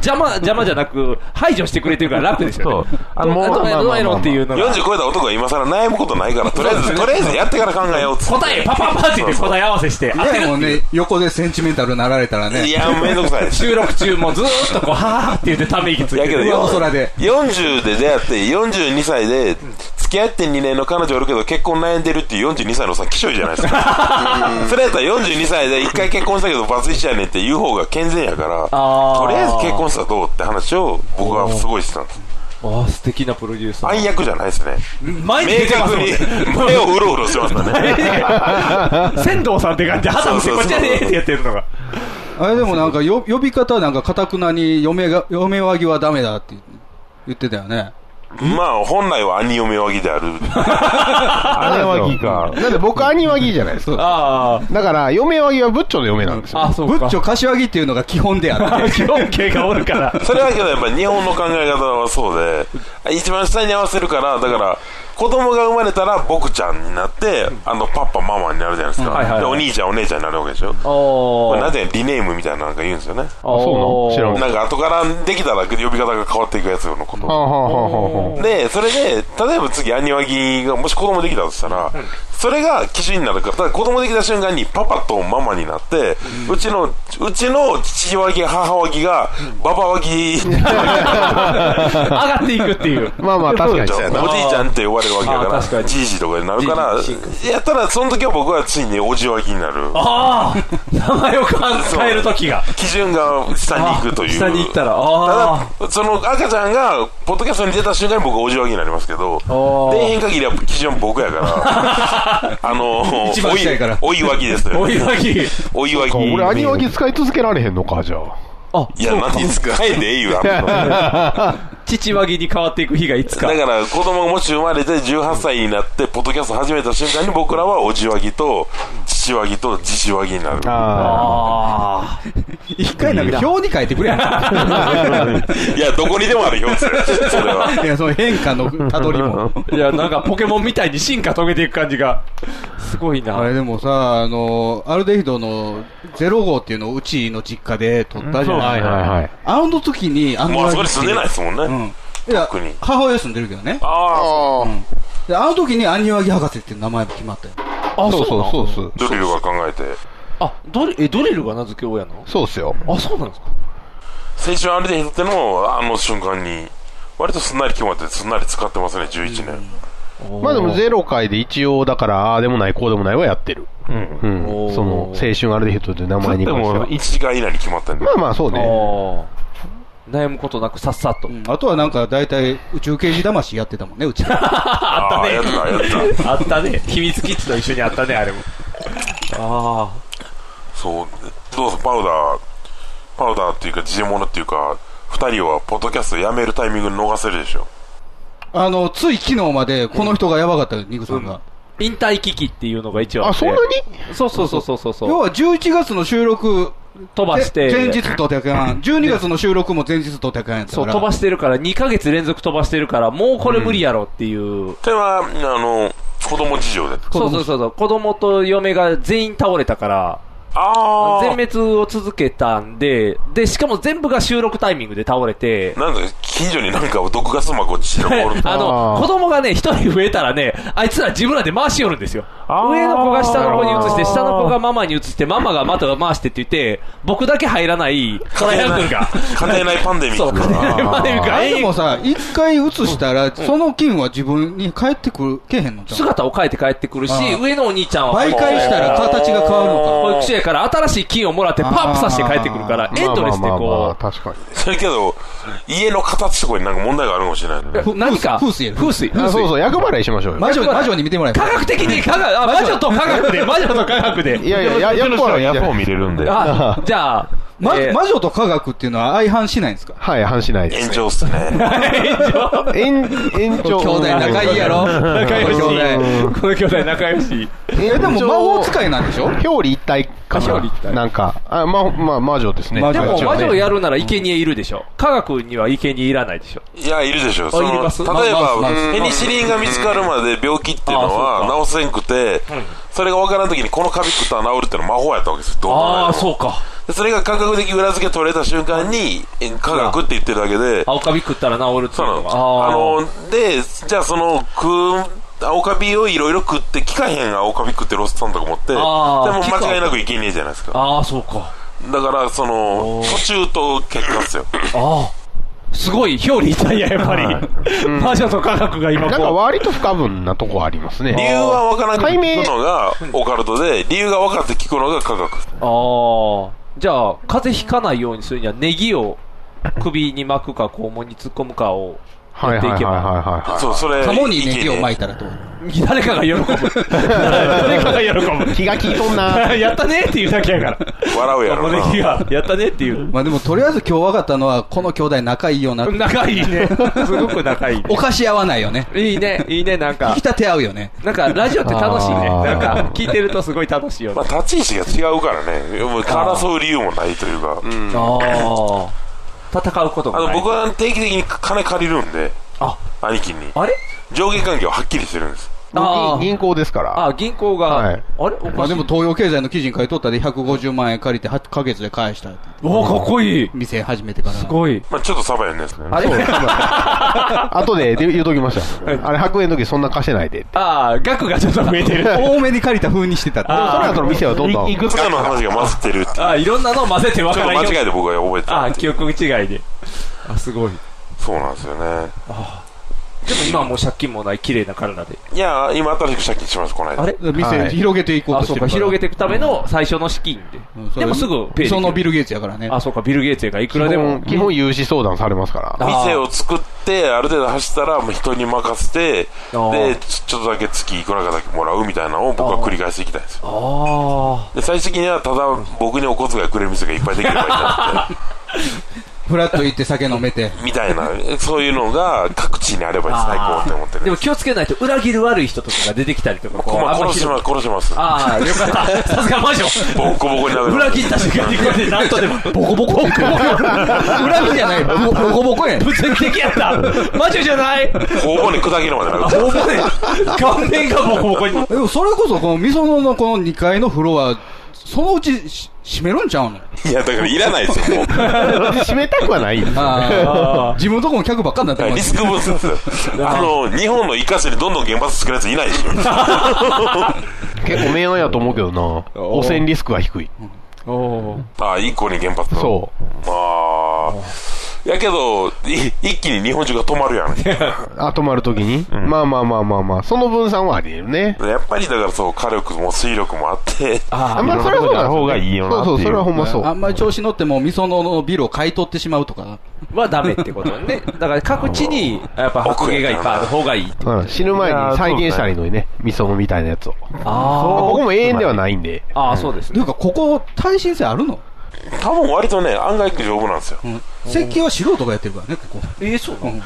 C: 邪魔、邪魔じゃなく排除してくれてるから楽ですよね。あの、どうやろうどうやろうっていうのが。
N: 40超えた男が今更悩むことないからとりあえずとりあえずやってから考えようっつって
C: 答え、パパパーティーで答え合わせして。当て
B: ね
C: る
B: もうね、横でセンチメンタルなられたらね。
N: いやめんどくさい
C: 収録中もずーっとこう、はーって言ってため息つい
N: や
C: て
N: けど
C: る。
N: よ
C: 上空で。
N: 40で出会って42歳で付き合って2年の彼女おるけど結婚悩んでるっていう42歳のおっさん貴重いじゃないですか うんそれやったら42歳で1回結婚したけどバツイチやねんって言う方が健全やから
C: あー
N: とりあえず結婚したらどうって話を僕はすごいしてたんです
C: ああ、素敵なプロデューサー。
N: 暗躍じゃないですね
C: 前に出
N: 明
C: てます
N: 確
C: もんね
N: に目をうろうろしてました ね
I: 仙道さんって感じで、肌見せこっちやでーってやってるのが。
B: あれでもなんかよ呼び方なんかかたくなに嫁が嫁わぎはダメだって言ってたよね。
N: まあ本来は兄嫁わぎである姉
D: わぎ
N: か
D: なんで僕、兄わぎじゃないですか。
C: あ
D: だから、嫁わぎはブッチョの嫁なんですよ。
C: あ、そう
B: か。ブッチョ柏木っていうのが基本で あって。
I: 基本形がおるから。
N: それはけどやっぱり日本の考え方はそうで一番下に合わせるからだから子供が生まれたら僕ちゃんになってあのパパママになるじゃないですか、
C: うんはいはいはい
N: でお兄ちゃんお姉ちゃんになるわけでしょ
C: お
N: こ
C: ー
N: れなぜリネームみたいなのなんか言うんですよね
C: そうなの知ら
N: なんんか後からできたら呼び方が変わっていくやつのこと
D: はあはあはあはあはあ
N: でそれで例えば次アニワギがもし子供できたとしたら、それが基準になるからただ子供できた瞬間にパパとママになって、うちのうちの父ワギ母ワギがババワギ上
C: がっていくっていう
D: まあまあ確かに
N: お
D: そうや
N: じい
D: な
N: ちゃんって呼ばれるわけだか
D: あー
N: ら
D: 確かに
N: じいじとかになるから
D: じい
N: やったらその時は僕はついにおじワギになる
C: ああ名前を考える時が
N: 基準が下に行くという
C: 下に行ったらあ
N: ただその赤ちゃんがポッドキャストに出た瞬間に僕おじわぎになりますけど
C: ー
N: 出へん限りは基準僕やから あのー
D: 一番下やから
N: おいおいわぎです
D: おいわぎ
N: おいわぎ
D: 俺、兄わぎ使い続けられへんのか、じゃあ。
N: いや何ですかええでいいわ
C: 父和ぎに変わっていく日がいつ
N: だ
C: か
N: から子供がもし生まれて18歳になってポッドキャスト始めた瞬間に僕らはおじわぎと父わぎとじしわぎになる
C: あ
B: 一回なんか表に書いてくれやん。
N: いやどこにでもあるよそ れそれはい
B: や、その変化の たどりも。
C: いやなんかポケモンみたいに進化遂げていく感じがすごいな
B: あれでもさ、あの、アルデヒドの0号っていうのをうちの実家で撮ったじゃない。
N: うんはいはいはい
B: あの時に、あの、
N: もうあそこに住んでないですもんね、
B: いや
N: 特に
B: 母親住んでるけどね。
N: あ
B: あ、で、あの時にアンニワギ博士っていう名前も決まったよ。
C: あそうそうそうそう
N: ドリルが考えて
C: あドリえドリルが名付け親なの
D: そうっすよ
C: あそうなんですか
N: 青春アルデヒドってのをあの瞬間に割とすんなり決まってすんなり使ってますね11年、
D: まあでも、ゼロ回で一応、だから、ああでもない、こうでもないはやってる。うん。その、青春アルデヒットという名前に
N: で
D: 関して
N: も
D: は。
N: 1時間以内に決まったんで
D: まあまあ、そうね。
C: 悩むことなくさっさと、
B: あとはなんか大体宇宙刑事魂やってたもんね、う ちで。
N: あったね
C: あったね秘密基地と一緒にあったねあれもあ
N: そうどうぞパウダーパウダーっていうかジェモノっていうか2人はポッドキャストやめるタイミング逃せるでしょ
B: あの、つい昨日までこの人がやばかったよ、ニグさんが。
C: 引退危機っていうのが一応あって
B: あそんな
C: そうそうそうそうそうそう
B: 要は11月の収録、
C: 飛ばして
B: 前日と100円。12月の 収録も前日と100円やった
C: そ
B: か
C: う
B: ら。
C: 飛ばしてるから2ヶ月連続飛ばしてるからもうこれ無理やろっていう、
N: それはあの子供事情で
C: そうそうそうそう子供と嫁が全員倒れたから
N: あ
C: 全滅を続けたんで、で、しかも全部が収録タイミングで倒れて、
N: なんだ近所になんか毒ガスマコちろ おる
C: あの、子供がね、一人増えたらね、あいつら自分らで回し寄るんですよ。上の子が下の子に移して、下の子がママに移して、ママがまた回してって言って、僕だけ入らない、トライアングルが。
N: 家庭内パンデミック
C: そう、家庭内パンデミックが
B: あれでもさ、一回移したら、その金は自分に返ってくる、けえへんのじゃん。
C: 姿を変えて帰ってくるし
B: ああ、
C: 上のお兄ちゃんは
B: 媒介したら形が変わるのか
C: 保育士やから新しい金をもらってパンプさせて帰ってくるから、エントレスでこ
D: う。確かに。
N: それけど、家の形とかになんか問題があるかもしれないね。
C: 何か、風水風水。
D: あそうそう、役払いしましょうよ。
B: 魔女、魔女に見てもらえば
C: 科学的に 科学、あ魔女と科学で、魔女と科学で。
D: いやいやいややっぱりやっぱり
N: 見れるん で
C: あ、じゃあ、
B: ま 魔女と科学っていうのは相反しないんですか
D: はい、反しないです。
N: 延長っすね。
D: 延延長。
B: 兄弟仲いいやろ
C: 仲良し。この兄弟仲良し。
B: え、でも魔法使いなんでしょ
D: 表裏一体かな。なんか、あ、ま、まあ、魔女ですね。
C: でも魔女や
D: る。
C: るなら生贄いるでしょ。科学には生贄いらないでしょ。
N: いや、いるでしょ。
C: あ
N: その
C: いります
N: 例え
C: ま
N: ば
C: あまあまあ、
N: ペニシリンが見つかるまで病気っていうのは治せんくて、それが分からんときにこのカビ食ったら治るっていうのは魔法やったわけですよ。どう考えても
C: ああ、そうか。
N: でそれが感覚的裏付け取れた瞬間に、え科学って言ってるだけで、
C: 青カビ食ったら治るっていうのが。
N: あ
C: あー
N: の、で、じゃあその、食う、青カビをいろいろ食って、聞かへん青カビ食ってロスさんとか持って、で
C: あ
N: も
C: ー
N: 間違いなくいけねえじゃないですか。
C: ああ、そうか。
N: だから、その、途中と結果っすよ。
C: ああ、すごい、表裏一体や、やっぱり。魔女と科学が今
D: なんか
C: こ
D: 割と不可分なとこありますね。
N: 理由は分からんく
D: 解明
N: 聞くのがオカルトで、理由が分かって聞くのが科学。
C: う。ああ、じゃあ、風邪ひかないようにするには、ネギを首に巻くか、肛門に突っ込むかをやっていけば。
D: は
N: そう、それ。
B: 鴨にネギを巻いたらと。
C: 誰かが喜ぶ。 誰かが喜ぶ。
D: 気が利いとんな
C: やったねっていうだけやから。
N: 笑うやろな。
C: ネギが、やったねっていう。
B: まあでもとりあえず今日分かったのは、この兄弟仲いいよな。
C: 仲いいね。 すごく仲いい。
B: お菓子合わないよね。
C: いいね、いいね、なん
B: 引
C: か
B: き。立て合うよね。
C: なんか、ラジオって楽しいね。
D: あー
C: なんか、聞いてるとすごい楽しいよね。
N: まあ、立ち位置が違うからね、もう争う理由もないというか、うん
C: ああ。戦うこと
N: あ
C: がな
N: の
C: い。
N: 僕は定期的に金借りるんで、
C: あ
N: 兄貴に。
C: あれ
N: 上下関係をはっきりしてるんです。
C: あー
D: 銀銀行ですから。
C: あ、銀行が、
D: は
C: あ
D: い
C: れお
B: ま
C: か
B: あ
C: し
B: で
C: い。
B: も東洋経済の記事に書いとったで150万円借りて8ヶ月で返した。
C: おかっこいい。
B: 店始めてから。
C: すごい。
N: まあ、ちょっとサバやんねんですけどね
C: あれ
D: 後でで言うときました。あれ、100円の時そんな貸してないで。
C: ああ、額がちょっと増え てる。
B: 多めに借りた風にしてたって。
D: その
C: あ
D: 後の店はどんどん。
O: いく
N: い
O: つ
N: つ
O: か
N: かの話が混じってるっていう。
C: あ、ああいろんなのを混ぜて分
N: ちょ
C: か
N: っと
C: らん
N: 間
C: よ
N: 違いで僕は覚えて
C: あ
N: た
C: あ、記憶違いで。あ、すごい。
N: そうなんですよね。
C: でも今はもう借金もない綺麗な体で。
N: いや、今新しく借金します、この間。
C: あれ
B: 店広げていこう
C: あ、
B: とし
C: そう
B: てるか。
C: から広げていくための最初の資金で。
B: うんそれ
C: でもすぐペイできる
B: そのビル・ゲイツやからね。
C: あ、そうか、ビル・ゲイツやからいくらでも。
D: 基本融資相談されま すから。
C: あ
N: 店を作って、ある程度走ったら、もう人に任せて、
C: あー
N: で、ちょちょっとだけ月いくらかだけもらうみたいなのを僕は繰り返していきたいんですよ。
C: あ
N: で、最終的には、ただ、僕にお小遣いくれる店がいっぱいできればいいな って。
B: フラッと行って酒飲 めて。
N: みたいな、そういうのが各地にあれば最高って思っ
C: あ。
N: て
C: で
N: る。
C: も気をつけないと裏切る悪い人とかが出てきたりとか、こう
N: ま
C: あんま
N: 殺
C: ひ
N: し
C: どい
N: ます、殺します。
C: ああ、よか った。さすが魔女。
N: ボッコボコになる。
C: 裏切った瞬間にこうやってなんとでも、ボコボコ。ボコボコ。
B: 恨みじゃ ない。ボボコボコやん。
C: 物理的やった。魔女じゃない。
N: ほぼに砕けるまでなかった。
C: お前、顔面がボコボコに。
B: でもそれこそ、このみそののこの2階のフロア、そのうちし閉めるんちゃうの
N: いや、だからいらないですよ、もう。
D: 閉めたくはない。
B: ああ。 自分のとこの客ばっかになって
N: リ
B: ます
N: ス。ク分散ですよ。あの、日本のイカスにどんどん原発作るやついないでしょ。
D: 結構名案やと思うけどな。汚染リスクは低い。
N: ああ、一個に原発の。
D: そう。
N: ああ。やけど、い一気に日本中が止まるやん。
D: あ、泊まるときに、まあまあまあまあまあ、その分散はあり得るね。
N: やっぱりだからそう、火力も水力もあって、
D: あ、まあ、それはそうだ。
F: 方がいいよなって
D: そ
F: いうう
D: そう、それはほんまそう。
B: あんまり調子乗っても、みそののビルを買い取ってしまうとか。
C: はダメってことね。だから各地に、やっぱ白芸がいっぱいある方がいい。
D: うん死ぬ前に再現したらいいのにね、味噌のみたいなやつを。
C: あ
D: ここも永遠ではないんで。
C: あ。ああ、そうです
B: と
C: ね
B: い。うか、ここ、耐震性あるの
N: 多分割とね、案外丈夫なんですよ。
B: 設計は素人がやってるからね、ここ。
C: え、そうなの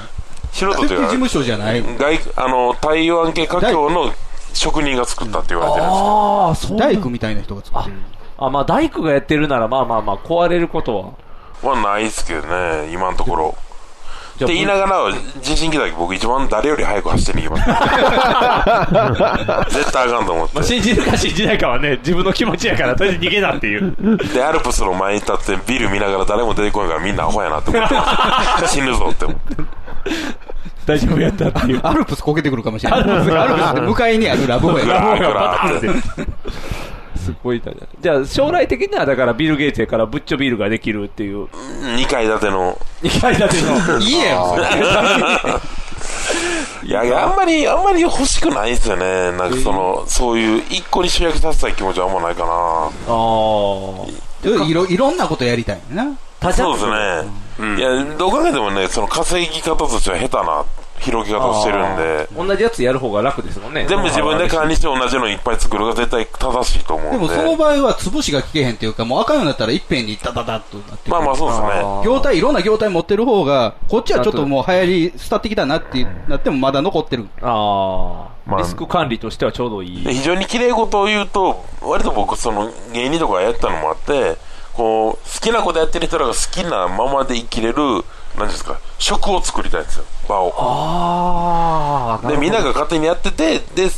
N: 素人
B: 設計
N: という
B: 事
N: か
B: 務所じゃない。
N: 外あの台湾系華僑の職人が作ったって言われてるんですよ
C: ああ、そう
B: 大工みたいな人が作ってる。
C: あ、まあ大工がやってるなら、まあまあまあ、壊れることは。
N: はないですけどね今のところって言いながら、人身機だけ僕一番誰より早く走って逃げま した。絶対あかんと思って。
C: まあ、信じるか信じないかはね、自分の気持ちやから、とりあえず逃げなっていう。
N: で、アルプスの前に立ってビル見ながら誰も出てこないからみんなアホやなって思 ってました死ぬぞって思って。
C: 大丈夫やったっていう。
B: アルプスこけてくるかもしれない。
N: アルプス
B: アルプスって向かいにあるラブホや
N: グラーグラーって。
C: すごいだね。 じゃあ、将来的には、だからビル・ゲイツやから、ぶっちょビールができるって いう。
N: 2階建ての。
C: 2階建ての。いいやん、それ。
N: いやいや、あんまり、あんまり欲しくないですよね。なんかその、そういう、一個に集約させたい気持ちはあんまないかな。あ
B: いろいろんなことやりたいんやな。
N: そうですね。いや、どう考えてもね、その稼ぎ方としては下手な広げ方をしてるんで、
C: 同じやつやる方が楽ですもんね。
N: 全部自分で管理して同じのいっぱい作るが絶対正しいと思
B: で
N: うん
B: も
N: で。
B: その場合は潰しが効けへんっていうか、もう赤いようになったらいっぺんにダダダッとなってくる
N: まあまあそうですねあー
B: 業態、いろんな業態持ってる方が、こっちはちょっともう流行り、伝ってきたなってなってもまだ残ってる。
C: ああ、リスク管理としてはちょうどいい。
N: で非常に綺麗事を言うと、割と僕、その芸人とかやったのもあって、こう、好きなことやってる人らが好きなままで生きれる、なんですか、職を作りたいんですよ、場を。
C: あ
N: でみんなが勝手にやっててで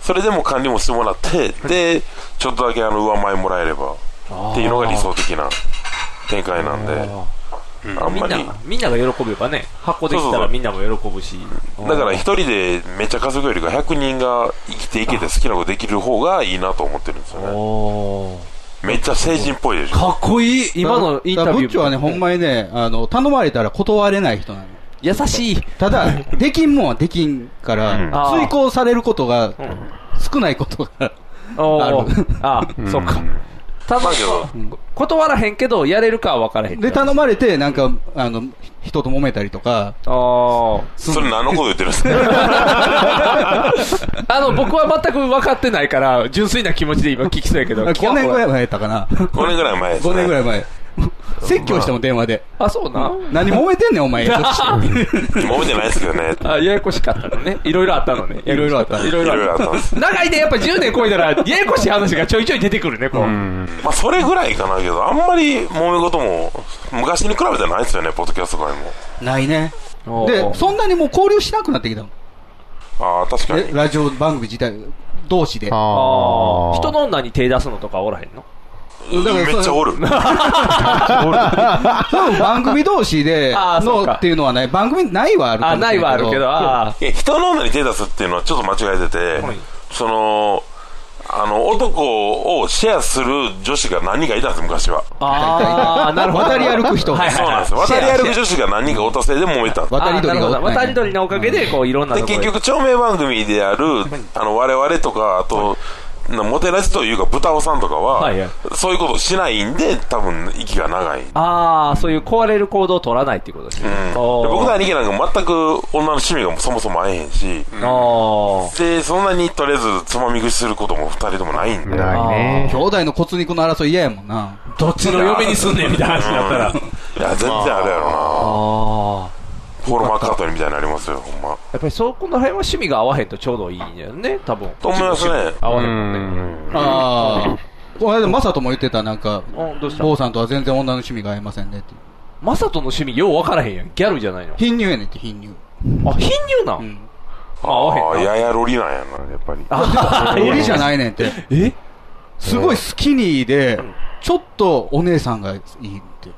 N: それでも管理もしてもらってでちょっとだけあの上前もらえればっていうのが理想的な展開なんであん
R: み
N: ま
R: ん
N: り
R: な、みんなが喜べばね、箱でき
N: そう
R: た
N: そう
R: ら
N: そう
R: みんなも喜ぶし。
N: だから一人でめっちゃ稼ぐよりか100人が生きていけて好きなことできる方がいいなと思ってるんですよねめっちゃ成人っぽいでしょ
C: かっこいい今のインタビュー
B: だからブッチョはね、ほんまにね、あの、頼まれたら断れない人なの。
C: 優しい。
B: た だ、できんもんはできんから、
C: うん
B: 追行されることが、少ないことが、
C: お
B: ある
C: ーあー、そっか。ただ、断らへんけど、やれるかは分からへん。
B: で、頼まれて、なんか、あの、人と揉めたりとか。
C: あ
N: それ何のこと言ってるんです か
C: あの、僕は全く分かってないから、純粋な気持ちで今聞きそうやけど。
B: 5年ぐらい前やったか な。
N: 5年ぐらい前です
B: 5年ぐらい前。説教しても電話で。
C: あ、そうな。
B: 何揉めてんねん、お前。
N: 揉めてないですけどね
C: あ、ややこしかったのね。いろいろあったのね。 いろいろあった。いろいろあった。長いね、やっぱ10年超えたら、ややこしい話がちょいちょい出てくるね、こう。
N: まあそれぐらいかなけどあんまり揉め事も昔に比べてないですよねポッドキャスト界も
B: ないね。
N: おー
B: で、そんなにもう交流しなくなってきたもん。
N: ああ確かに
B: ラジオ番組自体、同士で。だ
N: あー
C: 人の女に手出すのとかおらへんの
B: から
N: めっちゃおる
B: 多分 番組同士 で
C: あーそう
B: の
C: か
B: っていうのはない。番組ないはあるかもしれ
N: いや人の女に手出すっていうのはちょっと間違えてて、その、あの、男をシェアする女子が何人かいたんです、昔は。
C: あーなるほど
B: 渡り歩く人。
C: はいはい
N: そうなんですよ。渡り歩く女子が何人かおったせいで揉めた。
B: 渡り鳥がお
C: あーな
B: ったんや
C: るほど渡り鳥のおかげで、こう、いろんな
N: で、
C: とこ
N: 結
C: ろ
N: 局、長命番組である、あの、我々とか、あと、なモテラジというか、ブタオさんとかは、そういうことをしないんで、多分、息が長い。うん
C: ああ、そういう壊れる行動を取らないっていうことですね。
N: で僕の兄貴なんか全く女の趣味がそもそも合えへんし、で、そんなにとりあえずつまみ食いすることも二人ともないんで。
B: 兄弟の骨肉の争い嫌やもんな。
C: どっちの嫁にすんねんみたいな話になったら。
N: いや、全然あれやろな。フォローマーカートリーみたいになりますよ、ほんま。
C: やっぱりそこの辺は趣味が合わへんとちょうどいいんだよね、多分。
N: と思いますね。
C: 合わへん。
B: ああ。この間、マサトも言ってた、なんか、
C: どうした
B: 坊さんとは全然女の趣味が合いませんねって。
C: マサトの趣味よう分からへんやん。ギャルじゃないの。
B: 貧乳やねんって、貧乳。
C: あ、貧乳なん、
N: ああ、ややロリなんやな、やっぱ り。
B: あ俺じゃないねんって。
C: え
B: すごいスキニーで、ちょっとお姉さんがいいって。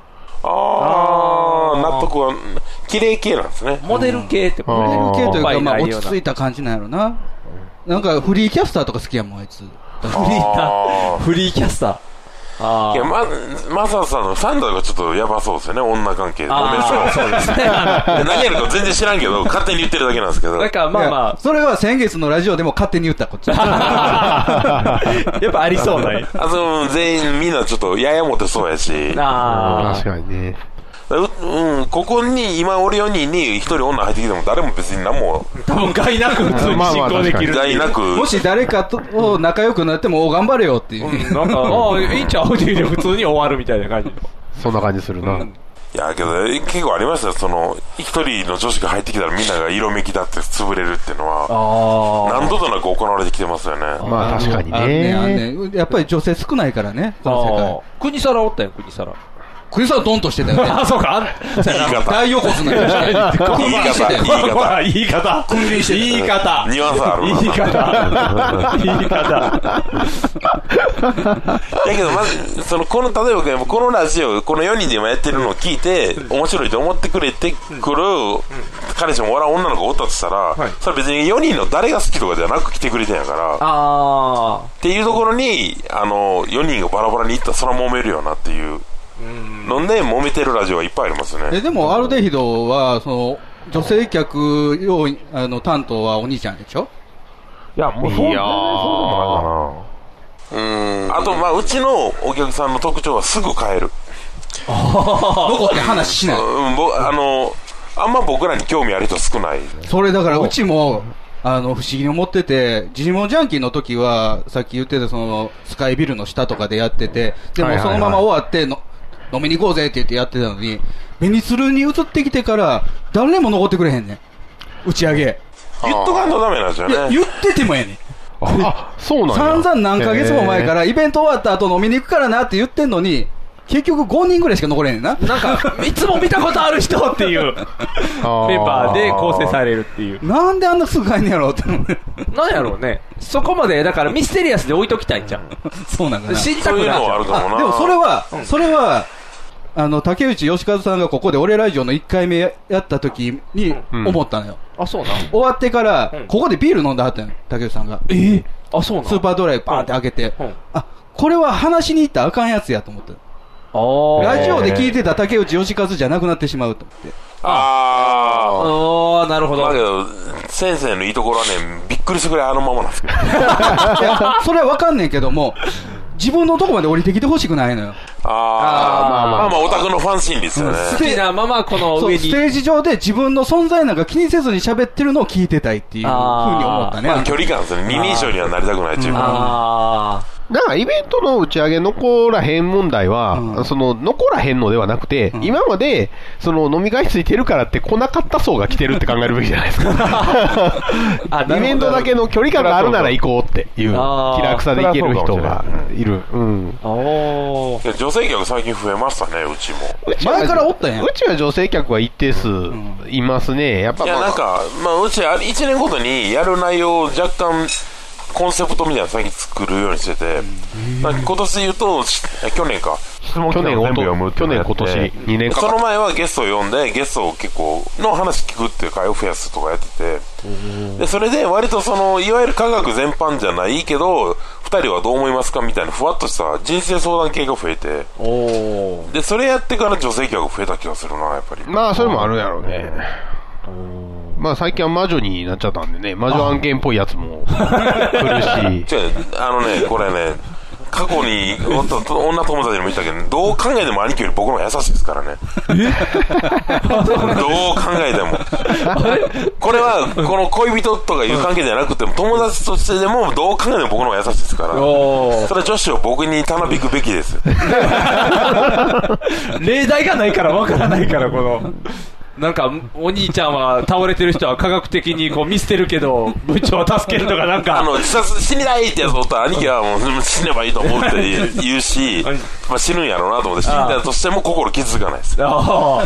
N: ああ、納得は、綺麗系なんですね。
C: モデル系って
B: モデル系というか、まあ、落ち着い
N: た。
B: た感じなんやろな。なんか、フリーキャスターとか好きやもん、あいつ。フリ
N: ー
C: フリーキャスター。あ
N: いや、ま、マサさんのサンダーがちょっとやばそうですよね、女関係で。
C: あー
N: ごめんなさい
C: そうですね
N: 何やるか全然知らんけど、勝手に言ってるだけなんですけど。
C: だからまあまあ。
B: それは先月のラジオでも勝手に言った、 こっ ち。
C: やっぱありそうなんや。
N: あそう全員みんなちょっとややモテそうやし。
C: あ
N: 確かにね。ううん、ここに今おる4人に1人女入ってきても誰も別に何も
C: 多分害なく普通に進行できる
N: 害なく
B: もし誰かと仲良くなっても、お頑張れよっていう。
C: なん か、ああ、いいんちゃうって言うて普通に終わるみたいな感じ。
D: そんな感じするな。
N: いやけどえ結構ありましたよその一人の女子が入ってきたらみんなが色めきだって潰れるっていうのは何度となく行われてきてますよね
D: まあ確かに
B: あんねんあんねんやっぱり女性少ないからね、この世界。
C: 国皿おったよ、国皿。
B: クリスはドンとしてたよ ね。
I: あ、そうか。
B: 大横綱 みたいな
I: 言い方
B: 言い
I: 方言い方
B: 君臨してたよ
I: 言い方
N: ニュアンスあるな
I: 言い方言い方
N: だけど、まず、その、この、例えばでも、このラジオ、この4人で今やってるのを聞いて、面白いと思ってくれてくる、彼氏もおらん女の子がおったとしたら、それ別に4人の誰が好きとかじゃなく来てくれてんやから、
C: あ
N: っていうところに、あの、4人がバラバラに行ったら、そら揉めるよなっていう。ので、揉めてるラジオはいっぱいありますよ
B: え
N: ね。
B: でも、アルデヒドは、その、女性客用意あの担当はお兄ちゃんでしょ
N: いや、も
B: うそんなねいやー
N: うーん。あと、まあ、うちのお客さんの特徴はすぐ変える。
B: どこって話しない。
N: うん、ぼあの、あんま僕らに興味ある人少ない。
B: それだから、うちも、あの、不思議に思ってて、ジモンジャンキーの時は、さっき言ってた、その、スカイビルの下とかでやってて、で
N: はい
B: も
N: はい
B: そ
N: はい
B: のまま終わっての、飲みに行こうぜって言ってやってたのに、ベニスルに移ってきてから、誰も残ってくれへんねん。打ち上げ。
N: 言っとかんとダメなんですよ
B: いや
N: ね。
B: 言っててもやねん。
D: あ、そう
N: なんや
B: 散々何ヶ月も前から、
N: へー
B: イベント終わった後飲みに行くからなって言ってんのに、結局5人ぐらいしか残れへんねんな。なんか、
I: いつも見たことある人っていうメンバーで構成されるっていう
B: なんであんなすぐ帰んねやろうって思う。
C: なんやろうね。そこまで、だからミステリアスで置いときたいんじゃん。
B: そうなんかな
C: 信じたくなっちゃう。
B: あでもそれは、それは、あの、竹内義和さんがここで俺ラジオの1回目やった時に
C: うん
B: 思ったのよ。
C: あ、そうな。
B: 終わってから、
C: うん
B: ここでビール飲んだはったのよ、竹内さんが。
C: えあ、そう
B: スーパードライパーンって開けて、あ、これは話しに行ったらあかんやつやと思った。ラジオで聞いてた竹内義和じゃなくなってしまうと思って。
N: あ
C: あ、なるほ
N: ど。だけど、先生のいいところはね、びっくりするぐ らいあのままなんですけど。
B: いやそれはわかんねんけども、自分のとこまで降りてきてほしくないのよ。
N: あーまあまあ、まあまあ、オタクのファン心理ですよね。
B: 好きな
C: ままこの
B: そうステージ上で自分の存在なんか気にせずに喋ってるのを聞いてたいっていうふうに思ったね。
N: まあ、距離感ですね。二人称にはなりたくないっていうか。
C: あ
D: だからイベントの打ち上げ残らへん問題は、その残らへんのではなくて、今までその飲み会ついてるからって来なかった層が来てるって考えるべきじゃない ですか。イベントだけの距離感があるなら行こうっていう、気
N: あー
D: 楽さで行ける人がいる。うん。
C: お
N: いや女性客最近増えましたね、うちも。
D: 前からおったやん。うちは女性客は一定数いますね。やっぱ
N: い
D: まあ
N: や、なんか、まあ、うち、あれ一年ごとにやる内容を若干、コンセプトみたいなの最近作るようにしてて、なんか今年で言うと、し去年か。
D: 去年おと去年今年2年か
N: そ
D: か
N: の前はゲストを呼んで、ゲストを結構、の話聞くっていう会を増やすとかやってて、でそれで割とその、いわゆる科学全般じゃないけど、二人はどう思いますかみたいな、ふわっとした人生相談系が増えて、で、それやってから女性客が増えた気がするな、やっぱり。
D: まあ、それもあるやろうね。まあ、最近は魔女になっちゃったんでね、魔女案件っぽいやつも来るし。
N: 違うあのね、これね、過去におとと女友達にも言ったけど、どう考えても兄貴より僕の方が優しいですからね。どう考えても。これは、この恋人とかいう関係じゃなくても、友達としてでも、どう考えても僕の方が優しいですから、
I: おー
N: それは女子を僕にたなびくべきです。
I: 例題がないからわからないからこの
C: なんか、お兄ちゃんは倒れてる人は科学的にこう見捨てるけど、部長は助けるとかなんか。
N: あの、自殺、死にたいってやつおったら、兄貴はもう死ねばいいと思うって言う言うし、まあ死ぬんやろうなと思って、死んだとしても心傷つかないです。
C: あ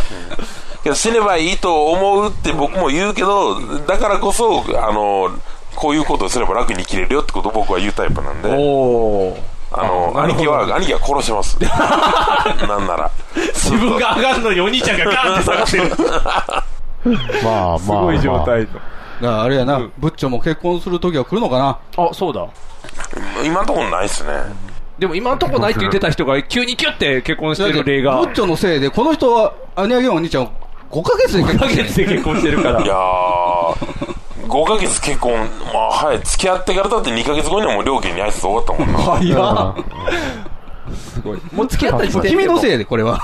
N: けど死ねばいいと思うって僕も言うけど、だからこそ、あの、こういうことをすれば楽に生きれるよってことを僕は言うタイプなんで、あの、兄貴は、兄貴は殺し ます。なんなら。
I: 自分が上がるのにお兄ちゃんがガーンって下がってる
D: まあ
I: すごい状態
B: だからあれやな、ブッチョも結婚する時は来るのかな
C: あ、そうだ。
N: 今んとこないっすね。
C: でも今のとこないって言ってた人が急にキュッて結婚してる例が。
B: ブッチョのせいで、この人は、アニアゲンお兄ちゃんを5ヶ月で結婚してる。
C: 月で結婚してるから。
N: い やー、5ヶ月結婚、まあ、はい、付き合ってからだって2ヶ月後にはもう両家に挨拶終わったもんな。
B: 早す
C: ごい。もう付き合った時点で
B: 君のせいで、これは。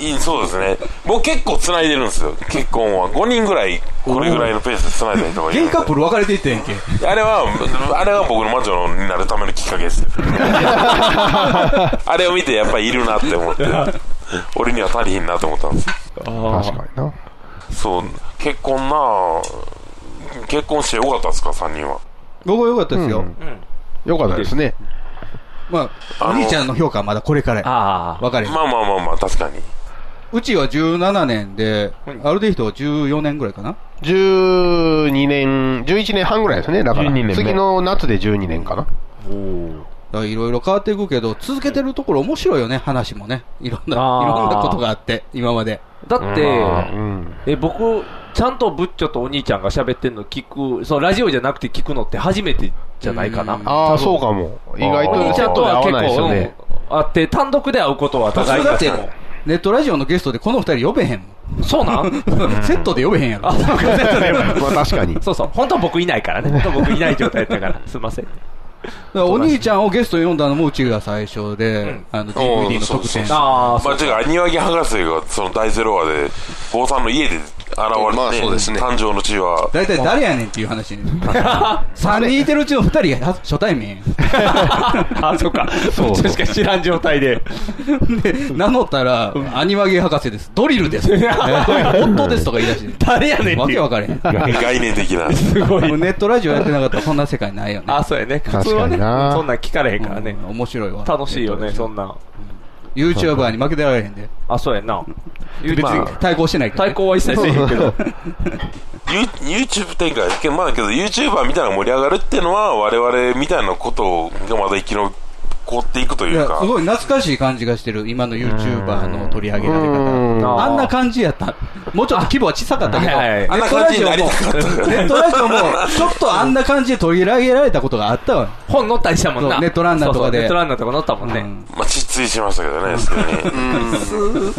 N: いいそうですね。僕結構繋いでるんですよ、結婚は。5人ぐらい、これぐらいのペースで繋いだ人がいるん
B: ゲ
N: で
B: イカップル別れていったやんけ。
N: あれは、あれは僕の魔女になるためのきっかけですよ。あれを見てやっぱりいるなって思って、俺には足りひんなと思ったんです。
D: 確かにな。
N: そう、結婚なあ結婚してよかったですか、3人は。
B: 僕は良かったですよ。
D: 良かったですね。
B: まあ、お兄ちゃんの評価はまだこれからや。分かれへん
N: まあまあまあまあ、確かに。
B: うちは17年で、アルデヒドは14年ぐらいかな。
D: 12年、11年半ぐらいですね、だから
B: 12年目
D: 次の夏で12年かな。
B: だからいろいろ変わっていくけど、続けてるところ面白いよね、話もね。いろんな、い
C: あー
B: ろんなことがあって、今まで。
C: だって、え僕、ちゃんとブッチョとお兄ちゃんが喋ってるの聞く、そのラジオじゃなくて聞くのって初めてじゃないかな。
D: ああ、
C: 多分
D: そうかも。意外
C: お
D: と
C: 兄ちゃんとは結構、うん、あって、単独で会うことは
B: 普
C: 互い
B: 通だって、ネットラジオのゲストでこの二人呼べへんもん。
C: そうなん
B: セットで呼べへんやろ。
D: まあ確 かに。
C: そうそう。本当は僕いないからね。本当は僕いない状態やったから。すいません。
B: だからお兄ちゃんをゲストに呼んだのもうちが最初で、あの DVD の特典。
N: あまあ、てか、アニワギ博士が、その第0話で、坊さんの家で現れて、
B: まあそうですね
N: 誕生の地 は。
B: 大体誰やねんっていう話ね。3人いてるうちの2人が初対面
C: あ、そっか。そう。確か知らん状態で。
B: 名乗ったら、アニマゲ博士です。ドリルです。本当ですとか言い出して。
C: 誰やねん
B: わけわかれへん。
N: 概念的な。
C: すごい。
B: ネットラジオやってなかったらそんな世界ないよね。
C: あ、そうやね。普通はね、
B: 確かにな
C: そんなん聞かれへんからね。
B: 面白いわ。
C: 楽しいよね、そんなん。
B: YouTuber に負けてられへんで。
C: あ、そうやな。
B: 別に対抗してないからね。
C: 対抗は一切せえへんけど。
N: ユ YouTube 展開けどまあけど YouTuber みたいなのが盛り上がるってのは我々みたいなことがまだ生き残っていくと
B: い
N: いう
B: や
N: か
B: すごい懐かしい感じがしてる、今の YouTuber の取り上げられ方。あんな感じやった。もうちょっと規模は小さかったけど、
N: はいはい
B: ネットラジオも、ネットラジオも、ちょっとあんな感じで取り上げられたことがあったわ。
C: 本乗ったりしたもん
B: そ
C: な。
B: うネットランナーとか
C: そうそうネ
B: で
C: ット。ランナーとか乗ったもんね。
N: まあ失墜しましたけどねすぐに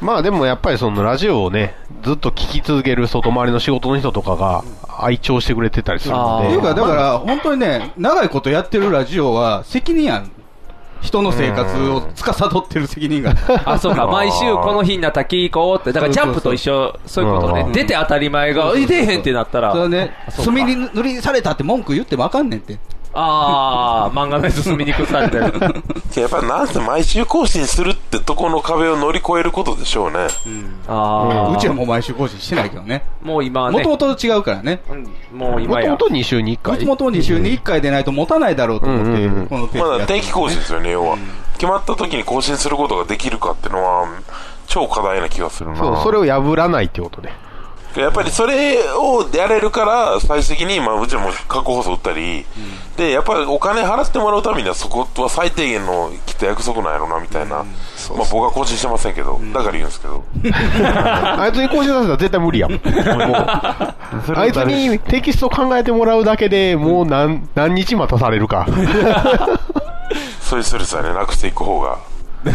D: まあでもやっぱりそのラジオをね、ずっと聞き続ける外回りの仕事の人とかが愛聴してくれてたりするの
B: っ
D: で。
B: ていうか、だから、本当にね、長いことやってるラジオは、責任ある。人の生活を司ってる責任が。
C: あ、そうか、毎週この日になったら聞こうって、だからジャンプと一緒、そういうこと
B: う
C: ね
B: ん。
C: 出て当たり前が、
B: そうそう
C: え、
B: そ
C: 出え
B: う
C: へんってなった
B: それは
C: ら、
B: ね、墨に塗りされたって文句言ってもあかんねんって。
C: あー、漫画のやつ進みにくされてる。
N: やっぱなんせ毎週更新するってとこの壁を乗り越えることでしょうね、
C: あ
B: うんうちはもう毎週更新してないけどね。
C: もう今は
B: も
C: ね
B: と、もと違うからね。
C: もう今や。
D: と2週に1
B: もともと2週に1回でないと持たないだろうと思って、このペースでやってる
N: まだ定期更新ですよね要は、決まった時に更新することができるかってのは超課題な気がするな
D: そう、それを破らないってことね。
N: やっぱりそれをやれるから最終的に、まあ、うちも過去放送打ったり、でやっぱりお金払ってもらうためにはそこは最低限のきっと約束なんやろなみたいな、まあ、僕は更新してませんけど、だから言うんですけど
D: あいつに更新させたら絶対無理やも ん。もうあいつにテキスト考えてもらうだけでもう何何日待たされるか。
N: そういうストレスはねなくしていく方が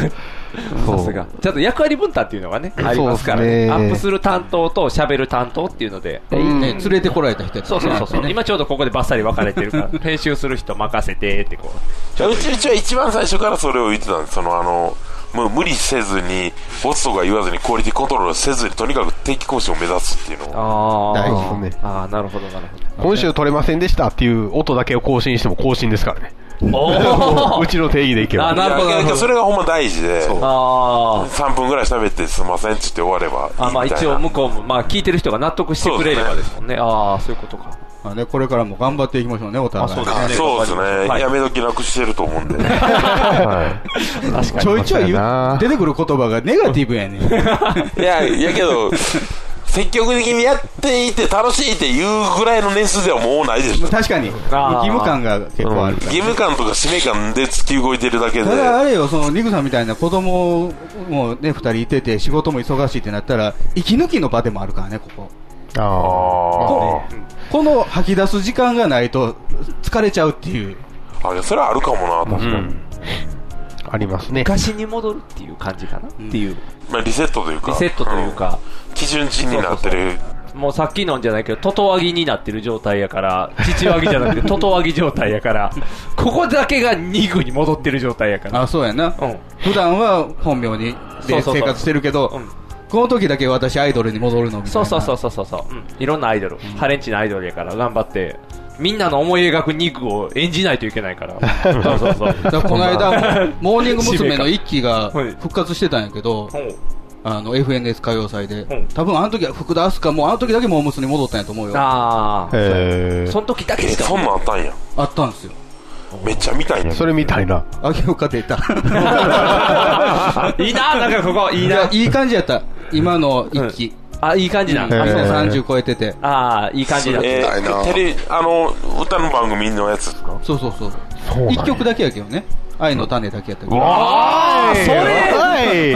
C: さすが。ちゃんと役割分担っていうのがね、ありますから
N: そうっす
C: ね。
N: ね
C: アップする担当と喋る担当っていうので。
B: ね、連れてこられた人やった
C: そうそうそうそう。
B: ね
C: 今ちょうどここでバッサリ分かれてるから、編集する人任せてってこう。
N: うちうちは一番最初からそれを言ってたんですそのあのもう無理せずにボツとか言わずにクオリティコントロールせずにとにかく定期更新を目指すっていうのを
C: あ
D: 大事ですね。
C: ああ、なるほど、なるほど。
D: 今週取れませんでしたっていう音だけを更新しても更新ですから ね。
C: お
D: うちの定義でいけば。
N: いやいやそれがほんま大事で
C: あ
N: 3分ぐらい喋ってすいませんっつって終わればいいみたいな
C: あまあ一応向こうも、まあ聞いてる人が納得してくれればですもんね。ああ、そういうことか。
B: まあね、これからも頑張っていきましょうね、お互い。
N: あそうですね、やめ時なくしてると思うん で、
B: 確かにちょいちょい言う出てくる言葉がネガティブ やねん。
N: いや、いやけど、積極的にやっていて楽しいっていうぐらいの年数ではもうないでしょ。
B: 確かに。義務感が結構ある。
N: 義務感とか使命感で突き動いてるだけで
B: た、だあれよ、そのニグさんみたいな子供もね、二人いてて、仕事も忙しいってなったら、息抜きの場でもあるからね、ここ。
N: あ
B: この吐き出す時間がないと、疲れちゃうっていう。
N: あいやそれはあるかもな、確かに。
D: ありますね。
C: 昔に戻るっていう感じかなっていう。
N: まあ、リセットというか、
C: リセットというか
N: うん基準値になってる、
C: もうさっきのんじゃないけど、トトワギになってる状態やから、父ワギじゃな くてトトワギ状態やから、ここだけが2区に戻ってる状態やから。
B: あ、そうやな。普段は本名に
C: そう
B: で
C: そうそう
B: 生活してるけど、この時だけ私アイドルに戻るのみたい
C: そう
B: な。
C: そうそうそうそうそう、うん、いろんなアイドル、ハレンチのアイドルやから頑張ってみんなの思い描く肉を演じないといけないから そうそうそう
B: だからこの間、 モーニング娘。の一期が復活してたんやけど、あの、FNS 歌謡祭で、多分あの時は福田明日香も、あの時だけモー娘に戻ったんやと思うよ。
C: あ
D: あへー
C: その時だけしか
N: えそんなんあったんや
B: あったんですよ。
N: めっちゃ見たいね
D: それみたいな。
B: あげようか出た。
C: いいな、なんかここ、いい
B: や
C: な。
B: いい感じやった。今の一期。
C: あ、いい感じな
B: あの30超えてて。
C: ああ、いい感じだ
N: えー、テレビあの歌の番組のやつですか
B: そうそうそう。一曲だけやけどね。愛の種だけやったけど。
N: わ
B: ーいそれ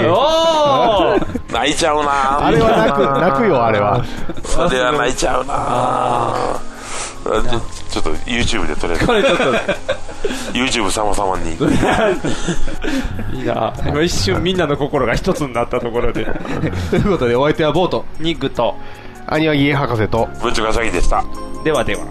C: おー
N: 泣いちゃうな
B: あれは泣く
N: 泣
S: くよあれは
N: それは泣いちゃうなあじゃちょっと YouTube でとりあえず
C: これちょっと
N: YouTube 様々に
C: いいな。今 一瞬みんなの心が一つになったところで。
B: ということで、お相手はボート。
C: ニックと、
D: アニワギ博士と、
N: ぶっちょかしゃぎでした。
C: ではでは。